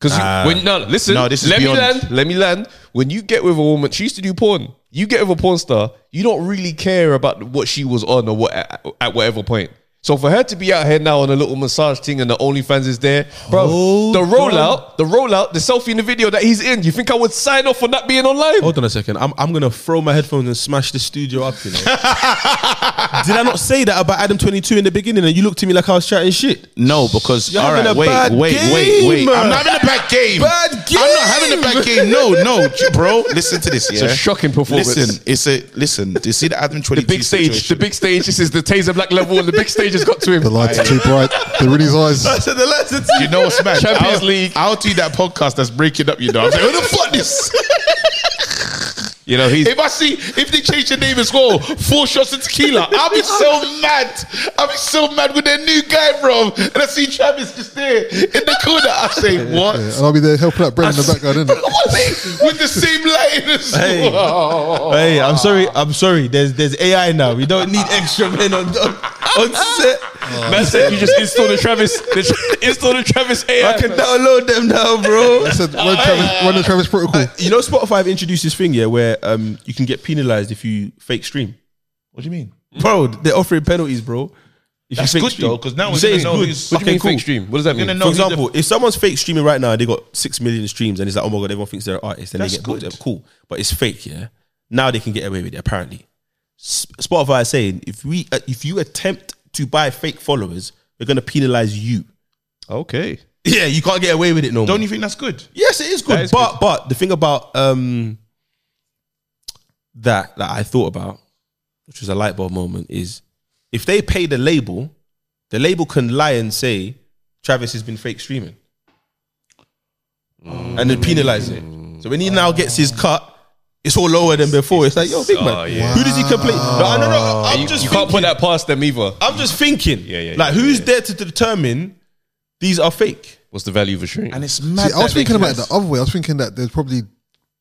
Speaker 1: Because
Speaker 4: Ah.
Speaker 1: when no, listen,
Speaker 3: No, this is
Speaker 1: let
Speaker 3: beyond-
Speaker 1: me land. Let me land. When you get with a woman, she used to do porn. You get with a porn star, you don't really care about what she was on or what at, at whatever point. So for her to be out here now on a little massage thing and the OnlyFans is there, bro. the rollout, the rollout, the selfie in the video that he's in. You think I would sign off for that being online?
Speaker 4: Hold on a second. I'm, I'm gonna throw my headphones and smash the studio up. [LAUGHS] You know? Did I not say that about Adam 22 in the beginning? And you looked at me like I was chatting shit.
Speaker 3: No, because
Speaker 4: You're
Speaker 3: all
Speaker 4: having
Speaker 3: right,
Speaker 4: a
Speaker 3: wait,
Speaker 4: bad
Speaker 3: wait,
Speaker 4: game.
Speaker 3: wait, wait. I'm not having a bad game.
Speaker 4: Bad
Speaker 3: I'm not having a bad game. No, no, bro. Listen to this.
Speaker 1: It's
Speaker 3: yeah?
Speaker 1: a shocking performance.
Speaker 3: Listen, it's a listen. Do you see the Adam 22
Speaker 1: The big stage,
Speaker 3: situation?
Speaker 1: [LAUGHS] the big stage. This is the Taser Black level, and the big stage has got to him.
Speaker 3: The lights are too
Speaker 1: bright. They're in his eyes.
Speaker 3: you know what's mad?
Speaker 1: Champions
Speaker 3: I'll, League. I'll do that podcast that's breaking up. You know, I'm like, who the fuck this?
Speaker 1: You know, he's
Speaker 3: If I see if they change the name as well, four shots of tequila, I'll be so mad. I'll be so mad with their new guy, bro. And I see Travis just there in the corner. I say, what?
Speaker 5: Yeah, and I'll be there helping out Brent in the background, innit?
Speaker 3: with the same lighting as
Speaker 5: [LAUGHS]
Speaker 4: Hey.
Speaker 3: well.
Speaker 4: Hey, I'm sorry. I'm sorry. There's there's AI now. We don't need extra men on on,
Speaker 5: [LAUGHS]
Speaker 4: on
Speaker 5: Oh.
Speaker 4: set.
Speaker 1: Man said you just install the Travis, the, tra- [LAUGHS] install the Travis AI.
Speaker 4: I can download them now, bro. I
Speaker 5: said run, Travis, run the Travis protocol.
Speaker 4: You know, Spotify have introduced this thing, yeah, where um you can get penalized if you fake stream.
Speaker 3: What do you mean?
Speaker 4: Bro, they're offering penalties, bro. If
Speaker 3: That's
Speaker 4: you fake
Speaker 3: good,
Speaker 4: stream.
Speaker 3: though, 'cause now
Speaker 4: You
Speaker 3: we're
Speaker 4: say
Speaker 3: gonna
Speaker 4: it's
Speaker 3: know
Speaker 4: good.
Speaker 3: who's- What do you
Speaker 4: Okay,
Speaker 3: mean fake
Speaker 4: cool.
Speaker 1: stream? What does that We're gonna mean? know
Speaker 4: For
Speaker 1: who's the-
Speaker 4: example, if someone's fake streaming right now, and they got six million streams, and it's like, oh my god, everyone thinks they're an artist, and
Speaker 3: That's
Speaker 4: they get booked.
Speaker 3: good.
Speaker 4: up. Cool, but it's fake, yeah. Now they can get away with it. Apparently, S- Spotify is saying if we uh, if you attempt to buy fake followers, we're gonna penalize you. [LAUGHS]
Speaker 1: Okay.
Speaker 4: Yeah, you can't get away with it no more.
Speaker 3: Don't you think that's good?
Speaker 4: Yes, it is good.
Speaker 3: That is
Speaker 4: but but the thing about um that that I thought about, which was a light bulb moment, is if they pay the label, the label can lie and say Travis has been fake streaming, and then penalize it. So when he now gets his cut. It's all lower than before. It's like, yo, big man,
Speaker 1: Oh, yeah.
Speaker 4: who does he complain? No, no, no. I'm
Speaker 1: you,
Speaker 4: just
Speaker 1: you
Speaker 4: thinking-
Speaker 1: can't put that past them either.
Speaker 4: I'm just thinking.
Speaker 1: Yeah, yeah,
Speaker 4: Like,
Speaker 1: yeah,
Speaker 4: who's there to determine these are fake?
Speaker 1: What's the value of a stream?
Speaker 3: And it's
Speaker 5: See, I was
Speaker 4: that they
Speaker 5: thinking
Speaker 4: can-
Speaker 5: about it the other way. I was thinking that they'd probably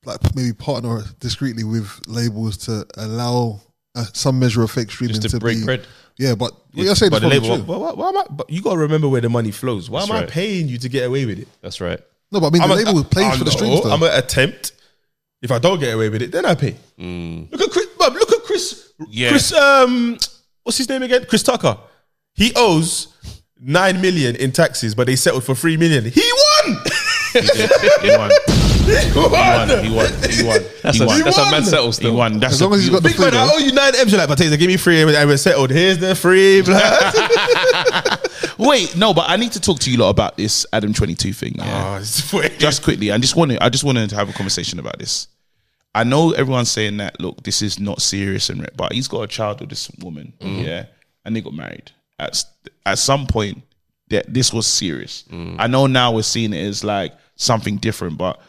Speaker 5: like maybe partner discreetly with labels to allow uh, some measure of fake streaming
Speaker 1: to
Speaker 5: to,
Speaker 1: break
Speaker 5: be,
Speaker 1: bread.
Speaker 5: Yeah, but what you're saying is
Speaker 4: But the
Speaker 5: probably
Speaker 4: label-
Speaker 5: true.
Speaker 4: why- why- why am I- but you got to remember where the money flows. Why
Speaker 1: That's
Speaker 4: am
Speaker 1: right.
Speaker 4: I paying you to get away with it?
Speaker 1: That's right.
Speaker 5: No, but I mean the
Speaker 4: I'm a-
Speaker 5: label plays
Speaker 4: I
Speaker 5: for the
Speaker 4: know,
Speaker 5: streams. Though.
Speaker 4: I'm gonna attempt. If I don't get away with it, then I pay.
Speaker 5: Mm.
Speaker 4: Look at Chris. bruv, Look at Chris.
Speaker 1: Yeah.
Speaker 4: Chris. Um, what's his name again? Chris Tucker. He owes nine million in taxes, but they settled for three million. He won.
Speaker 3: He
Speaker 5: [LAUGHS]
Speaker 3: won.
Speaker 4: He
Speaker 3: He won. He won.
Speaker 1: That's,
Speaker 3: he
Speaker 1: a,
Speaker 3: won.
Speaker 1: that's a
Speaker 4: won.
Speaker 1: mad settle
Speaker 3: He
Speaker 1: still.
Speaker 3: won. That's
Speaker 5: As long
Speaker 3: a
Speaker 5: as he's got the
Speaker 4: Big man,
Speaker 5: food.
Speaker 4: I owe you nine M's. You're like, but Taser, give me three, and we're settled. Here's the
Speaker 5: [LAUGHS]
Speaker 4: three. Blah.
Speaker 3: Wait, no, but I need to talk to you lot about this Adam 22 thing. Yeah. just quickly, I just wanted I just wanted to have a conversation about this. I know everyone's saying that, look, this is not serious and but he's got a child with this woman,
Speaker 4: Mm-hmm.
Speaker 3: yeah, and they got married. At s- at some point that this was serious.
Speaker 4: Mm.
Speaker 3: I know now we're seeing it as like something different, but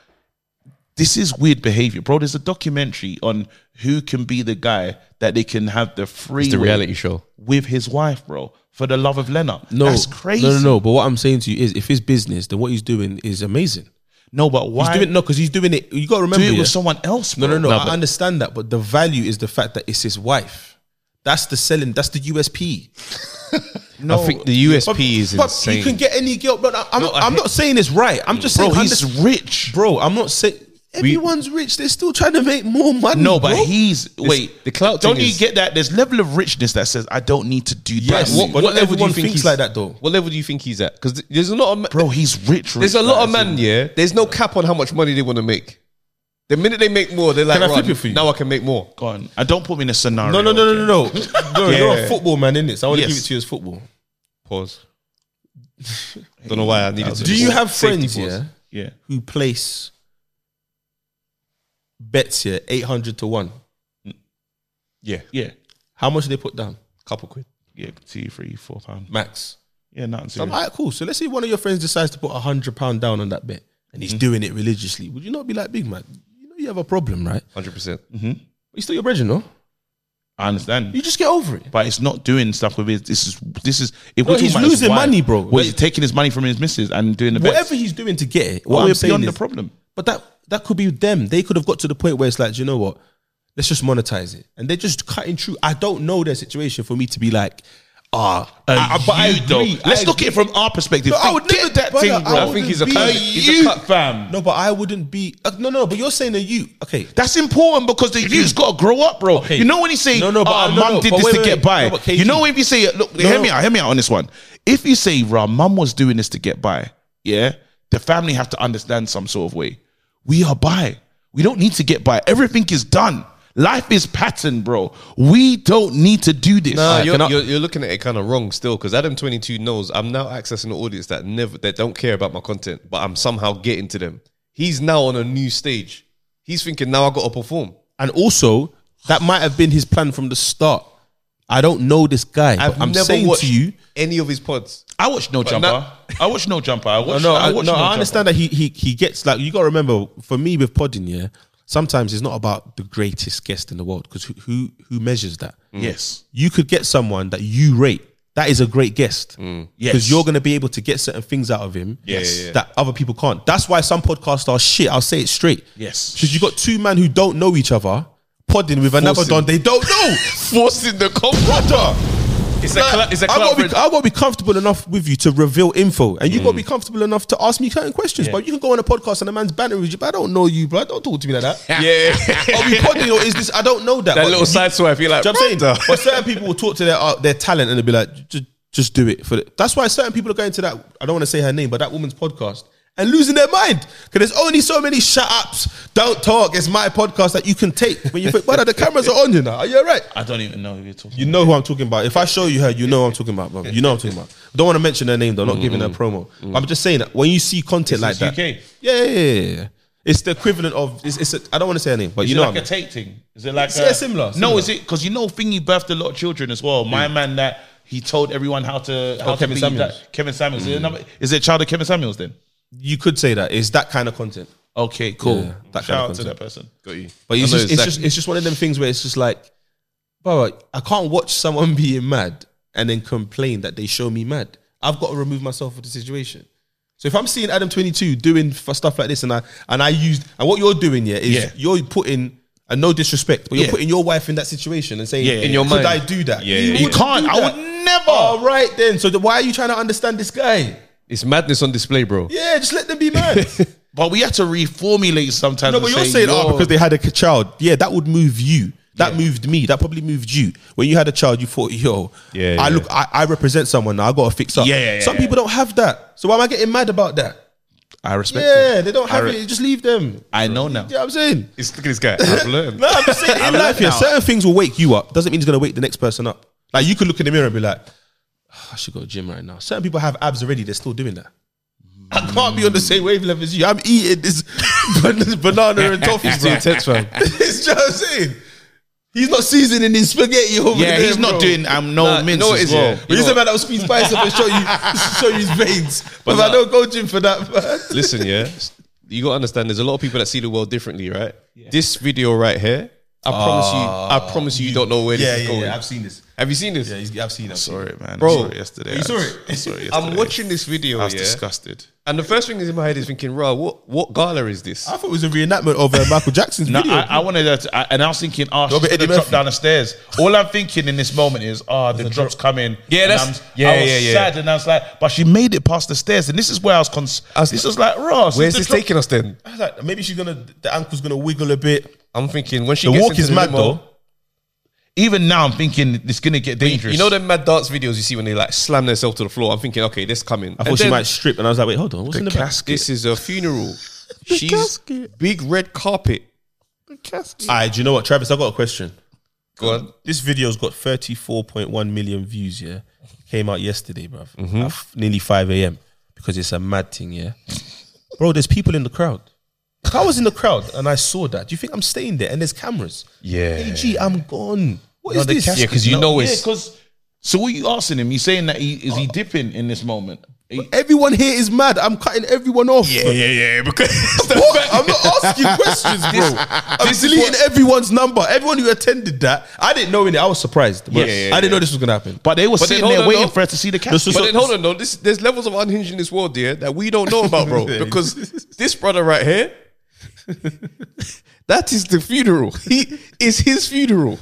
Speaker 3: this is weird behavior, bro. There's a documentary on who can be the guy that they can have the free
Speaker 1: It's the reality show.
Speaker 3: with his wife, bro, for the love of Lena. that's crazy.
Speaker 4: No, no, no. But what I'm saying to you is, if his business, then what he's doing is amazing.
Speaker 3: No, but why?
Speaker 4: He's doing no, because he's doing it. You got to
Speaker 3: do
Speaker 4: remember,
Speaker 3: it
Speaker 4: yeah.
Speaker 3: with someone else.
Speaker 4: No,
Speaker 3: bro.
Speaker 4: no, no.
Speaker 1: No,
Speaker 4: I
Speaker 1: but-
Speaker 4: understand that, but the value is the fact that it's his wife. That's the selling. That's the [LAUGHS] USP.
Speaker 1: No, I think the USP is
Speaker 4: But
Speaker 1: insane.
Speaker 4: you can get any girl. But I- I'm,
Speaker 1: No,
Speaker 4: not,
Speaker 1: I
Speaker 4: I'm
Speaker 1: hate-
Speaker 4: not saying it's right. I'm just
Speaker 3: Bro,
Speaker 4: saying
Speaker 3: he's
Speaker 4: under-
Speaker 3: rich.
Speaker 4: Bro, I'm not saying everyone's rich. They're still trying to make more money.
Speaker 3: No, but
Speaker 4: bro.
Speaker 3: he's wait.
Speaker 1: the clout
Speaker 3: Don't
Speaker 1: thing
Speaker 3: you
Speaker 1: is-
Speaker 3: get that? There's level of richness that says I don't need to do
Speaker 4: Yes,
Speaker 3: that.
Speaker 4: what-
Speaker 3: What-
Speaker 4: but not everyone thinks
Speaker 1: he's
Speaker 4: like that, though.
Speaker 1: What level do you think he's at? Because there's a lot of ma-
Speaker 3: bro, he's rich. rich
Speaker 1: there's a lot of
Speaker 3: like,
Speaker 1: man. Yeah, there's no cap on how much money they want to make. The minute they make more, they're like,
Speaker 4: I flip
Speaker 1: "Right,
Speaker 4: it for you?"
Speaker 1: now I can make more.
Speaker 3: Go on. And don't put me in a scenario.
Speaker 4: no, no, no, no, no,
Speaker 1: [LAUGHS]
Speaker 4: no. no You're
Speaker 1: Yeah.
Speaker 4: a football man, innit? So I want
Speaker 3: Yes.
Speaker 4: to give it to you as football.
Speaker 1: Pause. Don't know why I needed to.
Speaker 4: Do you have
Speaker 1: Safety
Speaker 4: friends?
Speaker 1: pause.
Speaker 4: Yeah.
Speaker 3: Yeah.
Speaker 4: who place bets here 800 to 1
Speaker 1: Yeah.
Speaker 3: Yeah.
Speaker 4: how much do they put down
Speaker 1: Couple quid.
Speaker 3: Yeah. Two, three, four pound.
Speaker 4: max
Speaker 3: Yeah, nothing
Speaker 4: so, all
Speaker 3: serious.
Speaker 4: right cool so let's say one of your friends decides to put 100 pound down on that bet and he's doing it religiously would you not be like big man you know you have a problem right
Speaker 1: Hundred percent.
Speaker 4: you still your brethren no
Speaker 3: I understand.
Speaker 4: you just get over it
Speaker 3: But it's not doing stuff with it. This is this is if
Speaker 4: No,
Speaker 3: we're talking
Speaker 4: he's
Speaker 3: about his
Speaker 4: losing
Speaker 3: wife,
Speaker 4: money, bro.
Speaker 3: Well, he's
Speaker 4: Like-
Speaker 3: taking his money from his missus and doing the best.
Speaker 4: whatever he's doing to get it what
Speaker 3: Well,
Speaker 4: i'm
Speaker 3: we're
Speaker 4: saying
Speaker 3: beyond
Speaker 4: is,
Speaker 3: the problem.
Speaker 4: but that that could be them they could have got to the point where it's like "Do you know what let's just monetize it and they're just cutting through i don't know their situation for me to be like
Speaker 1: are.
Speaker 3: I- I- but I agree.
Speaker 1: Let's look at it from our perspective.
Speaker 3: No, I would never that
Speaker 1: brother,
Speaker 3: thing,
Speaker 1: I
Speaker 3: bro.
Speaker 1: wouldn't I think he's a be- cut- he's a cut
Speaker 3: fam.
Speaker 4: No, but I wouldn't be. uh, no, no. But you're saying a you. Okay,
Speaker 3: that's important because the youth's got to grow up, bro. You know when he say,
Speaker 4: No, no, but
Speaker 3: "Ah,
Speaker 4: I- no,
Speaker 3: mum
Speaker 4: no,
Speaker 3: did
Speaker 4: but
Speaker 3: this
Speaker 4: wait,
Speaker 3: to
Speaker 4: wait,
Speaker 3: get
Speaker 4: wait.
Speaker 3: by."
Speaker 4: No, but KG.
Speaker 3: you know if you say, "Look,
Speaker 4: No,
Speaker 3: hear
Speaker 4: no.
Speaker 3: me out, hear me out on this one." If you say, "Rah, mum was doing this to get by," yeah, the family have to understand some sort of way. We are by. We don't need to get by. Everything is done. Life is pattern, bro. We don't need to do this.
Speaker 1: No,
Speaker 3: Alright,
Speaker 1: you're,
Speaker 3: can I-
Speaker 1: you're, you're looking at it kind of wrong still because Adam Twenty Two knows I'm now accessing an audience that never that don't care about my content, but I'm somehow getting to them. He's now on a new stage. He's thinking now I got to perform.
Speaker 4: And also, that might have been his plan from the start. I don't know this guy.
Speaker 1: I've
Speaker 4: but I'm
Speaker 1: never
Speaker 4: saying
Speaker 1: watched
Speaker 4: to you,
Speaker 1: any of his pods.
Speaker 3: I watched No
Speaker 1: But
Speaker 3: Jumper.
Speaker 1: na-
Speaker 3: I watched No Jumper. I watched.
Speaker 4: Oh, no, no,
Speaker 3: I,
Speaker 4: I,
Speaker 3: watched
Speaker 4: no,
Speaker 3: no
Speaker 4: I
Speaker 3: Jumper.
Speaker 4: understand that he he he gets like you got to remember for me with podding, yeah. Sometimes it's not about the greatest guest in the world because who, who who measures that?
Speaker 3: Yes.
Speaker 4: you could get someone that you rate. That is a great guest because
Speaker 3: Yes.
Speaker 4: you're going to be able to get certain things out of him
Speaker 3: Yeah, yeah, yeah.
Speaker 4: that other people can't. That's why some podcasts are shit. I'll say it straight.
Speaker 3: Yes.
Speaker 4: because you got two men who don't know each other podding with another
Speaker 3: Forcing.
Speaker 4: don they don't know.
Speaker 1: Forcing the confronter. It's a cla- it's a
Speaker 4: I gotta,
Speaker 1: collaboration.
Speaker 4: be, I gotta be comfortable enough with you to reveal info, and you gotta be comfortable enough to ask me certain questions. But you can go on a podcast and a man's banter with you, but I don't know you, bro. Don't talk to me like that.
Speaker 1: [LAUGHS] Yeah.
Speaker 4: Are we podding or is this? I don't know that.
Speaker 1: That
Speaker 4: But
Speaker 1: little
Speaker 4: you-
Speaker 1: side swipe, you're like,
Speaker 4: Do you know what I'm saying?
Speaker 1: "Brother."
Speaker 4: But certain people will talk to their uh, their talent and they'll be like, just, just do it for. The-. That's why certain people are going to that. I don't want to say her name, but that woman's podcast. And losing their mind because there's only so many shut ups, don't talk. It's my podcast that you can take when you think, brother, the cameras are on you now. Are you all right?
Speaker 3: I don't even know who you're talking.
Speaker 4: You know who I'm talking about. If I show you her, you know who I'm talking about, bro. You know what I'm talking about. Don't want to mention her name though. Not giving her
Speaker 3: Mm.
Speaker 4: promo. I'm just saying that when you see content like
Speaker 3: It's
Speaker 4: that,
Speaker 3: UK.
Speaker 4: yeah, yeah, yeah, yeah. it's the equivalent of. It's. it's a, I don't want to say her name, but
Speaker 3: Is
Speaker 4: you
Speaker 3: it
Speaker 4: know.
Speaker 3: like
Speaker 4: what I
Speaker 3: a tape thing? Is it like
Speaker 4: Yeah,
Speaker 3: a,
Speaker 4: similar,
Speaker 3: No,
Speaker 4: similar.
Speaker 3: is it because you know Thingy birthed a lot of children as well. My man that he told everyone how to how
Speaker 4: Oh,
Speaker 3: to
Speaker 4: Kevin
Speaker 3: be
Speaker 4: Samuels.
Speaker 3: that- Mm. Kevin Samuels. Mm. Is, it another, is it a child of Kevin Samuels then?
Speaker 4: mean? you could say that. It's that kind of content.
Speaker 3: Okay, cool.
Speaker 4: Yeah, that kind
Speaker 3: Shout
Speaker 4: of
Speaker 3: out to
Speaker 4: content.
Speaker 3: that person.
Speaker 1: Got you.
Speaker 4: But it's
Speaker 1: I know
Speaker 4: just, it's
Speaker 1: exactly.
Speaker 4: just it's just one of them things where it's just like, bro, I can't watch someone [LAUGHS] being mad and then complain that they show me mad. I've got to remove myself from the situation. So if I'm seeing Adam 22 doing f- stuff like this and I and I used and what you're doing yeah is
Speaker 3: Yeah.
Speaker 4: you're putting and no disrespect, but you're
Speaker 3: Yeah.
Speaker 4: putting your wife in that situation and saying,
Speaker 3: Yeah, yeah,
Speaker 1: In your
Speaker 4: could
Speaker 1: mind.
Speaker 4: I do that?
Speaker 1: Yeah, yeah, yeah.
Speaker 3: You
Speaker 4: wouldn't
Speaker 3: can't.
Speaker 4: do
Speaker 3: I
Speaker 4: that.
Speaker 3: would never.
Speaker 4: All right then. So the, why are you trying to understand this guy?
Speaker 1: It's madness on display, bro.
Speaker 4: Yeah, just let them be mad.
Speaker 3: But we have to reformulate sometimes.
Speaker 4: No,
Speaker 3: and
Speaker 4: but you're
Speaker 3: say,
Speaker 4: saying, oh,
Speaker 3: yo,
Speaker 4: because they had a k- child. Yeah, that would move you. That moved me. That probably moved you. When you had a child, you thought, yo,
Speaker 1: Yeah,
Speaker 4: I
Speaker 1: yeah.
Speaker 4: look, I, I represent someone now. I got to fix up.
Speaker 3: Yeah, yeah, yeah,
Speaker 4: Some
Speaker 3: yeah.
Speaker 4: people don't have that. So why am I getting mad about that?
Speaker 3: I respect.
Speaker 4: Yeah,
Speaker 3: it.
Speaker 4: they don't
Speaker 3: I
Speaker 4: have
Speaker 3: re-
Speaker 4: it. Just leave them.
Speaker 3: I know now.
Speaker 4: You know what I'm saying?
Speaker 1: It's look at this guy.
Speaker 3: [LAUGHS]
Speaker 1: I've learned.
Speaker 4: No, I'm just [LAUGHS] saying
Speaker 3: I'm
Speaker 4: in life,
Speaker 3: left
Speaker 4: yeah,
Speaker 3: now.
Speaker 4: certain things will wake you up. Doesn't mean it's going to wake the next person up. Like you could look in the mirror and be like, "Ah, I should go to the gym right now. Certain people have abs already. They're still doing that. I can't be on the same wavelength as you. I'm eating this [LAUGHS] ban- banana and toffee.
Speaker 1: It's too
Speaker 4: bro.
Speaker 1: intense, fam.
Speaker 4: [LAUGHS] it's just what I'm saying. He's not seasoning his spaghetti over
Speaker 3: Yeah,
Speaker 4: there,
Speaker 3: he's not
Speaker 4: bro.
Speaker 3: doing um, no
Speaker 1: Nah,
Speaker 3: mince
Speaker 1: no,
Speaker 3: as
Speaker 1: it is,
Speaker 3: well.
Speaker 1: yeah.
Speaker 4: But he's
Speaker 1: You know
Speaker 4: the man that will squeeze bicep and show
Speaker 1: [LAUGHS]
Speaker 4: you, [LAUGHS] show you his veins. But,
Speaker 1: nah.
Speaker 4: I don't go gym for that,
Speaker 3: [LAUGHS]
Speaker 4: man.
Speaker 1: Listen, yeah, you got to understand. There's a lot of people that see the world differently, right? This video right here, I promise you,
Speaker 4: Ah,
Speaker 1: I promise you, you don't know where this is going.
Speaker 4: seen this.
Speaker 1: Have you seen this?
Speaker 4: I've seen it.
Speaker 3: Sorry, man.
Speaker 1: Bro.
Speaker 3: I saw it yesterday.
Speaker 4: You saw
Speaker 3: I-
Speaker 4: it?
Speaker 3: I [LAUGHS] saw it yesterday.
Speaker 1: I'm watching this video,
Speaker 3: I was
Speaker 1: yeah,
Speaker 3: disgusted.
Speaker 1: and the first thing that's in my head is thinking, "Raw, what what gala is this?"
Speaker 4: I thought it was a reenactment of uh, Michael Jackson's
Speaker 3: No,
Speaker 4: video.
Speaker 3: I, I wanted her to, I, and I was thinking, oh, she's
Speaker 4: but
Speaker 3: gonna
Speaker 4: Eddie
Speaker 3: drop
Speaker 4: Murphy.
Speaker 3: down the stairs. All I'm thinking in this moment is, oh, the drop's coming.
Speaker 1: Yeah,
Speaker 3: And
Speaker 1: that's-
Speaker 3: I'm,
Speaker 1: yeah,
Speaker 3: I was
Speaker 1: yeah, yeah.
Speaker 3: sad, and I was like, but she made it past the stairs, and this is where I was. Cons-
Speaker 1: was
Speaker 3: this was
Speaker 1: like,
Speaker 3: like, Ross,
Speaker 1: Where's this taking us then?
Speaker 4: I was like, maybe she's gonna the ankle's gonna wiggle a bit.
Speaker 1: I'm thinking when she
Speaker 4: The
Speaker 1: gets
Speaker 4: walk
Speaker 1: into
Speaker 4: is mad,
Speaker 1: limo-
Speaker 4: though.
Speaker 3: Even now, I'm thinking it's gonna get dangerous.
Speaker 1: You know the mad dance videos you see when they like slam themselves to the floor. I'm thinking, okay, this coming.
Speaker 4: I thought she might strip, and I was like, wait, hold on, what's in the back?
Speaker 1: casket. This is
Speaker 3: [LAUGHS]
Speaker 1: a funeral. She's
Speaker 4: casket.
Speaker 1: big red carpet.
Speaker 4: Alright, do you know what, Travis? I got a question.
Speaker 1: Go on.
Speaker 4: This video's got 34.1 million views. Yeah, came out yesterday, bruv. At f- nearly 5 a.m. because it's a mad thing. Yeah, bro, there's people in the crowd. If I was in the crowd and I saw that, do you think I'm staying there? And there's cameras.
Speaker 1: Yeah.
Speaker 4: AG, I'm gone. What
Speaker 3: No,
Speaker 4: is
Speaker 3: the
Speaker 4: this?
Speaker 3: casket-
Speaker 1: Yeah, 'cause you
Speaker 3: no,
Speaker 1: know
Speaker 3: yeah,
Speaker 1: it's-
Speaker 3: 'cause- so what are you asking him? You saying that he is he dipping in this moment? He-
Speaker 4: Everyone here is mad. I'm cutting everyone off.
Speaker 1: yeah, yeah. Because [LAUGHS]
Speaker 4: [LAUGHS] What? I'm not asking questions, bro. I'm deleting everyone's number. Everyone who attended that, I didn't know in it. I was surprised. But
Speaker 1: Yeah, yeah, yeah.
Speaker 4: I didn't know this was gonna happen.
Speaker 3: but they were
Speaker 1: But then
Speaker 3: sitting
Speaker 1: hold
Speaker 3: there
Speaker 1: on,
Speaker 3: waiting
Speaker 1: though.
Speaker 3: for us to see the
Speaker 4: This
Speaker 3: casket.
Speaker 4: was
Speaker 1: But
Speaker 4: So-
Speaker 1: then hold on though, this, there's levels of unhinged in this world, dear, that we don't know
Speaker 4: [LAUGHS]
Speaker 1: about, bro. Because this brother right here, that is the funeral. He is his funeral.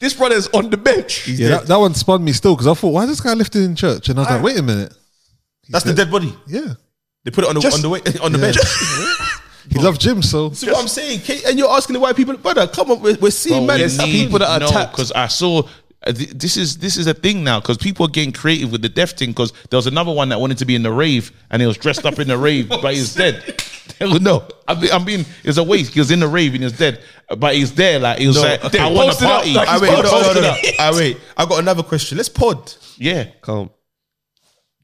Speaker 1: This brother's on the bench.
Speaker 5: yeah, that, that one spun me still because I thought, why is this guy lifted in church? And I was like, wait a minute.
Speaker 4: That's the dead body.
Speaker 5: Yeah.
Speaker 4: They put it on the
Speaker 5: Just-
Speaker 4: on the way, [LAUGHS] on the
Speaker 5: Yeah.
Speaker 4: bench.
Speaker 5: He loved gym, so.
Speaker 4: See what I'm saying, Kate? And you're asking the white people, brother, come on, we're, we're seeing
Speaker 3: Bro,
Speaker 4: man,
Speaker 3: we
Speaker 4: it's
Speaker 3: need-
Speaker 4: people that are
Speaker 3: Oh, no,
Speaker 4: tapped.
Speaker 3: because I saw. uh, th- This is this is a thing now because people are getting creative with the death thing because there was another one that wanted to be in the rave and he was dressed up in the rave but he's dead. no, I mean, I mean it's a waste. He was in the rave and he's dead, but he's there like he was
Speaker 4: No,
Speaker 3: like
Speaker 4: they
Speaker 3: I want
Speaker 4: posted
Speaker 3: to
Speaker 4: up,
Speaker 3: party.
Speaker 4: like,
Speaker 3: I
Speaker 4: he's
Speaker 3: wait,
Speaker 4: posted
Speaker 3: hold on, hold on.
Speaker 4: up. I Ah, wait. I got another question. Let's pod.
Speaker 3: Yeah,
Speaker 1: come.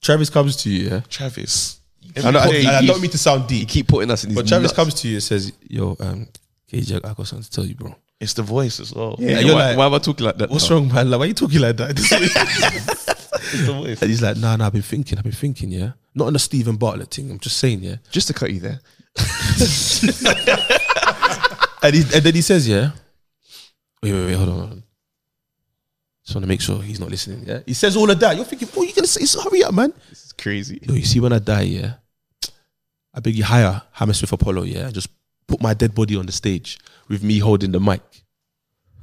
Speaker 4: Travis comes to you. Yeah,
Speaker 3: Travis.
Speaker 4: I, know, I-
Speaker 3: Every day
Speaker 4: I
Speaker 3: he's-
Speaker 4: don't mean to sound deep.
Speaker 1: keep putting us in these.
Speaker 4: But Travis
Speaker 1: nuts.
Speaker 4: comes to you and says, "Yo, um, KJ, I got something to tell you, bro."
Speaker 3: It's the voice as well.
Speaker 4: Yeah, you're
Speaker 1: why,
Speaker 4: like,
Speaker 1: why am I talking like that?
Speaker 4: What's
Speaker 1: now?
Speaker 4: wrong, man? Like, why you talking like that? [LAUGHS]
Speaker 3: It's the voice.
Speaker 4: and he's like, "Nah, nah, I've been thinking, I've been thinking, yeah, not on the Stephen Bartlett thing. I'm just saying, yeah."
Speaker 1: Just to cut you there.
Speaker 4: And, he, and then he says, "Yeah, wait, wait, wait, hold on, hold on. Just want to make sure he's not listening." Yeah, he says all of that. You're thinking, "Oh, you're gonna say, so hurry up, man."
Speaker 1: It's crazy.
Speaker 4: Yo, you see, when I die, yeah, I beg you hire Hammersmith Apollo, yeah, and just put my dead body on the stage with me holding the mic.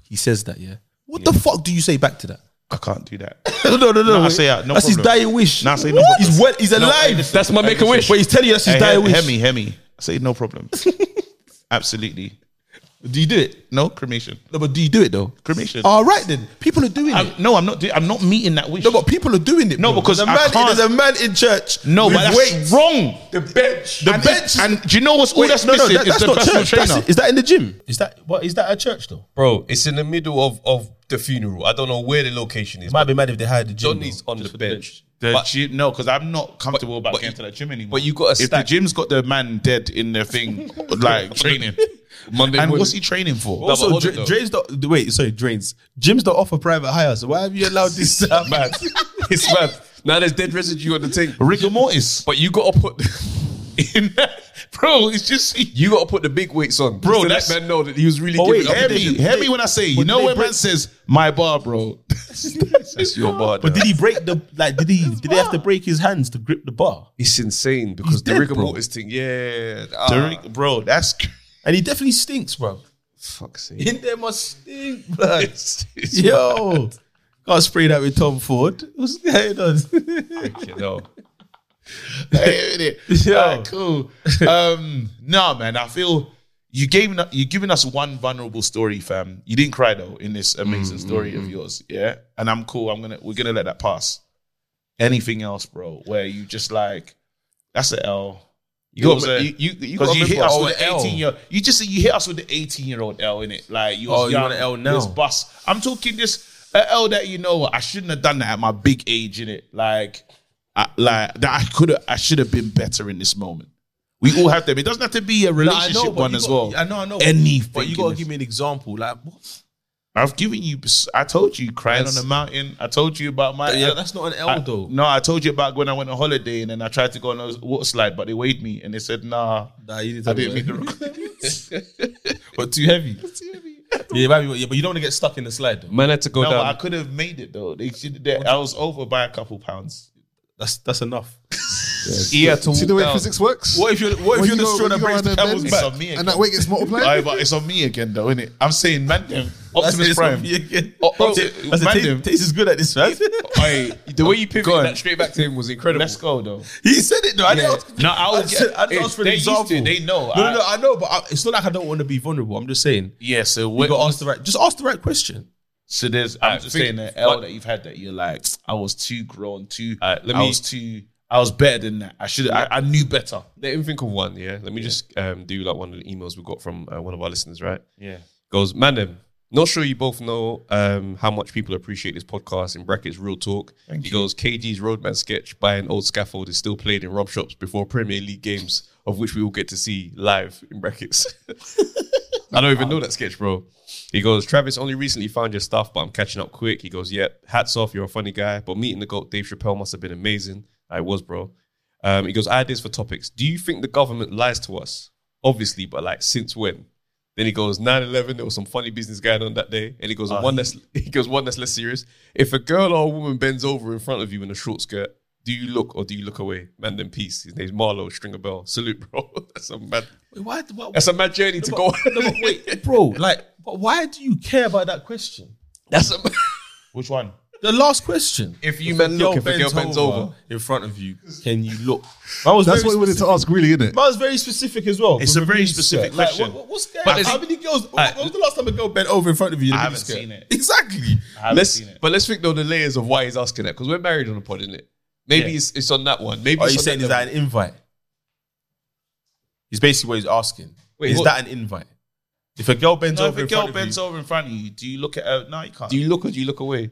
Speaker 4: He says that, yeah. What the fuck do you say back to that?
Speaker 3: I can't do that.
Speaker 4: no, no, no, no.
Speaker 3: No, I
Speaker 4: wait.
Speaker 3: say that, no
Speaker 4: that's his
Speaker 3: problem.
Speaker 4: dying wish.
Speaker 3: No, I say no problem.
Speaker 4: He's wet. He's
Speaker 3: No,
Speaker 4: alive.
Speaker 3: hey, listen, That's my hey,
Speaker 4: making
Speaker 3: make-a-wish. listen.
Speaker 4: But he's telling you that's his
Speaker 3: Hey,
Speaker 4: dying
Speaker 3: he-
Speaker 4: wish.
Speaker 3: Hemi, Hemi. I say no problem.
Speaker 4: [LAUGHS]
Speaker 3: Absolutely.
Speaker 4: Do you do it?
Speaker 3: No cremation.
Speaker 4: No, but do you do it though?
Speaker 3: Cremation.
Speaker 4: All right then. People are doing
Speaker 3: I'm-
Speaker 4: it.
Speaker 3: no, I'm not. do- I'm not meeting that wish.
Speaker 4: No, but people are doing it.
Speaker 3: No,
Speaker 4: bro.
Speaker 3: because
Speaker 4: there's a
Speaker 3: I
Speaker 4: man,
Speaker 3: can't-
Speaker 4: there's a man in church.
Speaker 3: No,
Speaker 4: with
Speaker 3: but that's
Speaker 4: weights.
Speaker 3: wrong.
Speaker 4: The bench. The
Speaker 3: and
Speaker 4: bench.
Speaker 3: and do you know what's all
Speaker 4: Wait,
Speaker 3: that's
Speaker 4: no, no,
Speaker 3: missing?
Speaker 4: that-
Speaker 3: is
Speaker 4: that's
Speaker 3: the
Speaker 4: not
Speaker 3: personal
Speaker 4: church.
Speaker 3: trainer.
Speaker 4: That's- Is that in the gym? Is that what? Is that a church though?
Speaker 1: Bro, it's in the middle of, of the funeral. I don't know where the location is.
Speaker 4: Might be mad if they hired the gym.
Speaker 1: Johnny's on the bench.
Speaker 3: The
Speaker 1: But-
Speaker 3: gym, no, because I'm not comfortable about
Speaker 1: but
Speaker 3: going
Speaker 1: you-
Speaker 3: to that gym anymore.
Speaker 1: but you gotta
Speaker 3: if the
Speaker 1: stack-
Speaker 3: gym's got the man dead in their thing,
Speaker 4: [LAUGHS]
Speaker 3: like training.
Speaker 1: Monday
Speaker 3: and
Speaker 1: morning.
Speaker 3: what's he training for?
Speaker 1: No, but
Speaker 4: Also,
Speaker 1: hold
Speaker 4: dra-
Speaker 1: it, though.
Speaker 4: drains don't wait. Sorry, drains. Gyms don't offer private hire. So why have you allowed this? to happen?
Speaker 1: [LAUGHS] it's mad. Now there's dead residue on the thing.
Speaker 3: Rigor mortis,
Speaker 1: But you gotta put
Speaker 3: in
Speaker 1: [LAUGHS]
Speaker 3: bro. It's just
Speaker 1: you gotta put the big weights on.
Speaker 3: Bro,
Speaker 1: Just to
Speaker 3: that's-
Speaker 1: let man know that he was really
Speaker 3: Oh,
Speaker 1: giving
Speaker 3: wait, hear
Speaker 1: up.
Speaker 3: me, hear me when I say, you know when man says my
Speaker 4: [LAUGHS]
Speaker 3: bar, bro.
Speaker 1: That's your bar.
Speaker 4: But
Speaker 1: dog.
Speaker 4: did he break the like? Did he? Did they
Speaker 1: [LAUGHS]
Speaker 4: have to break his hands to grip the bar?
Speaker 1: it's insane because the
Speaker 4: dead,
Speaker 1: rigor
Speaker 4: bro.
Speaker 1: mortis thing, yeah.
Speaker 3: The
Speaker 1: Ah,
Speaker 3: rig- bro, that's cr-
Speaker 4: And he definitely stinks, bro.
Speaker 1: fuck's sake.
Speaker 4: In there must [LAUGHS] stink, blood. Yo, can't spray that with Tom Ford. What's going on?
Speaker 1: You know.
Speaker 3: [LAUGHS] Hey, innit?
Speaker 4: Yo.
Speaker 3: Alright, cool. Um, no, man, I feel you gave you giving us one vulnerable story, fam. You didn't cry though in
Speaker 4: Mm.
Speaker 3: this amazing story of yours, yeah. And I'm cool. I'm gonna we're gonna let that pass. Anything else, bro? Where you just like that's an L.
Speaker 1: You
Speaker 3: It
Speaker 1: got
Speaker 3: was
Speaker 1: you,
Speaker 3: a-
Speaker 1: you, you
Speaker 3: Because
Speaker 1: got
Speaker 3: you hit
Speaker 1: remember-
Speaker 3: us
Speaker 1: oh,
Speaker 3: with the
Speaker 1: L.
Speaker 3: 18 year you just you hit us with the 18 year old L in it. Like you was
Speaker 4: Oh, you
Speaker 3: young,
Speaker 4: want an L now?
Speaker 3: This bus. I'm talking this uh, L that you know I shouldn't have done that at my big age in it. Like I, like that I could have I should have been better in this moment. We all have them. It doesn't have to be a relationship one as well.
Speaker 4: I know, I know.
Speaker 3: Anything.
Speaker 4: But you gotta give me an example. Like, what?
Speaker 3: I've given you I told you crying on the mountain. I told you about my uh,
Speaker 4: yeah, that's not an L
Speaker 3: I-
Speaker 4: though.
Speaker 3: No, I told you about when I went on holiday and then I tried to go on a water slide, but they weighed me and they said, nah,
Speaker 4: Nah, you didn't
Speaker 3: I
Speaker 4: tell me
Speaker 3: didn't meet
Speaker 4: that.
Speaker 3: the requirements. [LAUGHS]
Speaker 4: [LAUGHS] But too heavy. yeah, it might be- yeah, but you don't want to get stuck in the slide. Though.
Speaker 1: Man had to go
Speaker 3: No,
Speaker 5: um,
Speaker 3: but I
Speaker 1: down.
Speaker 3: could have made it though. They should, they, I was over by a couple pounds.
Speaker 4: That's that's enough.
Speaker 1: Yeah, to
Speaker 5: See
Speaker 1: walk
Speaker 5: the way
Speaker 1: down.
Speaker 5: physics works?
Speaker 4: What if you're what if you're
Speaker 5: When you
Speaker 4: the
Speaker 5: go-
Speaker 4: straw
Speaker 5: when
Speaker 4: that
Speaker 5: you go
Speaker 4: breaks
Speaker 5: around
Speaker 4: the
Speaker 5: the
Speaker 4: camel's
Speaker 5: bend-
Speaker 4: back?
Speaker 3: It's on me again.
Speaker 5: And that weight gets multiplied?
Speaker 3: Aye, but it's on me again though, innit? I'm saying, man, them, Optimus
Speaker 4: That's
Speaker 3: Prime.
Speaker 4: Again.
Speaker 3: O-
Speaker 4: Bro,
Speaker 3: Opti-
Speaker 4: that's
Speaker 3: Oh, man,
Speaker 4: it.
Speaker 3: them.
Speaker 4: Taste- Taste is good at this, man.
Speaker 3: Aye,
Speaker 1: The way you pivoted that straight back to him was incredible.
Speaker 3: Let's go though.
Speaker 4: He said it though. I didn't
Speaker 3: Yeah.
Speaker 4: ask-
Speaker 3: No, I would
Speaker 4: said-
Speaker 3: get-
Speaker 4: I didn't
Speaker 3: it-
Speaker 4: ask for an
Speaker 3: they used to,
Speaker 4: example.
Speaker 3: they know.
Speaker 4: No, no,
Speaker 3: I-
Speaker 4: no, I know, but I, it's not like I don't want to be vulnerable. I'm just saying.
Speaker 3: Yeah, so
Speaker 4: You
Speaker 3: what,
Speaker 4: got to ask the right. Just ask the right question.
Speaker 3: So there's, I'm
Speaker 1: Alright,
Speaker 3: just
Speaker 1: think-
Speaker 3: saying that L
Speaker 1: what-
Speaker 3: that you've had that you're like, I was too grown, too.
Speaker 1: Alright, let
Speaker 3: I
Speaker 1: me-
Speaker 3: was too. I was better than that. I should. I, I knew better.
Speaker 1: Let him think of one, yeah? Let me just um, do like one of the emails we got from uh, one of our listeners, right?
Speaker 3: Yeah.
Speaker 1: goes, Mandem, not sure you both know um, how much people appreciate this podcast in brackets real talk. he goes, KG's roadman sketch by an old scaffold is still played in rub shops before Premier League games, of which we will get to see live in brackets. [LAUGHS] I don't even know that sketch, bro. He goes, Travis, only recently found your stuff, but I'm catching up quick. He goes, Yep, hats off, you're a funny guy. But meeting the GOAT, Dave Chappelle, must have been amazing. I was, bro. Um, he goes, Ideas for topics. Do you think the government lies to us? Obviously, but like, since when? Then he goes 9-11, There was some funny business going on that day, and Oh, he goes one that's [LAUGHS] he goes one that's less serious. If a girl or a woman bends over in front of you in a short skirt, do you look or do you look away? Man, then peace. His name's Marlo Stringer Bell. Salute, bro. [LAUGHS] That's a mad.
Speaker 4: Wait, why? why
Speaker 1: That's a mad journey to go. [LAUGHS]
Speaker 4: no, but wait, bro. Like, but why do you care about that question?
Speaker 1: That's a,
Speaker 3: Which one?
Speaker 4: The last question.
Speaker 1: If you men look, if a girl bends over
Speaker 4: in front of you, can you look?
Speaker 5: That's what we wanted to ask, really, isn't it?
Speaker 4: Mine was very specific as well.
Speaker 3: It's
Speaker 4: With
Speaker 3: a very
Speaker 4: release
Speaker 3: specific
Speaker 4: skirt. Like,
Speaker 3: question.
Speaker 4: what- what- what's going
Speaker 3: But
Speaker 4: on?
Speaker 3: it's-
Speaker 4: How many girls?
Speaker 3: I-
Speaker 4: when was the last time a girl bent over in front of you? in a
Speaker 3: I
Speaker 4: miniskirt?
Speaker 3: haven't seen it.
Speaker 4: Exactly.
Speaker 3: I haven't
Speaker 1: let's,
Speaker 3: seen it.
Speaker 1: But let's think though the layers of why he's asking that because we're married on the pod, isn't it? Maybe
Speaker 4: Yeah.
Speaker 1: it's, it's on that one. Maybe
Speaker 4: Are
Speaker 1: it's
Speaker 4: you
Speaker 1: on
Speaker 4: saying is
Speaker 1: level.
Speaker 4: that an invite? Is basically what he's asking.
Speaker 1: Wait,
Speaker 4: is
Speaker 1: what-
Speaker 4: that an invite? If a girl bends
Speaker 3: No, if
Speaker 4: over,
Speaker 3: a
Speaker 4: in
Speaker 3: girl
Speaker 4: front of
Speaker 3: bends over in front of you, do you look at her? No, you can't.
Speaker 1: Do you look or do you look away?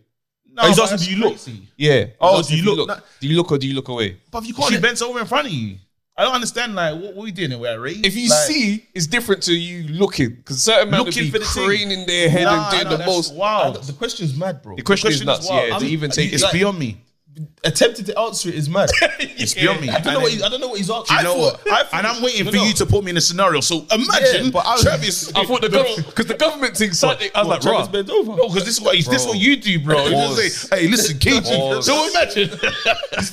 Speaker 3: no,
Speaker 4: Oh, he's
Speaker 3: but
Speaker 4: asking,
Speaker 3: that's
Speaker 4: do you look?
Speaker 3: crazy.
Speaker 1: Yeah.
Speaker 4: Oh,
Speaker 1: He's
Speaker 4: do
Speaker 1: asking
Speaker 4: you
Speaker 1: if
Speaker 4: look? Nah,
Speaker 1: Do you look or do you look away?
Speaker 4: Bruv, you
Speaker 3: She
Speaker 4: can't.
Speaker 3: bends over in front of you. I don't understand. Like, what, what are we doing here? We're
Speaker 1: If you
Speaker 3: like,
Speaker 1: see, it's different to you looking because certain men would
Speaker 3: Looking
Speaker 1: be
Speaker 3: for the thing.
Speaker 1: craning their head
Speaker 3: Nah,
Speaker 1: and
Speaker 3: nah,
Speaker 1: doing the
Speaker 3: that's
Speaker 1: most.
Speaker 3: Wow,
Speaker 4: The question's mad, bro.
Speaker 1: The question,
Speaker 3: question is
Speaker 1: is nuts.
Speaker 3: wild.
Speaker 1: Yeah, to
Speaker 3: I'm-
Speaker 1: even take
Speaker 3: it's
Speaker 1: it.
Speaker 3: beyond me.
Speaker 4: Attempted to answer it is mad.
Speaker 3: It's beyond me.
Speaker 4: I don't know
Speaker 3: And
Speaker 4: what
Speaker 3: it-
Speaker 4: he, I don't know what he's
Speaker 3: Do
Speaker 4: asking.
Speaker 3: you know
Speaker 4: I
Speaker 3: what?
Speaker 4: thought- I thought-
Speaker 3: and I'm waiting
Speaker 4: No,
Speaker 3: for
Speaker 4: no.
Speaker 3: you to put me in a scenario. So imagine
Speaker 4: Yeah, but I was-
Speaker 3: Travis.
Speaker 1: [LAUGHS] I thought the
Speaker 3: [LAUGHS]
Speaker 1: because the government thing Sunday. I was like,
Speaker 4: Travis
Speaker 1: bro,
Speaker 4: bent over.
Speaker 3: No, because this is what this is what you do, bro. You just
Speaker 1: Pause.
Speaker 3: say, "Hey, listen, Keiji."
Speaker 1: Pause.
Speaker 3: So imagine.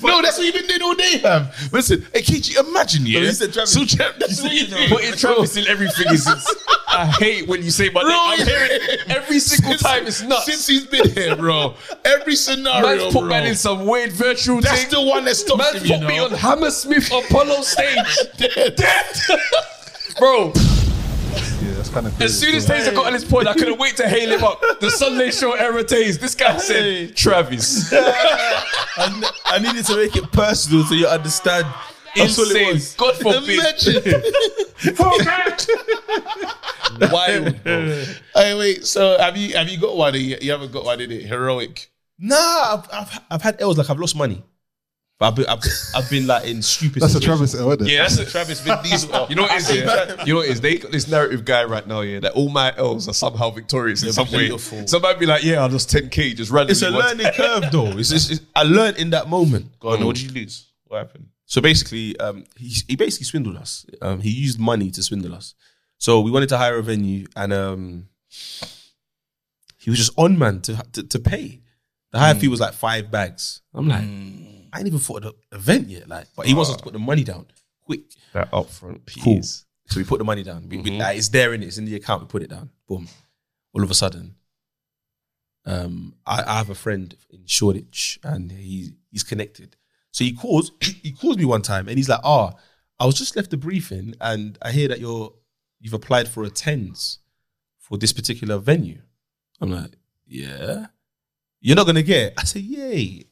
Speaker 3: no, that's what you've been doing all day, fam. Listen, hey, Keiji, imagine yeah.
Speaker 4: he said Travis.
Speaker 3: So Tra- that's what you do. [LAUGHS]
Speaker 1: putting Travis in everything is. I hate when you say my name. I'm hearing it [LAUGHS] every single
Speaker 3: Since-
Speaker 1: time. It's nuts.
Speaker 3: Since he's been here,
Speaker 1: [LAUGHS]
Speaker 3: bro, every scenario,
Speaker 1: Man's put
Speaker 3: bro.
Speaker 1: man in some weird virtual
Speaker 3: that's
Speaker 1: thing.
Speaker 3: the one that stops
Speaker 1: Man's
Speaker 3: him,
Speaker 1: put
Speaker 3: you know.
Speaker 1: me on Hammersmith Apollo stage.
Speaker 4: [LAUGHS]
Speaker 1: Dead. Bro,
Speaker 5: Yeah, that's kind of.
Speaker 1: as soon as Taser got on his point, I couldn't wait to hail him up. The Sunday show era Taser. This guy said
Speaker 4: [LAUGHS]
Speaker 1: Travis.
Speaker 4: I, ne- I needed to make it personal so you understand. That's all it
Speaker 1: Insane.
Speaker 4: was.
Speaker 1: God forbid.
Speaker 3: [LAUGHS] Imagine.
Speaker 1: Wild, bro.
Speaker 3: hey, wait. So have you have you got one? You, you haven't got one in it. Heroic.
Speaker 4: Nah, I've, I've, I've had L's like I've lost money. But I've been, I've, I've been like in stupid.
Speaker 5: That's a
Speaker 4: situations.
Speaker 5: Travis L, isn't it?
Speaker 1: Yeah, that's a
Speaker 3: Travis Vin Diesel.
Speaker 1: [LAUGHS] You know what it is? Yeah? You know what it is? They got this narrative guy right now, yeah, that all my L's are somehow victorious in some way.
Speaker 4: beautiful.
Speaker 1: Somebody be like, yeah, I lost 10K just randomly.
Speaker 4: It's a
Speaker 1: once.
Speaker 4: learning curve, though. It's, it's, it's, I learned in that moment. Mm.
Speaker 3: Go on. What did you lose? What happened?
Speaker 4: So basically, um, he, he basically swindled us. Um, he used money to swindle us. So we wanted to hire a venue, and um, he was just on man to to, to pay. The
Speaker 3: Mm.
Speaker 4: hire fee was like five bags. I'm like, I ain't even thought of the event yet. Like, but he wants us to put the money down quick.
Speaker 1: That upfront piece.
Speaker 4: Cool. So we put the money down. We, we- like, it's there in it. It's in the account. We put it down. Boom. All of a sudden, um, I, I have a friend in Shoreditch, and he he's connected. So he calls [CLEARS THROAT] he calls me one time, and he's like, "Ah, I was just left the briefing, and I hear that you're you've applied for a tens for this particular venue." I'm like, "Yeah, you're not gonna get." It. I say, "Yay!"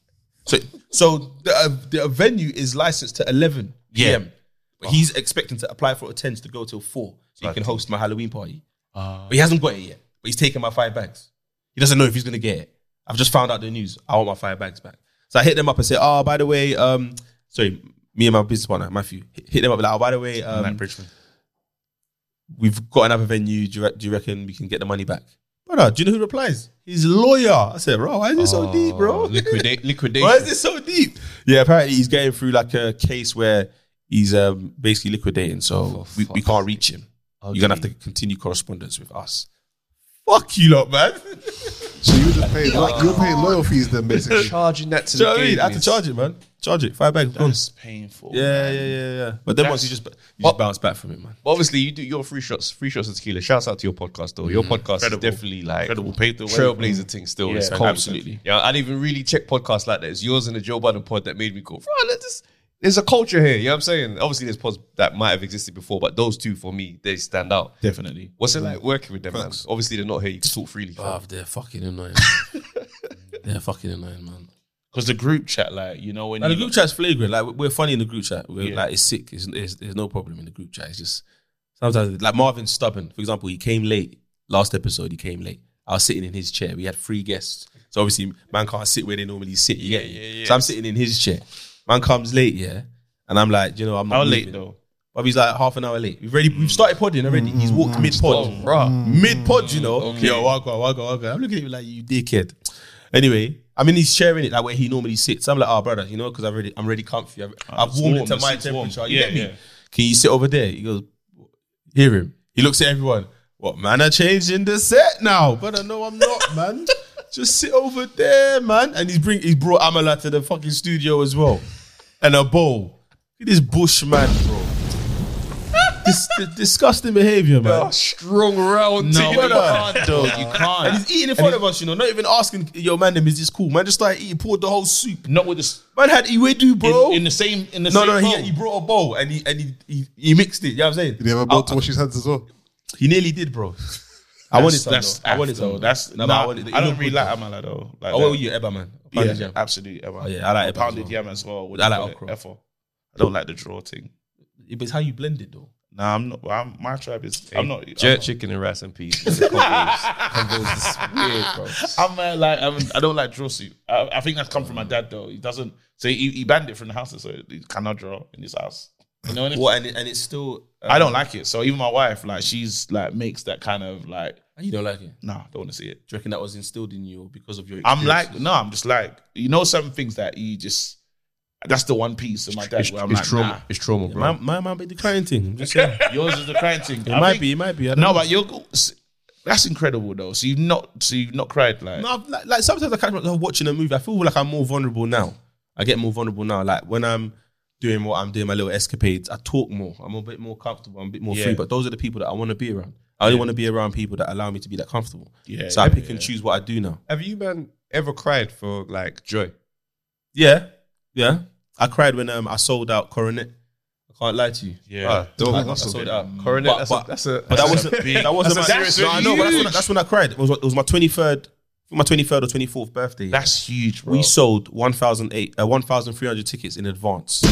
Speaker 4: So so the uh, the venue is licensed to 11 p.m. But he's expecting to apply for a tens to go till four, so he can host my Halloween party. but he hasn't got it yet. But he's taking my five bags. He doesn't know if he's gonna get it. I've just found out the news. I want my five bags back. So I hit them up and say, "Oh, by the way, um, sorry, me and my business partner Matthew hit hit them up like, oh, by the way, um,
Speaker 3: Bridgman.
Speaker 4: we've got another venue. Do you, re- do you reckon we can get the money back?" Brother, do you know who replies? His lawyer. I said, "Bro, why is it so deep, bro?
Speaker 1: Liquidate, liquidation.
Speaker 4: why is it so deep?" Yeah, apparently he's going through like a case where he's um, basically liquidating, so we, we can't reach him. You're gonna have to continue correspondence with us. Fuck you, lot, [LAUGHS] man.
Speaker 5: So you were just paying, like, you were paying loyal fees then, basically.
Speaker 1: Charging that to
Speaker 4: Do you
Speaker 1: the
Speaker 4: know what I mean?
Speaker 1: game
Speaker 4: I have to
Speaker 1: is-
Speaker 4: charge it, man. Charge it. Five bags. gone.
Speaker 3: It's painful.
Speaker 4: Yeah, yeah, yeah, yeah. But then once you just, you just bounce back from it, man.
Speaker 1: But obviously, you do your free shots, free shots of tequila. Shouts out to your podcast, though. Your podcast is definitely like
Speaker 3: Mm. Incredible. Paved the way.
Speaker 1: trailblazer thing. Still,
Speaker 3: Yeah,
Speaker 1: it's cold.
Speaker 3: absolutely.
Speaker 1: Yeah, I didn't even really check podcasts like that. It's yours and the Joe Budden pod that made me go, bro. Let this. There's a culture here. You know what I'm saying? Obviously, there's pods that might have existed before, but those two for me, they stand out.
Speaker 3: Definitely. Ah,
Speaker 1: What's it like working with them, man? Obviously, they're not here. You can talk freely. fam.
Speaker 4: they're fucking annoying. [LAUGHS] they're fucking annoying, man.
Speaker 3: Because the group chat, like you know, when
Speaker 4: And the
Speaker 3: you-
Speaker 4: group chat's flagrant. Like we're funny in the group chat. We're
Speaker 3: Yeah.
Speaker 4: like it's sick. It's, it's, there's no problem in the group chat. It's just sometimes like Marvin's stubborn. For example, he came late last episode. He came late. I was sitting in his chair. We had three guests, so obviously man can't sit where they normally sit. You get me?
Speaker 3: yeah, yeah.
Speaker 4: So I'm sitting in his chair. Man comes late, yeah, and I'm like, you know, I'm not
Speaker 3: how late
Speaker 4: moving.
Speaker 3: though?
Speaker 4: But he's like half an hour late. We've already we've started podding already. He's
Speaker 3: Mm.
Speaker 4: walked mid pod, Mid pod, you know. Yo, wagwa, wagwa, wagwa. I'm looking at you like you dickhead. Anyway, I mean he's sharing it like where he normally sits. I'm like, oh brother, you know, because I've already I'm already comfy. I've, I've
Speaker 3: Ah, it's
Speaker 4: warmed
Speaker 3: warm,
Speaker 4: it to
Speaker 3: the
Speaker 4: my
Speaker 3: seat's warm.
Speaker 4: temperature. You
Speaker 3: Yeah,
Speaker 4: get me?
Speaker 3: yeah.
Speaker 4: Can you sit over there? He goes, hear him. He looks at everyone. What man are changing the set now? Brother, no, I'm not, [LAUGHS] man. Just sit over there, man. And he's bring he brought Amala to the fucking studio as well. And a bowl. Look at this bush man, bro. [LAUGHS] Dis- disgusting behavior, man.
Speaker 1: strong round [LAUGHS]
Speaker 3: No,
Speaker 1: team.
Speaker 3: you can't, though. You can't.
Speaker 4: And he's eating in front of us, you know, not even asking your man them, is this cool? Man just started eating, poured the whole soup.
Speaker 3: Not with the
Speaker 4: Man had Iwedu, bro.
Speaker 3: in, in the same in the
Speaker 4: no,
Speaker 3: same
Speaker 4: no,
Speaker 3: bowl.
Speaker 4: he, he brought a bowl and he and he, he, he mixed it. You know what I'm saying?
Speaker 5: Did he have a bowl to wash his hands as well?
Speaker 4: He nearly did, bro. I
Speaker 3: That's-
Speaker 4: wanted some.
Speaker 3: That's
Speaker 4: though. I wanted
Speaker 3: aft,
Speaker 4: some.
Speaker 3: though. That's
Speaker 4: No,
Speaker 3: no.
Speaker 4: but
Speaker 3: I,
Speaker 4: wanted-
Speaker 3: don't really like Amala though.
Speaker 4: I
Speaker 3: Like
Speaker 4: went
Speaker 3: that.
Speaker 4: with you, Ebba, man.
Speaker 3: Yeah,
Speaker 4: Pounded jam.
Speaker 3: absolutely. Emma.
Speaker 4: Oh, yeah, I like Ebba as
Speaker 3: pounded
Speaker 4: well.
Speaker 3: yam as well.
Speaker 4: I like
Speaker 3: What do you call it?
Speaker 4: okra.
Speaker 3: Effort. I don't like the draw thing.
Speaker 4: But it's how you blend it, though.
Speaker 3: Nah, I'm not. I'm, my tribe is. I'm not.
Speaker 1: Jerk
Speaker 3: I'm,
Speaker 1: chicken and rice and peas. Combos.
Speaker 3: [LAUGHS] I'm uh, like. I'm, I don't like draw soup. I, I think that's come from my dad though. He doesn't. So he, he banned it from the house, so he cannot draw in his house. You know what I mean?
Speaker 4: What, and, it, and it's still. um,
Speaker 3: I don't like it. So even my wife, like, she's like makes that kind of like.
Speaker 4: You don't like it?
Speaker 3: Nah, don't want to see it.
Speaker 4: Do you reckon that was instilled in you or because of your
Speaker 3: I'm
Speaker 4: experience?
Speaker 3: like, no, I'm just like, you know, some things that you just. That's the one piece of my dad where I'm
Speaker 1: It's
Speaker 3: like,
Speaker 1: trauma.
Speaker 3: nah.
Speaker 1: It's trauma, bro.
Speaker 4: My, my man be the crying thing. I'm just saying.
Speaker 3: [LAUGHS] Yours is the crying thing.
Speaker 4: It might be, it might be. I don't
Speaker 3: No,
Speaker 4: know.
Speaker 3: but you're. That's incredible though. So you've not. So you've not cried like.
Speaker 4: No, I've- like, like sometimes I catch myself watching a movie. I feel like I'm more vulnerable now. I get more vulnerable now. Like when I'm doing what I'm doing, my little escapades, I talk more. I'm a bit more comfortable. I'm a bit more
Speaker 3: Yeah.
Speaker 4: free. But those are the people that I want to be around. I only want to be around people that allow me to be that comfortable.
Speaker 3: Yeah,
Speaker 4: So I
Speaker 3: yeah,
Speaker 4: pick
Speaker 3: yeah.
Speaker 4: and choose what I do now.
Speaker 1: Have you, man, ever cried for like joy?
Speaker 4: Yeah, yeah. I cried when um, I sold out Coronet. I can't lie to you.
Speaker 3: Yeah.
Speaker 1: Ah, dope.
Speaker 4: I, I
Speaker 1: That's a
Speaker 4: sold it
Speaker 1: bit-
Speaker 4: out.
Speaker 1: Coronet,
Speaker 4: Um, But-
Speaker 1: that's,
Speaker 4: but-
Speaker 1: a, that's a.
Speaker 4: But that wasn't that wasn't
Speaker 1: That's
Speaker 4: my
Speaker 1: a-
Speaker 4: serious.
Speaker 1: that's
Speaker 4: No, I know, but that's when,
Speaker 1: huge.
Speaker 4: that's when I cried. It was, it was my twenty third, my twenty third or twenty fourth birthday. [LAUGHS]
Speaker 3: That's huge, bro.
Speaker 4: we sold 1,008 uh, 1,300 tickets in advance.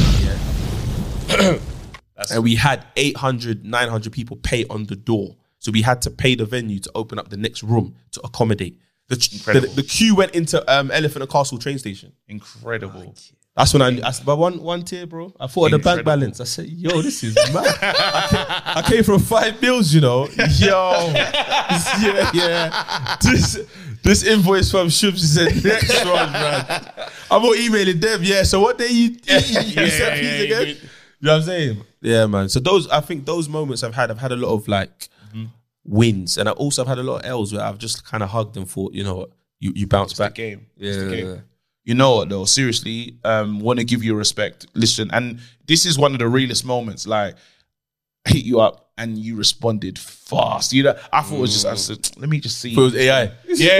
Speaker 4: [CLEARS THROAT] and we had 800, 900 people pay on the door. So we had to pay the venue to open up the next room to accommodate. The, the,
Speaker 3: Incredible.
Speaker 4: the queue went into um, Elephant and Castle train station.
Speaker 3: incredible.
Speaker 4: That's when I, I but one one tier, bro. I thought of the bank
Speaker 3: Incredible.
Speaker 4: balance. I said, "Yo, this is mad." I came, I came from five bills, you know. Yo, [LAUGHS] yeah, yeah. This this invoice from Shubs is the next [LAUGHS] one, man. I'm all emailing them. Yeah. So what day you,
Speaker 3: [LAUGHS]
Speaker 4: you, you sent these
Speaker 3: yeah,
Speaker 4: again?
Speaker 3: you
Speaker 4: You know what I'm saying? Yeah, man. So those, I think those moments I've had, I've had a lot of like
Speaker 3: Mm-hmm.
Speaker 4: wins, and I also have had a lot of L's where I've just kind of hugged and thought, you know what, you you bounce
Speaker 3: It's the
Speaker 4: back.
Speaker 3: game.
Speaker 4: Yeah.
Speaker 3: It's the game. You know what though? Seriously, um, want to give you respect. Listen, and this is one of the realest moments. Like, I hit you up and you responded fast. You know, I thought it was just. I said,
Speaker 4: Mm.
Speaker 3: let me just see.
Speaker 4: But it
Speaker 3: [LAUGHS]
Speaker 4: was AI.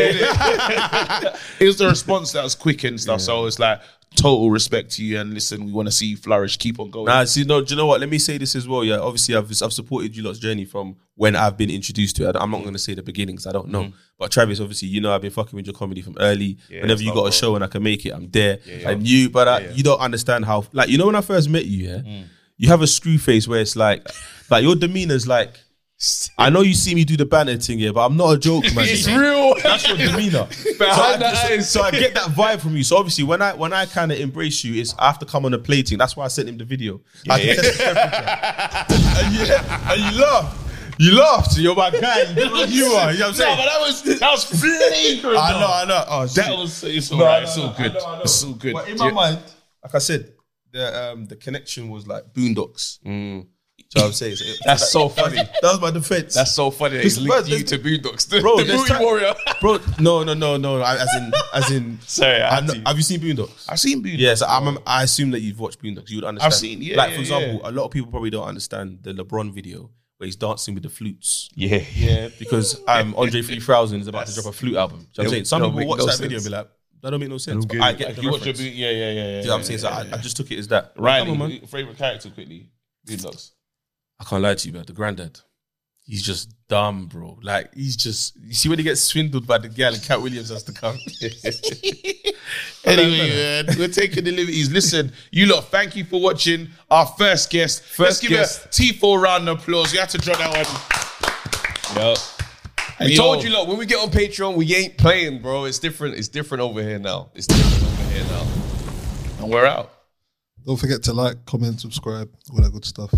Speaker 4: [LAUGHS]
Speaker 3: Yeah, it was the response that was quick and stuff. So it's like total respect to you. And listen, we want to see you flourish. Keep on going.
Speaker 4: Nah, see, no, do you know what? Let me say this as well. Yeah, obviously, I've I've supported you lot's journey from when I've been introduced to it. I'm not going to say the beginnings. I don't know, but Travis, obviously, you know, I've been fucking with your comedy from early. Whenever you got a show and I can make it, I'm there. And you, but I, you don't understand how. Like, you know, when I first met you, yeah, you have a screw face where it's like, like your demeanor's like. I know you see me do the banner thing here, but I'm not a joke, man. [LAUGHS]
Speaker 1: It's real.
Speaker 3: [LAUGHS]
Speaker 4: That's your demeanor.
Speaker 1: Behind
Speaker 4: so, I,
Speaker 1: the
Speaker 4: so-
Speaker 1: eyes.
Speaker 4: so I get that vibe from you. So obviously, when I when I kind of embrace you, it's I have to come on a plating. That's why I sent him the video. I can test the temperature. [LAUGHS] and, you, and you laughed. You laughed. You're my guy. You know what you are. You know what I'm saying?
Speaker 3: that was that was
Speaker 4: [LAUGHS]
Speaker 3: flagrant.
Speaker 4: I know. I know. Oh,
Speaker 3: That
Speaker 4: shit.
Speaker 3: was it's
Speaker 4: No,
Speaker 3: all right.
Speaker 4: no,
Speaker 3: It's
Speaker 4: no,
Speaker 3: all
Speaker 4: I
Speaker 3: good.
Speaker 4: know, I know.
Speaker 3: It's all good.
Speaker 4: But in my
Speaker 3: Yeah.
Speaker 4: mind, like I said, the um the connection was like Boondocks.
Speaker 3: Mm.
Speaker 4: So I'm saying so it-
Speaker 1: That's so
Speaker 4: [LAUGHS]
Speaker 1: funny.
Speaker 4: That was my defense.
Speaker 1: That's so funny. That he's
Speaker 4: Because,
Speaker 1: linked
Speaker 4: bro,
Speaker 1: you to
Speaker 4: [LAUGHS]
Speaker 1: Boondocks. The,
Speaker 4: Bro,
Speaker 1: the
Speaker 4: there's
Speaker 1: booty
Speaker 4: ti-
Speaker 1: warrior.
Speaker 4: bro. No, no, no, no. I- As in, as in.
Speaker 3: [LAUGHS] Sorry, I
Speaker 4: I
Speaker 3: had
Speaker 4: know,
Speaker 3: to.
Speaker 4: have you seen Boondocks?
Speaker 3: I've seen Boondocks.
Speaker 4: Yes, I'm, I assume that you've watched Boondocks. You would understand.
Speaker 3: seen- yeah,
Speaker 4: Like
Speaker 3: yeah,
Speaker 4: for example, a lot of people probably don't understand the LeBron video where he's dancing with the flutes.
Speaker 1: Yeah.
Speaker 4: Yeah, because
Speaker 3: [LAUGHS]
Speaker 4: um, Andre 3000 is about to drop a flute album. Do you know what I'm saying? Some
Speaker 1: don't
Speaker 4: people
Speaker 1: make
Speaker 4: watch
Speaker 1: no
Speaker 4: that video and
Speaker 1: sense.
Speaker 4: be like, that don't make no sense. But
Speaker 1: get
Speaker 4: I
Speaker 1: it.
Speaker 4: get the
Speaker 3: You watch your
Speaker 4: reference.
Speaker 3: Bo- yeah, yeah, yeah, yeah.
Speaker 4: Do you know what I'm saying? So I, I just took it as that. Come on,
Speaker 3: Riley,
Speaker 4: man.
Speaker 3: favorite character quickly. Boondocks.
Speaker 4: I can't lie to you, man. The granddad, he's just dumb, bro. Like he's just. You see when he gets swindled by the girl and Cat Williams has to
Speaker 3: [LAUGHS]
Speaker 4: come. [LAUGHS]
Speaker 3: Anyway, man, we're taking the liberties. Listen, you lot, thank you for watching our first guest. Let's give
Speaker 1: guest.
Speaker 3: a T4 round of applause. We had to draw that one. Yo.
Speaker 1: We
Speaker 3: Yo.
Speaker 1: told you, look, when we get on Patreon, we ain't playing, bro. It's different. It's different over here now. It's different over here now.
Speaker 3: And we're out.
Speaker 5: Don't forget to like, comment, subscribe, all that good stuff.